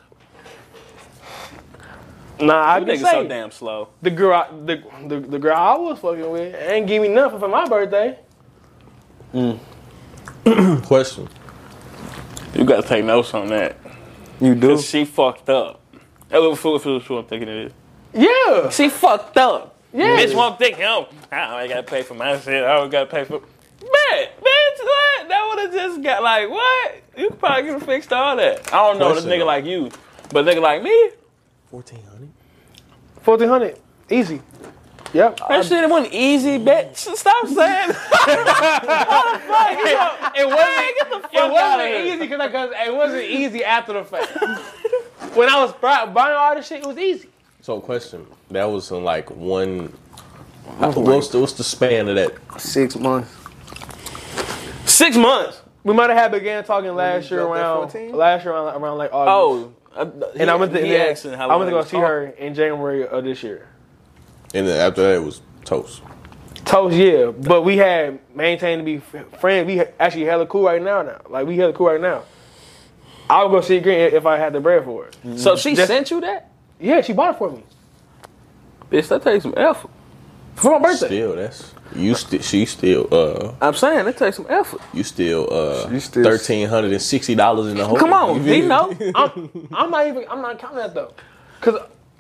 S2: Nah, I
S6: You
S2: can
S6: niggas so
S2: say
S6: damn slow.
S2: the girl, I, the, the the girl I was fucking with, ain't give me nothing for my birthday.
S5: Question.
S6: You gotta take notes on that.
S3: you do.
S6: Cause she fucked up. That little fool fool fool I'm thinking it is.
S2: Yeah,
S6: She fucked up.
S2: yeah.
S6: Bitch won't think him. I ain't gotta pay for my shit. I don't gotta pay for Man, bitch, what? That would have just got like what? You probably could have fixed all that. I don't know Oh, this
S5: Question.
S6: nigga like you. But nigga like me,
S5: 1400?
S2: Fourteen hundred, easy. Yep.
S6: That shit wasn't easy, bitch. Stop saying.
S2: It wasn't. It
S6: outta
S2: wasn't
S6: here.
S2: easy because it wasn't easy after the fact. when I was bri- buying all this shit, it was easy.
S5: So, question. That was in like one. What's the, what's the span of that?
S3: Six months.
S6: Six months.
S2: We might have had began talking last year
S3: dropped that
S2: around
S3: 14?
S2: last year around, around like August.
S6: Oh,
S2: And I went to
S6: he
S2: yeah,
S6: asked how
S2: I went to
S6: long
S2: go
S6: it
S2: see
S6: was. Oh.
S2: her in January of this year.
S5: And then after that, it was toast.
S2: Toast, yeah, but we had maintained to be f- friends. We ha- actually hella cool right now. Now, like we hella cool right now. I would go see it again if I had the bread for it.
S6: So she
S2: Just-
S6: sent you that?
S2: Yeah, she bought it for me
S6: Bitch, that takes some effort.
S2: for my birthday.
S5: Still, that's. You still. She still. Uh.
S6: I'm saying that takes some effort.
S5: You still. Uh.
S3: You still-
S5: $1,360 in the hole.
S6: Come on,
S5: You feel
S6: he
S5: me?
S6: know.
S2: I'm, I'm not even. I'm not counting that though, cause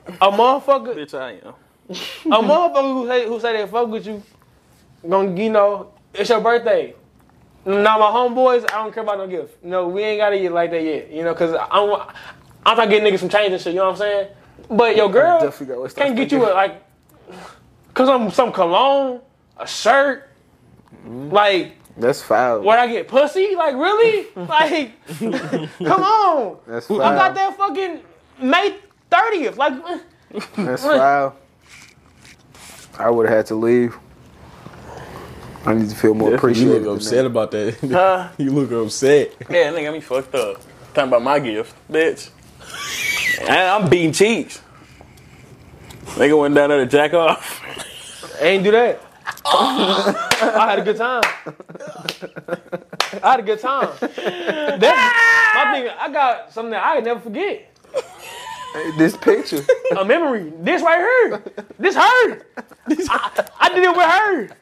S2: a motherfucker,
S6: bitch, I am.
S2: a motherfucker who say who say they fuck with you, gonna you know it's your birthday. Now my homeboys, I don't care about no gift. No, we ain't gotta get like that yet. You know, cause I'm I'm trying to get niggas some change and shit. You know what I'm saying? But your girl
S3: definitely gotta start
S2: can't get you a, like, cause I'm some cologne, a shirt, like.
S3: That's foul.
S2: What I get pussy? Like really? Like, come on!
S3: That's
S2: I
S3: foul.
S2: got that fucking May thirtieth. Like,
S3: That's foul. I would have had to leave.
S1: I need to feel more
S5: You
S1: appreciated.
S5: look
S1: than
S5: upset about that. you look upset.
S4: Yeah, nigga, me fucked up. Talking about my gift, bitch. And I'm beating cheeks. Nigga went down there to jack off.
S2: ain't do that. I had a good time. I had a good time. That's my thing. I got something that I can never forget.
S1: that. This picture.
S2: A memory. This right here. This her. I, I did it with her.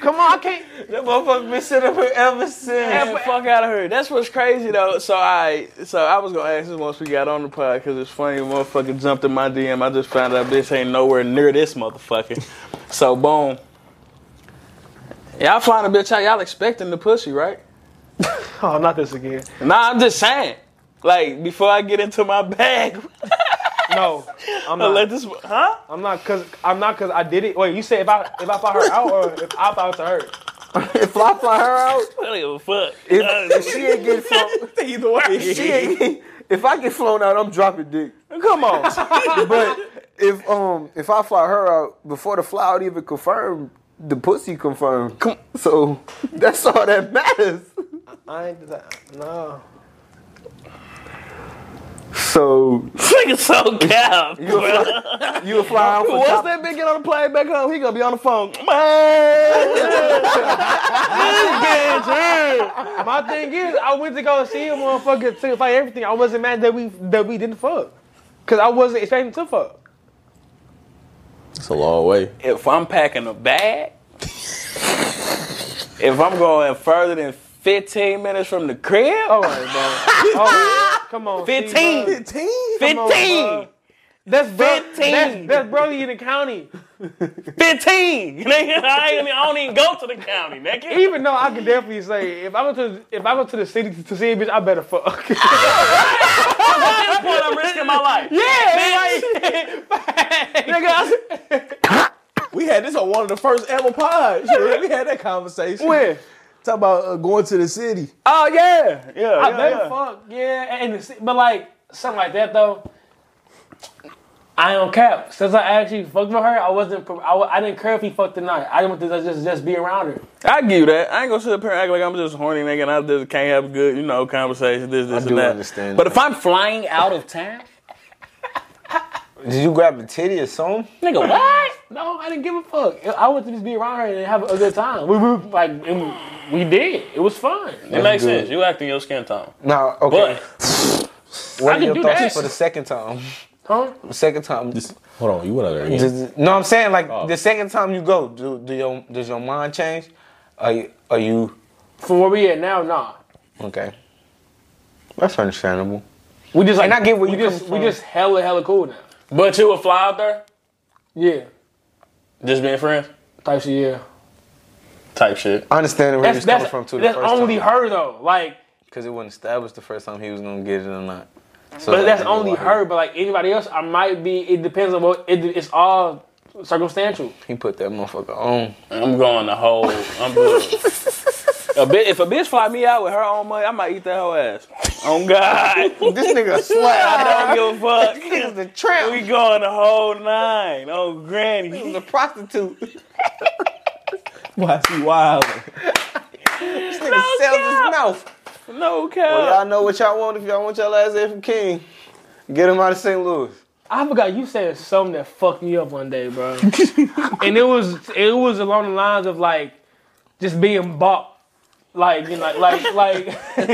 S2: Come on, I can't.
S12: That motherfucker been sitting here ever since.
S4: Get the fuck out of here. That's what's crazy though. So I, so I was gonna ask this once we got on the pod because it's funny. Motherfucker jumped in my DM. I just found out this ain't nowhere near this motherfucker. So boom. Y'all find a bitch out. Y'all expecting the pussy, right?
S2: Oh, not this again.
S4: Nah, I'm just saying. Like before I get into my bag,
S2: No, I'm
S4: I
S2: not.
S4: let this. Huh?
S2: I'm not cause I'm not cause I did it. Wait, you said if I if I fly her out or if I fly to her?
S1: if I fly her out,
S4: I don't give a fuck.
S1: if, if she ain't get flown,
S4: Either way.
S1: if she ain't, if I get flown out, I'm dropping dick.
S2: Come on.
S1: But if um if I fly her out before the fly out even confirmed, the pussy confirmed. So that's all that matters.
S2: I ain't do that. No.
S1: So
S4: Nigga so cap.
S1: you would fly, you would fly out for top.
S2: that bitch get on the plane back home, he gonna be on the phone. My thing is, I went to go see him, motherfucker, to like everything. I wasn't mad that we that we didn't fuck, cause I wasn't expecting to fuck.
S5: It's a long way.
S4: If I'm packing a bag, if I'm going further than 15 minutes from the crib,
S2: All right, bro. Oh, come on. see,
S4: 15.
S2: bro.
S5: 15?
S2: Come on,
S4: 15.
S2: bro. That's bro,
S4: 15.
S2: That's, that's Brody in the county.
S4: 15. Nigga, I, ain't, even- I don't even go to the county, nigga.
S2: Even though I can definitely say, if I go to if I go to the city to, to see a bitch, I better fuck.
S4: At this point, I'm risking my life.
S2: yeah, like, nigga. I-
S5: We had this on one of the first ever pods. we had that conversation.
S2: Where?
S5: Talk about uh, going to the city.
S2: Oh yeah, yeah. I
S4: yeah,
S2: better
S4: yeah.
S2: fuck yeah, and it's- but like something like that though. I don't care. Since I actually fucked with her, I wasn't. I, wa- I didn't care if he fucked or not. I didn't want to just just be around her.
S4: I give you that. I ain't gonna sit up here and act like I'm just a horny nigga and I just can't have a good, you know, conversation, this, this, and
S8: do
S4: that.
S8: understand
S4: But
S8: that.
S4: if I'm flying out of town,
S8: Did you grab a titty or something?
S2: Nigga, what? no, I didn't give a fuck. I wanted to just be around her and have a good time. We, we like and we did. It was fun.
S4: it makes sense. You acting your skin tone.
S8: Nah,
S4: But
S8: okay. what
S2: I
S8: are
S2: can
S8: your
S2: do
S8: thoughts
S2: that.
S8: for the second time?
S2: Huh?
S8: The second time.
S5: Hold on, you went out there again.
S8: Does, no, I'm saying like the second time you go, do, do your does your mind change? Are you, are you
S2: For where we at now, nah.
S8: okay? That's understandable.
S2: We just like
S8: And I get where
S2: we
S8: you
S2: just
S8: coming
S2: we
S8: from.
S2: just hella hella cool now.
S4: but you would fly out there,
S2: Yeah,
S4: just being friends
S2: type shit. Yeah,
S4: type shit.
S8: I understand where
S2: that's
S8: he's coming
S2: that's,
S8: from too. The
S2: that's
S8: first
S2: only
S8: time.
S2: her though. Like
S8: because it wasn't established the first time he was gonna get it or not. So
S2: But that's
S8: I don't know
S2: only
S8: why
S2: her. But like anybody else, I might be. It depends on what. It, it's all circumstantial.
S8: He, he put that motherfucker on.
S4: I'm going the whole. I'm good. a bit, if a bitch fly me out with her own money, I might eat that whole ass. On God,
S8: this nigga a slap.
S4: I don't give a fuck.
S8: the tramp.
S4: We going the whole nine. Oh, granny.
S8: The prostitute. This
S5: Why is he wild?
S8: nigga sells his mouth.
S4: No cap.
S8: Y'all know what y'all want if y'all want y'all last name from King. Get him out of St. Louis.
S2: I forgot you said something that fucked me up one day, bro. and it was it was along the lines of like just being bought. Like you know, like like like,
S4: Like,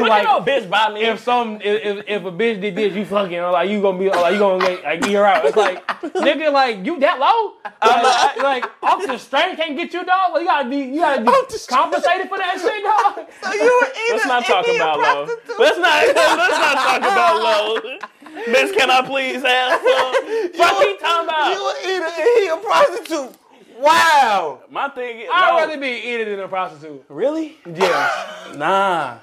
S4: no
S2: like
S4: bitch buy me.
S2: if some if, if if a bitch did this, you fucking or like you gonna be or, like you gonna like, like eat her out. It's like nigga, like you that low? Like, like off the strength can't get you dog. Like, you gotta be you gotta be compensated for that shit, dog.
S4: Let's not talk about love. Let's not. Let's not talk about love. Bitch, can I please have some? Fuck you talking about?
S8: He a, he a prostitute. Wow.
S4: My thing is,
S2: I'd
S4: no.
S2: rather be eating than a prostitute.
S4: really?
S2: Yeah.
S4: Nah.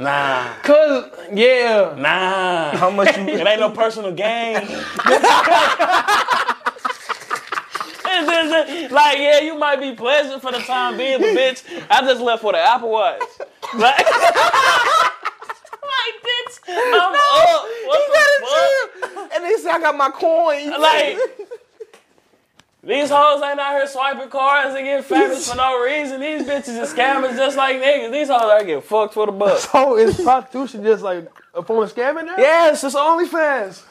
S4: Nah.
S2: Cause yeah.
S4: Nah.
S8: How much you
S4: It ain't no personal gain. It's just- like, yeah, you might be pleasant for the time being, but bitch, I just left with an Apple Watch. Like, like bitch, I'm up. What the fuck?
S8: And they said I got my coins.
S4: Like,
S6: These hoes ain't out here swiping cards and getting famous for no reason. These bitches is scammers just like niggas. These hoes are getting fucked for the buck.
S2: So is prostitution just like a form of scamming now?
S6: Yes,
S2: It's OnlyFans.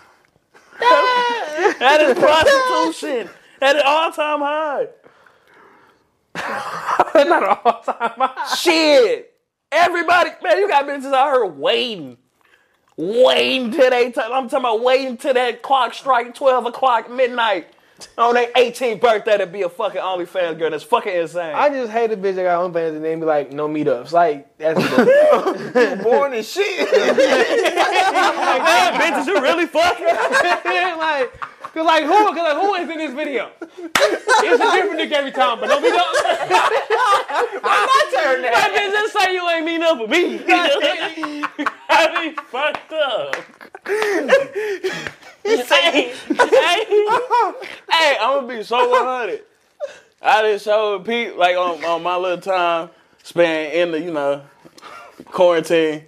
S6: that is prostitution at an all time high.
S2: Not an all-time high.
S6: Shit. Everybody, man, you got bitches out here waiting. Waiting till they time. I'm talking about waiting till that clock strike 12 o'clock midnight on their 18th birthday to be a fucking OnlyFans girl. That's fucking insane.
S2: I just hate the bitch that got OnlyFans and then be like, no meetups. Like, that's you born and shit.
S6: Man, bitches, you really fucking?
S2: like, cause like who? Cause like who is in this video? It's a different dick every time, but don't be no.
S6: That bitch just say you ain't mean up with me. I be fucked up. hey, hey, hey, I'm gonna be so 100. I just showed Pete, like, on, on my little time spent in the, you know, quarantine.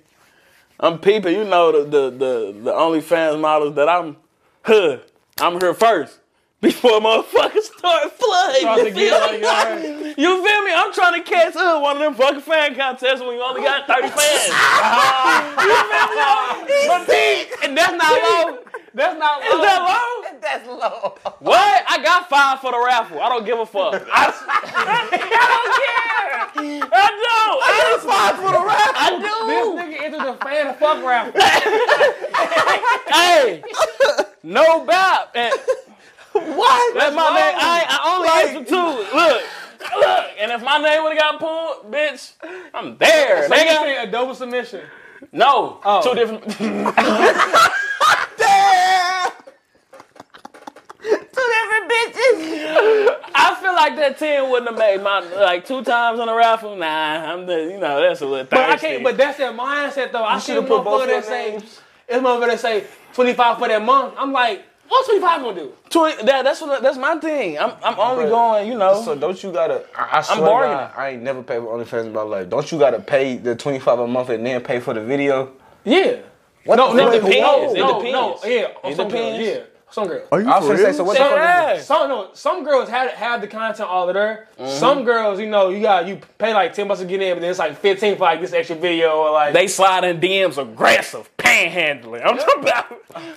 S6: I'm peeping, you know, the, the, the, the OnlyFans models that I'm, huh, I'm here first. Before motherfuckers start flooding. you feel me? You feel me? I'm trying to catch up one of them fucking fan contests when you only got 30 fans.
S2: Ah.
S6: you feel me? But then- and that's not low.
S2: That's not.
S6: Is that low?
S13: That's low.
S6: What? I got five for the raffle. I don't give a fuck. I, I don't care. I don't. I got five for the raffle. I do.
S2: Nigga entered the fan of fuck rap.
S6: Hey, no bap. And
S13: What?
S6: That's my name. I, I only asked for two. Look, look. And if my name would have got pulled, bitch, I'm there, nigga.
S2: a double submission. Oh.
S6: No, two different.
S13: Two different bitches.
S6: I feel like that ten wouldn't have made my like two times on the raffle. Nah, I'm the you know that's a little thirsty.
S2: But I can't. But that's that mindset though. I see
S14: should've put both
S2: motherfucker that
S14: your
S2: say, this motherfucker that say 25 for that month. I'm like, what's 25 gonna do?
S6: 20, that, that's what that's my thing. I'm I'm only going you know.
S1: So don't you gotta? I, I swear to
S6: bargaining.
S1: God, I ain't never paid for OnlyFans in my life. Don't you gotta pay the twenty five a month and then pay for the video?
S2: Yeah.
S1: What
S2: No,
S1: the
S2: no,
S1: fuck?
S6: depends.
S2: no,
S6: It
S2: no, no,
S6: depends.
S2: yeah.
S6: It
S2: some
S6: depends.
S2: Girls, yeah, some girls.
S15: Are you
S1: I was
S15: for
S1: gonna say
S15: real?
S1: so. What the
S6: Dead
S1: fuck? is-
S6: ass.
S2: Some no, some girls have have the content all of there. Some girls, you know, you got you pay like ten bucks to get in, but then it's like fifteen for like this extra video or like.
S6: They slide in DMs aggressive, panhandling. I'm talking about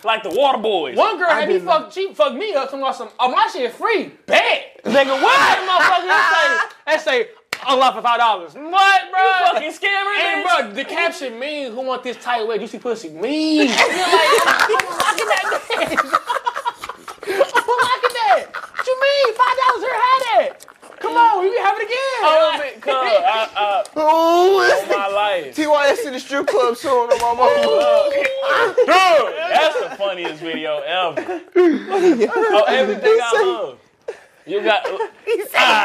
S6: like the water boys.
S2: one girl had me fuck, she fucked me up. Talking about some, oh my shit free, bet, nigga. What, motherfucker? That say, that say, unlock for five dollars. What, bro?
S6: Fucking scammer,
S2: And
S6: bitch.
S2: bro, the caption mean who want this tight wet juicy pussy? Me. I'm like, that. What you mean? Five dollars here, had it. Come on, you can have it again.
S6: Oh, man, cuz, I, I,
S8: Oh,
S6: my life.
S8: TYS in the strip club showing up my mama.
S6: Dude, that's the funniest video ever. oh, everything I love. You got. Ah,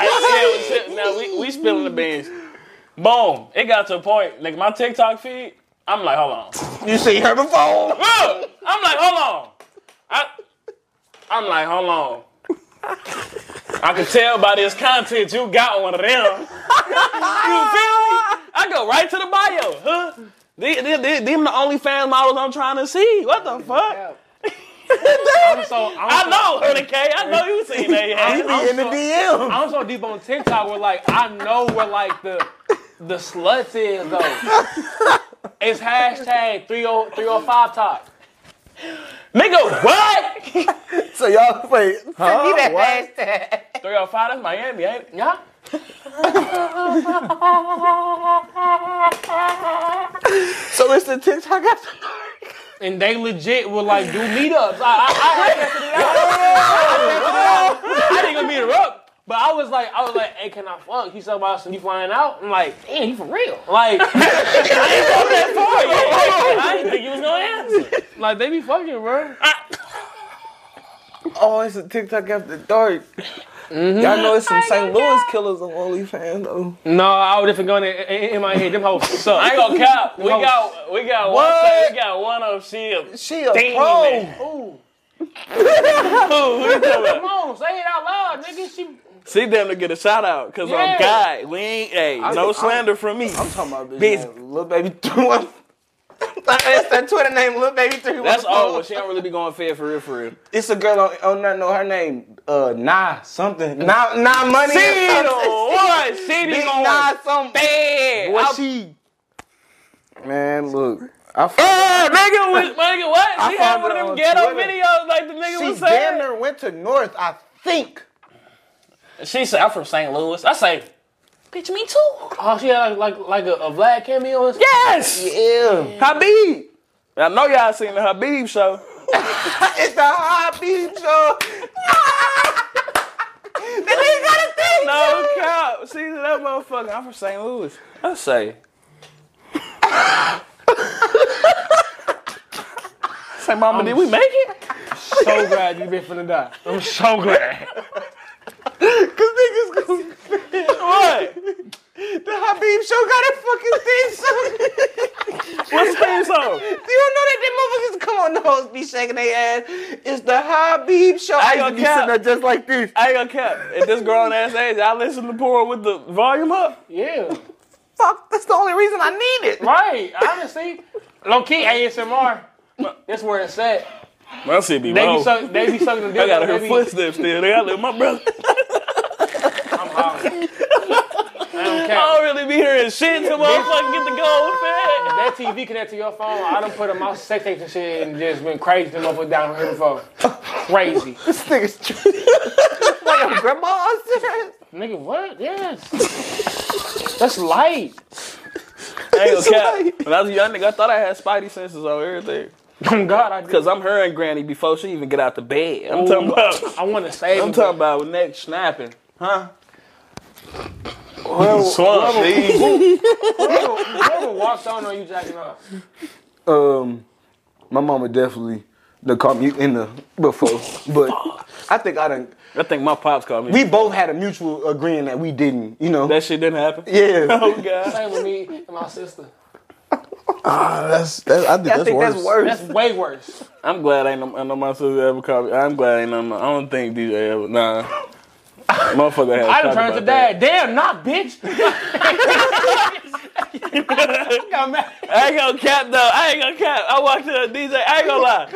S6: yeah, shit, now we, we spilling the beans. Boom. It got to a point. Like, my TikTok feed, I'm like, hold on.
S8: You see her before?
S6: Look, I'm like, hold on. I, I'm like, hold on. I can tell by this content you got one of them. you feel me? I go right to the bio, huh? They, they, they, them the only fan models I'm trying to see. What the fuck?
S2: I'm so, I'm
S6: I
S2: so-
S6: know, Honey K. I know you seen that. Yeah.
S8: In the DM.
S2: I'm so deep on TikTok where like I know where like the the sluts is though. It's hashtag oh, 30- 305 talk.
S6: Nigga, what?
S14: So y'all wait.
S13: Give me that hashtag.
S6: 305, that's Miami, ain't it?
S2: Yeah.
S8: So it's the TikTok after.
S2: And they legit will like do meetups. I I, I tested it out. I didn't go meet her up. But I was like, I was like, hey, can I fuck? He said about some you flying out. I'm like, damn, you for real. Like,
S6: I didn't think you was gonna answer.
S2: like they be fucking, bro.
S8: Oh, it's a TikTok after dark. Y'all know it's some St. Louis killers on OnlyFans though.
S2: No, I was definitely going in, in, in my head. Them hoes suck.
S6: I ain't gonna cap. We got we got one
S8: What?
S6: we got one of shield.
S8: She a
S6: Damn,
S8: pro.
S6: man.
S2: Ooh,
S6: Who we talking
S2: come on, say it out loud, nigga. She
S6: See them to get a shout out, cause
S2: Yeah.
S6: I'm God. We ain't hey, no slander from me.
S8: I'm talking about
S6: Bitch.
S8: Little baby threw up.
S16: That's that Twitter name, Lil Baby Three.
S6: That's all. She don't really be going fair for real, for real.
S8: It's a girl on, on that know her name. Uh, nah, something. Nah, nah, money. or
S6: She the one. She
S8: something. Big
S6: be going
S8: nah, something.
S6: bad.
S8: Boy,
S6: I'll-
S8: she. Uh, Man, look. I fuck-
S6: Yeah, nigga, was, nigga, what?
S8: I
S6: She had
S8: found
S6: one
S8: her
S6: of them
S8: on
S6: ghetto
S8: Twitter.
S6: videos, like the nigga
S8: she
S6: was
S8: damn
S6: saying.
S8: near went to North, I think.
S6: She said, "I'm from St. Louis." I say,
S17: Bitch, me too.
S2: Oh, she had like like, like a, a Vlad cameo. Yeah.
S4: Yes!
S8: Yeah.
S4: Habib! I know y'all seen the Habib show.
S8: It's the hot beam show.
S4: No cap. See that motherfucker. I'm from St. Louis. I say. say, Mama, did we make it?
S2: So glad you been finna die.
S6: "I'm so glad."
S4: What?
S8: The Habib show got a fucking theme song.
S4: What's that song?
S8: You don't know that them motherfuckers come on the hoes be shaking their ass. It's the Habib show.
S4: I
S8: I used to
S4: don't
S8: be
S4: care.
S8: sitting there just like this.
S4: I ain't gonna cap. At this grown ass age, I listen to porn with the volume up.
S2: Yeah.
S8: Fuck, that's the only reason I need it.
S2: Right. Honestly, low key ASMR. That's where it's at.
S4: My shit be
S2: They
S4: low.
S2: be suck, They be sucking the dick.
S4: I got
S2: up,
S4: her
S2: they be-
S4: footsteps still. They got little my brother.
S2: I'm hollering. I don't
S4: I
S2: care.
S4: don't really be hearing shit till motherfucking get the gold fed.
S2: That TV connected to your phone. I done put on my sex tapes and shit and just been crazy them up and down here before. Crazy.
S8: This nigga's true. like a grandma on serious.
S2: Nigga, what? Yes. That's light.
S4: I ain't gonna cap. When I was a young nigga, I thought I had spidey senses on everything.
S2: Oh God, I did.
S4: Cause I'm her and Granny before she even get out the bed. I'm talking about.
S2: I want to save.
S4: I'm
S2: him.
S4: talking about neck snapping.
S2: Whoever walks on on you jacking off.
S8: Um, my mama definitely done caught me in the before, but I think I done.
S4: I think my pops called me.
S8: We both had a mutual agreeing that we didn't, you know.
S4: that shit didn't happen.
S8: yeah,
S4: Oh god.
S2: Same with me and my sister.
S1: Ah, that's, that's I think,
S8: I
S1: that's,
S8: think
S1: worse.
S8: that's worse.
S2: That's way worse.
S4: I'm glad ain't no, no my sister ever called me. I'm glad ain't no. I don't think DJ ever. Nah. Motherfucker had.
S2: I
S4: talked
S2: done turned to
S4: about
S2: dad.
S4: that.
S2: Damn, not bitch. Got mad.
S4: I ain't gonna cap though. I ain't gonna cap. I walked to the DJ. I ain't gonna lie.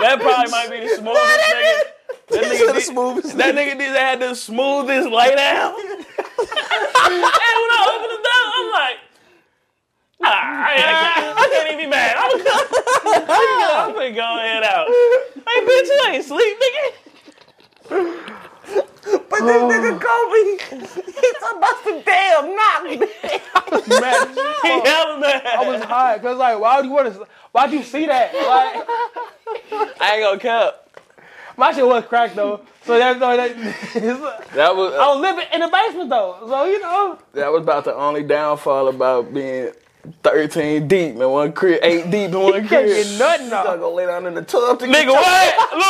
S4: That probably might be the smoothest nigga. That nigga, the smoothest that nigga DJ had the smoothest lay down. and when I opened the door, I'm like, nah, I, I, can't, I can't even be mad. I'm, I'm gonna go ahead out. Hey, bitch, you ain't sleep, nigga.
S8: but this
S4: Oh.
S8: nigga Kobe, he's about to damn knock me.
S4: He hella mad.
S2: was high. Cause like, why would you want to? Why'd you see that? Like,
S4: I ain't gonna cap.
S2: my shit was cracked though. So that's all. That,
S4: That was
S2: I was living in the basement though. So you know.
S4: That was about the only downfall about being 13 deep in one crib, 8 deep in one crib.
S2: Nothing.
S8: I go lay down in the tub to
S4: Nigga, what? Look!